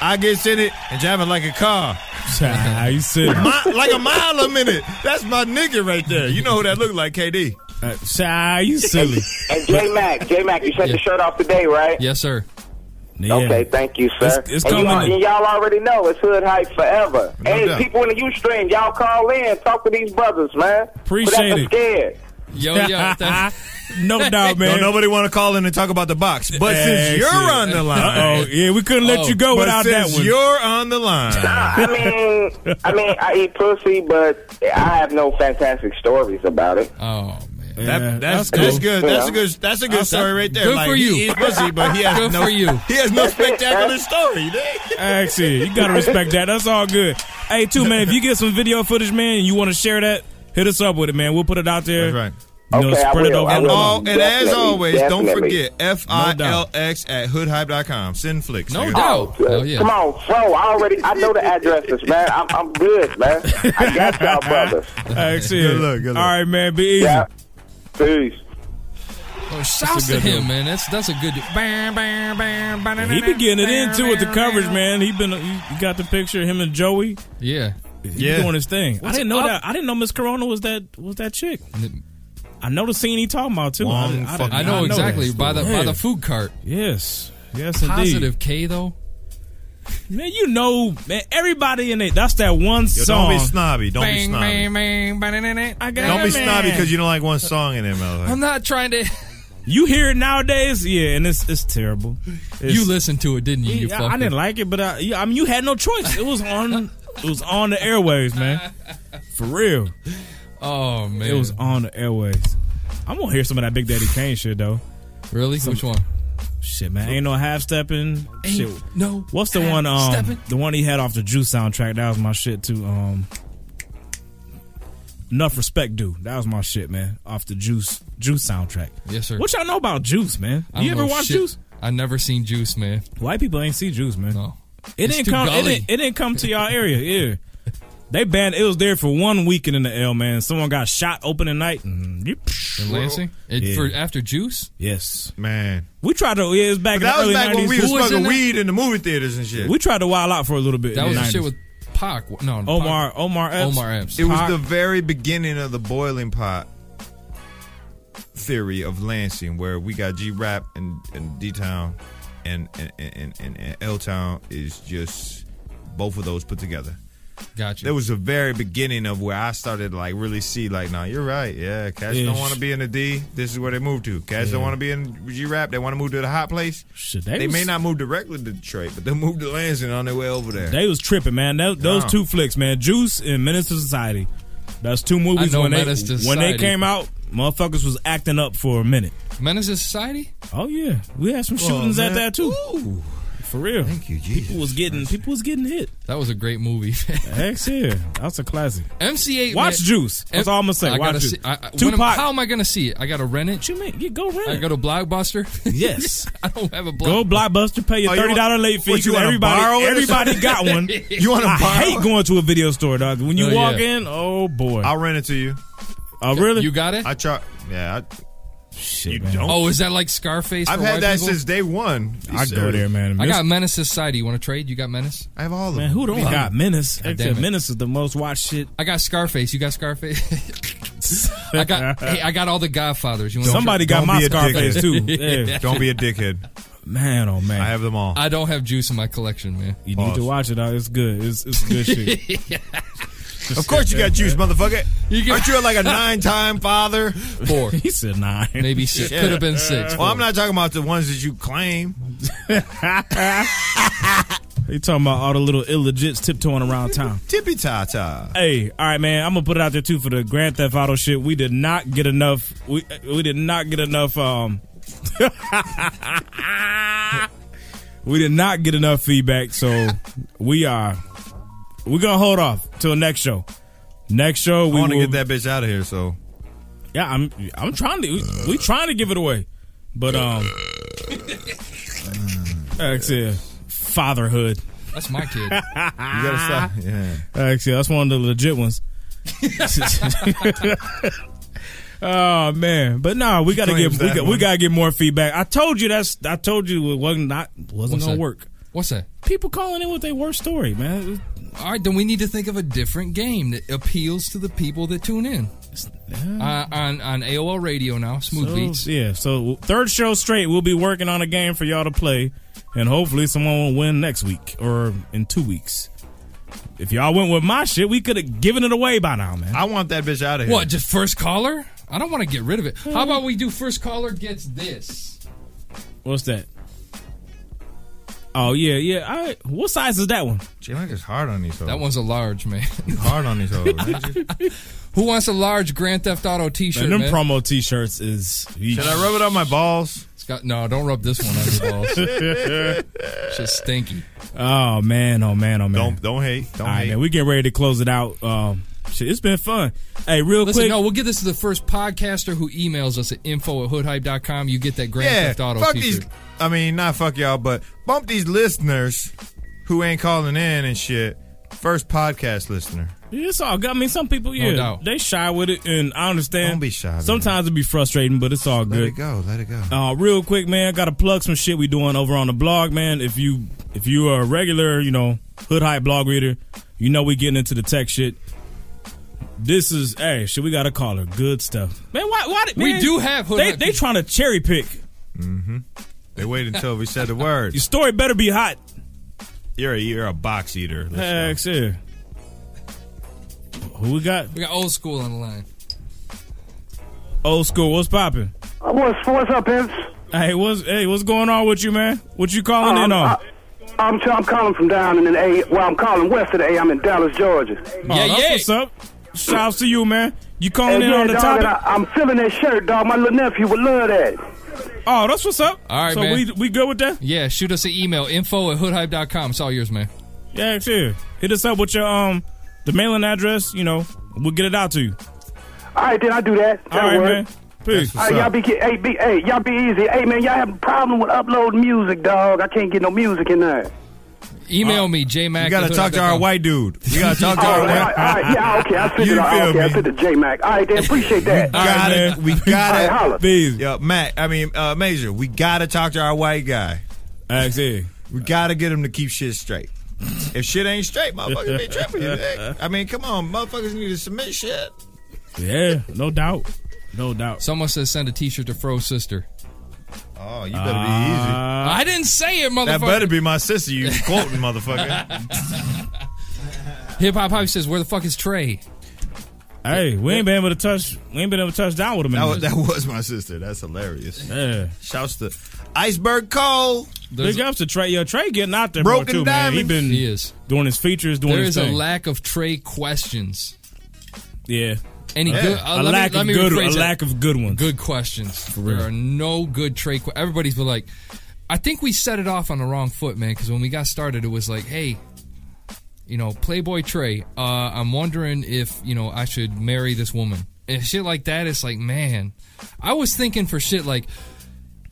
I get in it and drive it like a car.
How you sit?
Mi- like a mile a minute. That's my nigga right there. You know who that look like, KD.
Uh, Shy, you silly.
And J Mac, J Mac, you sent the shirt off today, right?
Yes, sir.
Okay, thank you, sir.
It's- it's
and,
coming
y'all,
in.
and y'all already know it's hood hype forever. hey,
doubt.
people in the U stream, y'all call in, talk to these brothers, man.
Appreciate
Without
it.
Scared.
Oh,
Yo,
yo, no doubt, man.
Don't nobody want to call in and talk about the box. But since
Excellent.
you're on the line.
Uh-oh. Yeah, we couldn't let you go
Oh. but
without that
since
one.
You're on the line.
I mean, I mean, I eat pussy, but I have no fantastic stories about it.
Oh.
That- that's, that's good. That's a good. That's a good story right there. like, He eats pussy, but he has no. He has no spectacular story. you dig?
Actually, you gotta respect that. That's all good. Hey, too man, if you get some video footage, man, and you want to share that, hit us up with it, man. We'll put it out there.
That's
right. You know, spread it over.
And,
the
all-
world.
Oh, and as always, don't
definitely.
forget F I L X at hoodhype.com. Send flicks.
No
nigga.
doubt.
Oh,
Oh,
Come on, bro. I already I know the addresses, man. I'm, I'm good, man. I got y'all, brothers.
Actually, All right, man. Be easy.
Peace.
Oh, shouts
a
to
good
him,
one.
man. That's that's a good. Bam, bam, bam, bam,
He been getting it into with the coverage, man. He been you you got the picture of him and Joey.
Yeah,
He
Yeah.
doing his thing.
What's
I didn't know
up?
that. I didn't know Miss Corona was that was that chick. I know the scene he talking about too. I,
Long
I,
fucking-
I
I know
that
exactly, by the-
story.
by the food cart.
Yes, yes, indeed.
Positive K though.
Man, you know, man, everybody in it. That's that one
Yo,
song.
don't be snobby. Don't be
Bang,
snobby.
bang, bang, bang, bang, bang. I got
Don't be
it, man.
snobby because you don't like one song in there, motherfucker.
I'm not trying to.
You hear it nowadays, yeah, and it's it's terrible. It's-
You listened to it, didn't you? you
Yeah, I didn't like it, but I, yeah, I mean, you had no choice. It was on. it was on the airwaves, man. For real.
Oh man,
it was on the airwaves. I'm gonna hear some of that Big Daddy Kane shit though.
Really? Which one?
Shit, man. Ain't no half stepping.
Ain't
Shit.
no
What's the one? Um,
half-stepping.
the one he had off the Juice soundtrack. That was my shit too. Um, enough respect, dude. That was my shit, man. Off the Juice Juice soundtrack.
Yes, sir.
What y'all know about Juice, man?
I
you
don't
ever
know
watch
shit.
Juice?
I never seen Juice, man.
White people ain't see Juice, man.
No,
It
It's
didn't
too
come. It
gully.
didn't, it didn't come to y'all area. Yeah. They banned. It was there for one weekend in the L. Man, someone got shot opening night. And,
In Lansing? It- for- after Juice?
Yes,
man.
We tried to. Yeah, it was back.
But that was
in the early
back when
90s.
we was smoking weed in the movie theaters and shit.
We tried to wild out for a little bit.
That
in
was
the
the shit
90s.
with
Pac. No,
Omar- Omar Epps. Omar Epps.
It was
Pac.
the very beginning of the boiling pot theory of Lansing, where we got G Rap and, and D Town, and and, and, and, and L Town is just both of those put together.
Gotcha.
That was the very beginning of where I started to, like really see like, nah, you're right. Yeah, cats don't
Ish.
want to be in the D. This is where they move to. Cats don't
Yeah.
want to be in G Rap. They want to move to the hot place.
Shit,
they
they was-
may not move directly to Detroit, but they move to Lansing on their way over there.
They was tripping, man. That, those
Nah.
two flicks, man, Juice and Menace to Society. That's two movies
I know
when they
Menace to
when they
Society.
came out, motherfuckers was acting up for a minute.
Menace to Society?
Oh yeah, we had some
Whoa,
shootings
man.
at that too. For real, thank you. people was getting people was getting hit.
That was a great movie.
Heck yeah, that's a classic.
MC8.
Watch
man.
Juice. That's
M-
all I'm gonna say.
I
Watch
gotta
Juice.
see- I- I- when am-
Tupac.
how am I gonna see it? I gotta rent it. What
you mean? You go rent
I
it.
go to Blockbuster.
Yes.
I don't have a Blockbuster.
Go Blockbuster, pay your
Oh, you
thirty dollar
want-
late fee.
what, you
'cause
wanna borrow
everybody,
it or
everybody
something?
got one.
You wanna
I
borrow
hate going to a video store, dog. When you
Oh,
walk
yeah.
in, oh boy,
I'll rent it to you.
Oh really? You
got it?
I try. Yeah. I,
Shit,
you don't.
Oh, is that like Scarface?
I've
for
had
white
that
people?
since day one.
I go there, man.
I
Miss-
got Menace to Society. You want to trade? You got Menace?
I have all of
Man, who don't got Menace?
God
Except
damn it.
Menace is the most watched shit.
I got Scarface. You got Scarface? I got. hey, I got all the Godfathers. You want
Somebody got my Scarface too. Yeah.
dickhead.
Man, oh man, I
have them all.
I don't have juice in my collection, man.
You need to watch it. Dog. It's good. It's it's good shit.
Of course you got juice, motherfucker. Aren't you like a nine-time father?
Four.
he said nine.
Maybe six. Could have been six.
Well, I'm not talking about the ones that you claim.
You talking about all the little illegits tiptoeing around town.
Tippy ta ta.
Hey, all right, man. I'm gonna put it out there too for the Grand Theft Auto shit. We did not get enough. We we did not get enough. Um, we did not get enough feedback, so we are we're gonna hold off till next show. Next show, we
I want to
will-
get that bitch out of here. So
Yeah, I'm I'm trying to. We, we trying to give it away, but um, that's it. Fatherhood.
That's my kid. you
gotta stop. Yeah.
Actually, that's one of the legit ones. oh man, but nah, we
She
gotta get
claims
we,
that
got, we
one.
gotta get more feedback. I told you that's I told you it wasn't not wasn't
What's
gonna
that?
work.
What's that?
People calling in with their worst story, man.
All right, then we need to think of a different game that appeals to the people that tune in. Uh, on on AOL Radio now, Smooth
So,
Beats.
Yeah, so third show straight, we'll be working on a game for y'all to play, and hopefully someone will win next week or in two weeks. If y'all went with my shit, we could have given it away by now, man.
I want that bitch out of
What? Just first caller? I don't want to get rid of it.
Hmm.
How about we do first caller gets this?
What's that? Oh yeah, yeah. All right. What size is that one?
J Mac is hard on these.
That one's a large man.
hard on these hoes.
Who wants a large Grand Theft Auto T-shirt?
And them
man?
promo T-shirts is.
Should I rub
it on my balls?
It's got, no, don't rub this one on your balls. it's just stinky.
Oh man, oh man, oh man.
Don't-
don't hate. Don't
All right,
hate.
man. We get ready to close it out. Um, shit, it's been fun. Hey, real
Listen,
quick.
no, we'll give this to the first podcaster who emails us at info at hoodhype.com. You get that Grand
yeah,
Theft Auto
fuck
T-shirt.
these. I mean, not fuck y'all, but bump these listeners who ain't calling in and shit. First podcast listener.
Yeah, It's all good. I mean, some people,
No
yeah,
doubt.
they shy with it, and I understand.
Don't be shy, man.
Sometimes it be frustrating, but it's
Oh,
all
Let
good.
it go. Let it go.
Uh, real quick, man, I gotta plug some shit we doing over on the blog, man. If you if you are a regular, you know, hood hype blog reader, you know we getting into the tech shit. This is hey, shit. We got to call her good stuff, man. Why? Why? did-
We
man,
do have hood
They
hype.
they trying to cherry pick.
Mm-hmm. They waited until we said the word.
Your story better be hot.
You're a you're a box eater.
Heck, yeah. Who we got?
We got old school on the line.
Old school. What's popping?
Uh, What's what's up, Vince?
Hey, what's hey, what's going on with you, man? What you calling in
Um,
on?
I- I'm, I'm calling from down in the A. Well, I'm calling west of the A. I'm in Dallas, Georgia.
Oh, that's What's up? Shouts to you, man. You calling
Hey,
in
yeah,
on the
dog, and
topic?
I, I'm feeling that shirt, dog. My little nephew would love that.
Oh, that's what's up.
All right,
so
man.
we we good with that?
Yeah, shoot us an email info at hoodhype.com. It's all yours, man.
Yeah, sure. Hit us up with your um the mailing address. You know, we'll get it out to you.
All right, then I do that. That'll
All right,
work.
man. Peace.
All right, y'all be, hey, be hey, y'all be easy. Hey, man, y'all have a problem with uploading music, dog. I can't get no music in there.
Email
Uh,
me, jmac.
you gotta
at
talk to our
hoodhype.com.
white dude. You gotta talk to
all
our
right, all right,
white.
all right, yeah, okay. I sent
You
it. all right,
feel
Okay, I
me?
sent it to J Mac. All right, then appreciate that.
We got it. We got
All right,
it.
holla.
Yeah, Matt. I mean, uh, Major. We gotta talk to our white guy.
That's it.
We gotta get him to keep shit straight. If shit ain't straight, motherfuckers be tripping. eh? I mean, come on, motherfuckers need to submit shit.
Yeah, no doubt. No doubt.
Someone says send a t shirt to Fro's sister.
Oh, you
better be
easy.
Uh,
I didn't say it, motherfucker.
That better be my sister. You quoting, motherfucker.
Hip Hop Hobby says, "Where the fuck is Trey?"
Hey, we ain't been able to touch. We ain't been able to touch down with him.
That was, that was my sister. That's hilarious.
Yeah.
Shouts to Iceberg Cole.
Big ups to Trey. Yo, Trey getting out there,
Broken
bro, too, man. He
diamonds.
been
He is.
doing his features, doing
there
his
is
thing.
a lack of Trey questions.
yeah.
Any
Yeah.
good? uh,
a
let me-
lack
let
of
me
good,
rephrase
a
that.
lack of good ones.
Good questions. For
real.
There are no good Trey. Que- Everybody's been like, I think we set it off on the wrong foot, man. Because when we got started, it was like, hey, you know, Playboy Trey. Uh, I'm wondering if you know I should marry this woman and shit like that. It's like, man, I was thinking for shit like.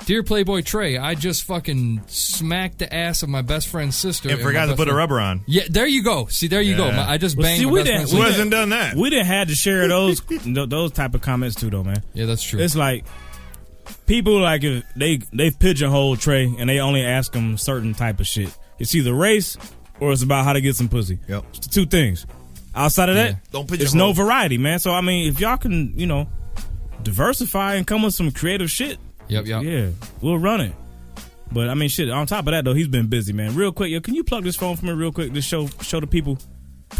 Dear Playboy Trey, I just fucking smacked the ass of my best friend's sister.
And
my
forgot to
best
put a
friend-
rubber on.
Yeah, there you go. See, there you go.
Yeah.
My- I just
Well,
banged.
see,
my
we
best
didn't-
friend's
we
sister.
didn't- We didn't had to share those th- those type of comments too, though, man.
Yeah, that's true.
It's like people like if they they pigeonhole Trey and they only ask him certain type of shit. It's either race or it's about how to get some pussy. Yep, it's the two things. Outside of that,
Yeah. Don't
There's
pigeonhole.
no variety, man. So I mean, if y'all can, you know, diversify and come with some creative shit.
Yep, yep.
Yeah, we'll run it. But I mean, shit. On top of that, though, he's been busy, man. Real quick, yo, can you plug this phone for me, real quick? Just show show the people.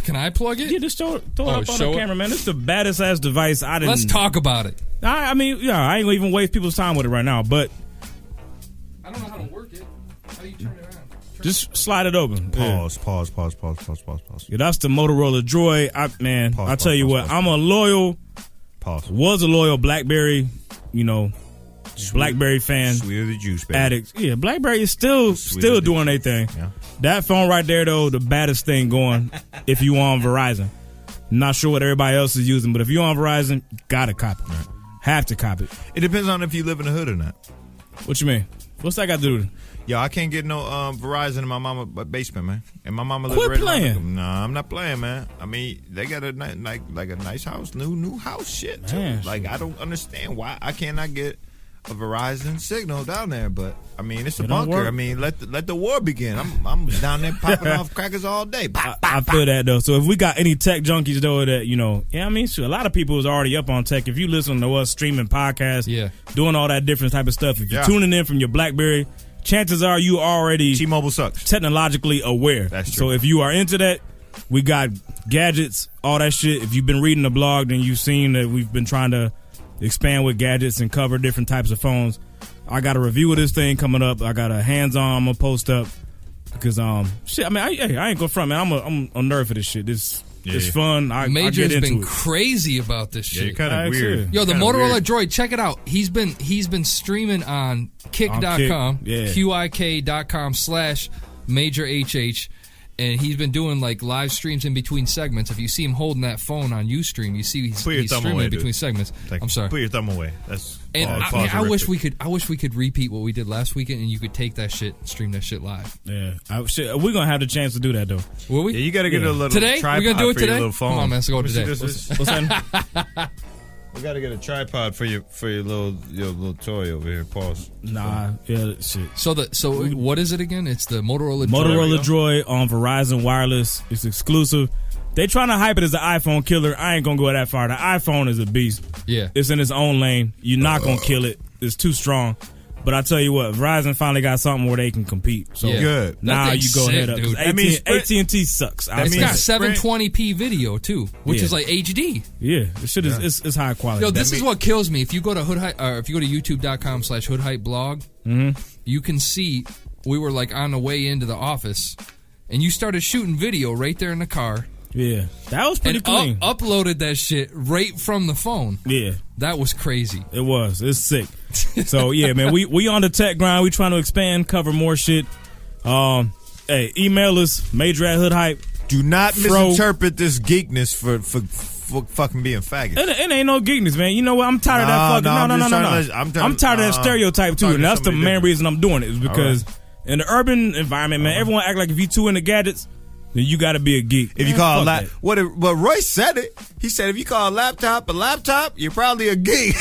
Can I plug it?
Yeah, just show, throw
Oh,
it up on
show
the
it?
camera, man. This is the baddest ass device I didn't.
Let's talk about it.
I, I mean, yeah, I ain't gonna even waste people's time with it right now. But
I don't know how to work it. How do you turn it around?
just slide it open. Oh,
Pause, pause, pause, pause, pause, pause, pause.
Yeah, that's the Motorola Droid. I, man, I tell you what, I'm a loyal, was a loyal BlackBerry, you know, BlackBerry fan.
Sweet of the juice, baby.
Addict. Yeah, BlackBerry is still still doing their thing. That phone right there, though, the baddest thing going. if you on Verizon, not sure what everybody else is using, but if you on Verizon, gotta cop it. Have to cop it.
It depends on if you live in the hood or not.
What you mean? What's that got to do with it?
Yo, I can't get no um, Verizon in my mama b- basement, man. And my mama lives
Quit
right around the-
playing.
Nah, I'm not playing, man. I mean, they got a ni- like like a nice house, new new house, shit. Too.
Man,
like I don't understand why I cannot get a Verizon signal down there. But I mean, it's a
It don't
bunker.
work.
I mean, let the, let the war begin. I'm I'm down there popping off crackers all day. Pop, pop.
I feel that though. So if we got any tech junkies though, that you know, yeah, I mean, shoot, a lot of people is already up on tech. If you listen to us streaming podcasts, yeah, doing all that different type of stuff. If you're
Yeah.
tuning in from your BlackBerry, chances are you already
T-Mobile sucks.
Technologically aware. That's true. So if you are into that, we got gadgets, all that shit. If you've been reading the blog, then you've seen that we've been trying to expand with gadgets and cover different types of phones. I got a review of this thing coming up. I got a hands-on. I'm gonna post up. Because um, shit. I mean, I, hey, I ain't gonna front, man. I'm a, I'm a nerd for this shit. This it's
Yeah.
fun. I, I
Major's
get into
been
it.
crazy about this
Yeah,
shit.
you're kinda That's weird. it.
Yo, the
Kinda
Motorola Droid, check it out. He's been he's been streaming on
On Kick,
kick.com,
yeah.
qik.com slash major hh and he's been doing like live streams in between segments. If you see him holding that phone on Ustream, you see he's,
Put your
he's
thumb
streaming
away,
in between
dude.
segments.
Like,
I'm sorry.
Put your thumb away. That's
And
pause,
I,
pause,
man, I wish
horrific.
we could I wish we could repeat what we did last weekend and you could take that shit and stream that shit live.
Yeah, I, shit, we're gonna have the chance to do that though.
Will we? Yeah,
you gotta get a little
Today? We gonna
tripod
do it
for your
today?
little phone.
Come on, man, let's go
Let me see
today.
this- this-
What's- what's
We gotta get a tripod for your for your little your little toy over here. Pause.
Nah, yeah, shit.
So the so what is it again? It's the Motorola
Motorola
Droid.
Droid on Verizon Wireless. It's exclusive. They trying to hype it as an iPhone killer. I ain't gonna go that far. The iPhone is a beast.
Yeah.
it's in its own lane. You're not gonna kill it. It's too strong. But I tell you what, Verizon finally got something where they can compete. So
Yeah. Good.
Now
That
you
thing's
go
sick,
ahead up.
dude. That
AT,
means
AT and T sucks. I
It's
mean,
got 720p video too, which
Yeah.
is like HD.
Yeah, this shit is it's, it's high quality.
Yo, this is what kills me. If you go to hood hype, or if you go to youtube.com slash hood hype blog,
Mhm.
you can see we were like on the way into the office, and you started shooting video right there in the car.
Yeah, that was pretty
and
clean.
Up- uploaded that shit right from the phone.
Yeah,
that was crazy.
It was. It's sick. so yeah, man, we we on the tech grind. We trying to expand, cover more shit. Um, hey, email us major at hood hype.
Do not
Fro.
misinterpret this geekness for for, for fucking being faggot.
It, it ain't no geekness, man. You know what? I'm tired of
Nah,
that fucking.
nah,
No,
I'm
no, no,
just
no, no.
trying to
I'm,
let- I'm trying
tired of that
to- uh,
stereotype too,
talking
and
to
that's the
somebody
main
different.
reason I'm doing it is
All right. Uh-huh.
because in the urban environment, man, everyone act like if you two into gadgets, then you got to be a geek.
If you call a lap, what? If, but Royce said it. He said if you call a laptop a laptop, you're probably a geek.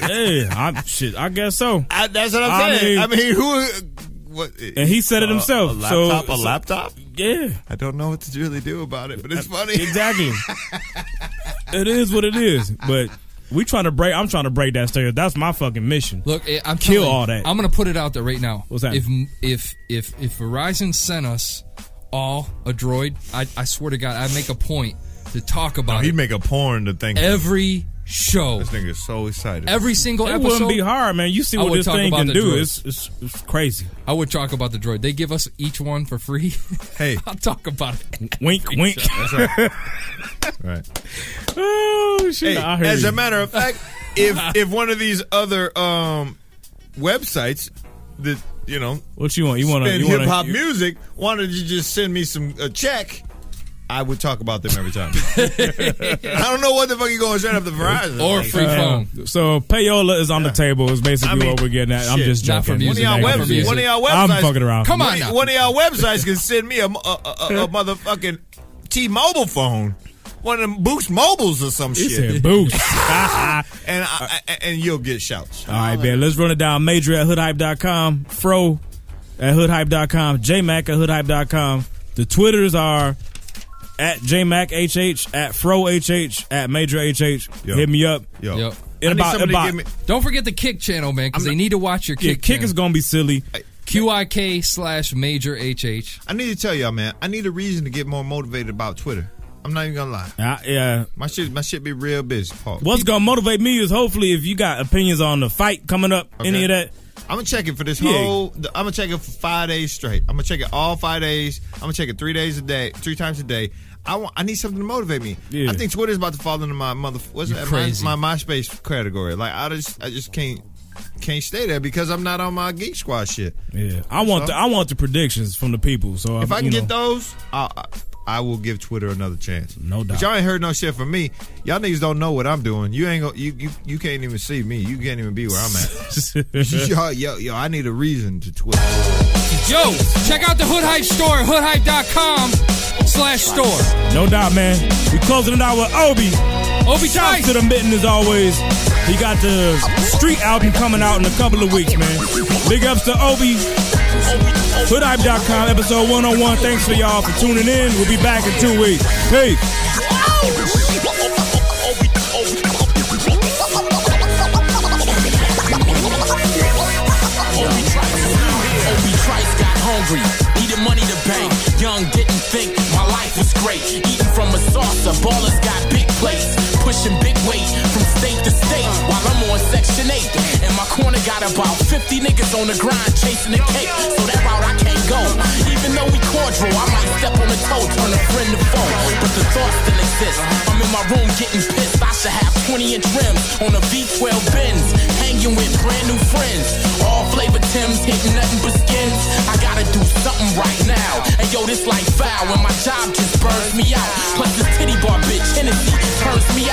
yeah, I, shit, I guess so.
I, that's what I'm saying. I mean, who? What,
And he said it
A-
himself.
A laptop,
so,
a
so-
laptop.
Yeah,
I don't know what to really do about it, but it's funny.
Exactly. it is what it is, but we trying to break. I'm trying to break that stereotype. That's my fucking mission.
Look, eh, I'm
kill
telling you,
all that.
I'm gonna put it out there right now.
What's that?
If if if if Verizon sent us all a droid, I, I swear to God, I make a point to talk about
He'd
it.
make a porn to think
every show.
This nigga is so excited.
Every single
it
episode.
wouldn't be hard, man. You see
I
what
would
this
talk
thing
about
can
the
do.
droid.
It's, it's, it's crazy.
I would talk about the droid. They give us each one for free.
Hey,
I'll talk about it.
Wink,
Every
wink.
show.
right.
Oh
Hey,
shit! I heard
as
you.
a matter of fact, if if one of these other um, websites that you know,
what you want? You want to you
hip hop
want to
music? Wanted to just send me some a check. I would talk about them every time. I don't know what the fuck you going straight up the Verizon Like, uh,
So payola is on the table. Is basically what we're getting at. I'm
shit.
just joking.
One of y'all, web- one of y'all websites.
I'm fucking around.
one, One of y'all websites can send me a, mo- a, a, a- a motherfucking T-Mobile phone. One of them Boost Mobiles or some
He
shit.
said Boost.
and I, I- and you'll get shouts.
All right, man. Let's run it down. Major at hoodhype.com, Fro at hoodhype.com, JMac at hoodhype.com. The Twitters are at JMacHH, at FroHH, at Major HH. Hit me up.
Yo.
Yep.
In about, about
Don't forget the kick channel, man, because they need to watch your kick.
Yeah, kick is gonna be silly.
QIK slash major HH.
I need to tell y'all, man. I need a reason to get more motivated about Twitter. I'm not even gonna lie.
Uh, yeah.
My shit, my shit be real busy. Paul.
What's gonna motivate me is hopefully if you got opinions on the fight coming up,
Okay.
any of that.
I'm gonna check it for this
Yeah.
whole. I'm gonna check it for five days straight. I'm gonna check it all five days. I'm gonna check it three days a day, three times a day. I want. I need something to motivate me.
Yeah.
I think Twitter's about to fall into my mother. What's
You
that?
crazy.
My, my MySpace category. Like I just, I just can't, can't stay there because I'm not on my Geek Squad shit.
Yeah, I want
So-
the I want the predictions from the people. So
If I can
you
get
know,
those, I, I I will give Twitter another chance. No
doubt.
y'all ain't heard no shit from me. Y'all niggas don't know what I'm doing. You ain't go, you, you you can't even see me. You can't even be where I'm at. yo, yo, yo, I need a reason to Twitter.
Yo, check out the Hood Hype store, hoodhype.com slash store.
no doubt, man. We closing it out with Obi.
Obi,
shout out to the mitten as always. He got the street album coming out in a couple of weeks, man. Big ups to Obi. Hoodhype.com, episode 101. Thanks for y'all for tuning in. We'll be back in two weeks. Peace.
Obi Trice got hungry, needed money to bank. Young didn't think my life was great. Eating from a saucer, ballers got big plates. Pushing big weight from state to state while I'm on Section 8. And my corner got about 50 niggas on the grind chasing the cake. So that route I can't go. Even though we cordial, I might step on a toe, turn a friend to phone. But the thought still exists. I'm in my room getting pissed. I should have 20 inch rims on a V12 Benz. Hanging with brand new friends. All flavor Tim's hitting nothing but skins. I gotta do something right now. And yo, this like foul when my job just burns me out. Plus this titty bar bitch Hennessy turns me out.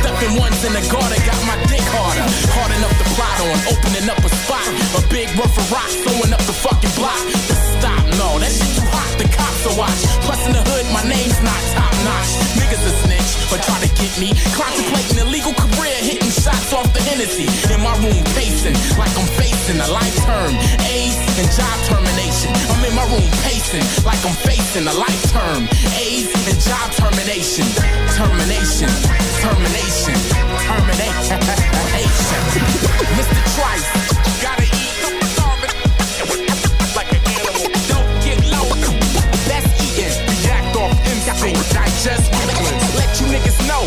Stepping ones in the garden got my dick harder. Hard enough to plot on, opening up a spot. A big rough of rock, throwing up the fucking block. But Stop, no, that shit too hot. The cops are watch. Plus in the hood, my name's not top notch. Niggas a snitch, but try to get me. Contemplating illegal career, hitting shots off the Hennessy. In my room, pacing like I'm facing a life term. AIDS and job termination. I'm in my room, pacing like I'm facing a life term. AIDS and job termination. Termination. Termination. Termination. Mr. Trice, gotta eat. Like an animal. Don't get low. That's eating. React off instinct. Digest feelings. Let you niggas know.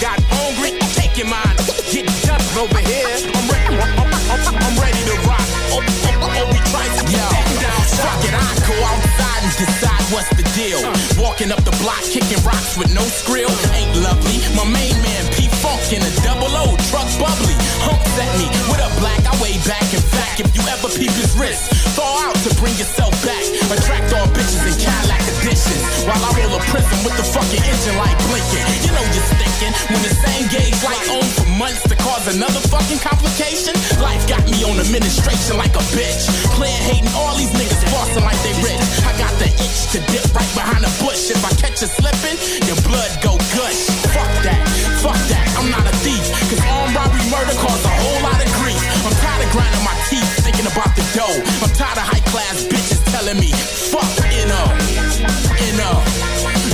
Got hungry. Taking mine. Get dust over here. I'm ready. I'm, I'm- I'm ready to rock. Oh, oh, oh, we try to get back down. Fuck it. I go outside and decide what's the deal. Walking up the block, kicking rocks with no skrill. Ain't lovely. My main man, P Funk in a double O. Truck bubbly. Humps at me. What up, black? I way back. In fact, if you ever peep his wrist, thaw out to bring yourself back. Attract all bitches in Cadillac editions. While I roll a prism with the fucking engine light blinking. You know you're stinking. When the same gauge light on for months to cause another fucking complication. Life got me on administration like a bitch. Clear hating all these niggas bossing like they rich. I got the itch to dip right behind the bush. If I catch you slipping, your blood go gush. Fuck that, fuck that. I'm not a thief. Cause armed robbery murder caused a whole lot of grief. I'm tired of grinding my teeth, thinking about the dough. I'm tired of high class bitches telling me, fuck in up, in up,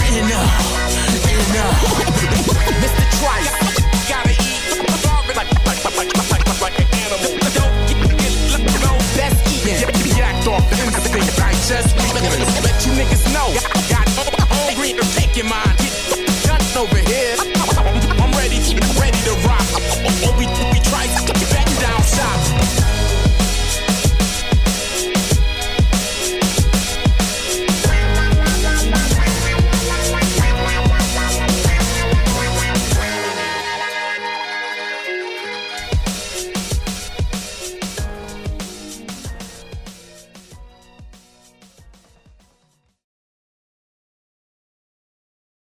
in up, in up. Mr. Trice, gotta eat. Like, like, like, like, like, like an animal. Don't get, get, get, no, that's eating. React ripped off the instinct. I just let you niggas know. Got hungry and taking mine.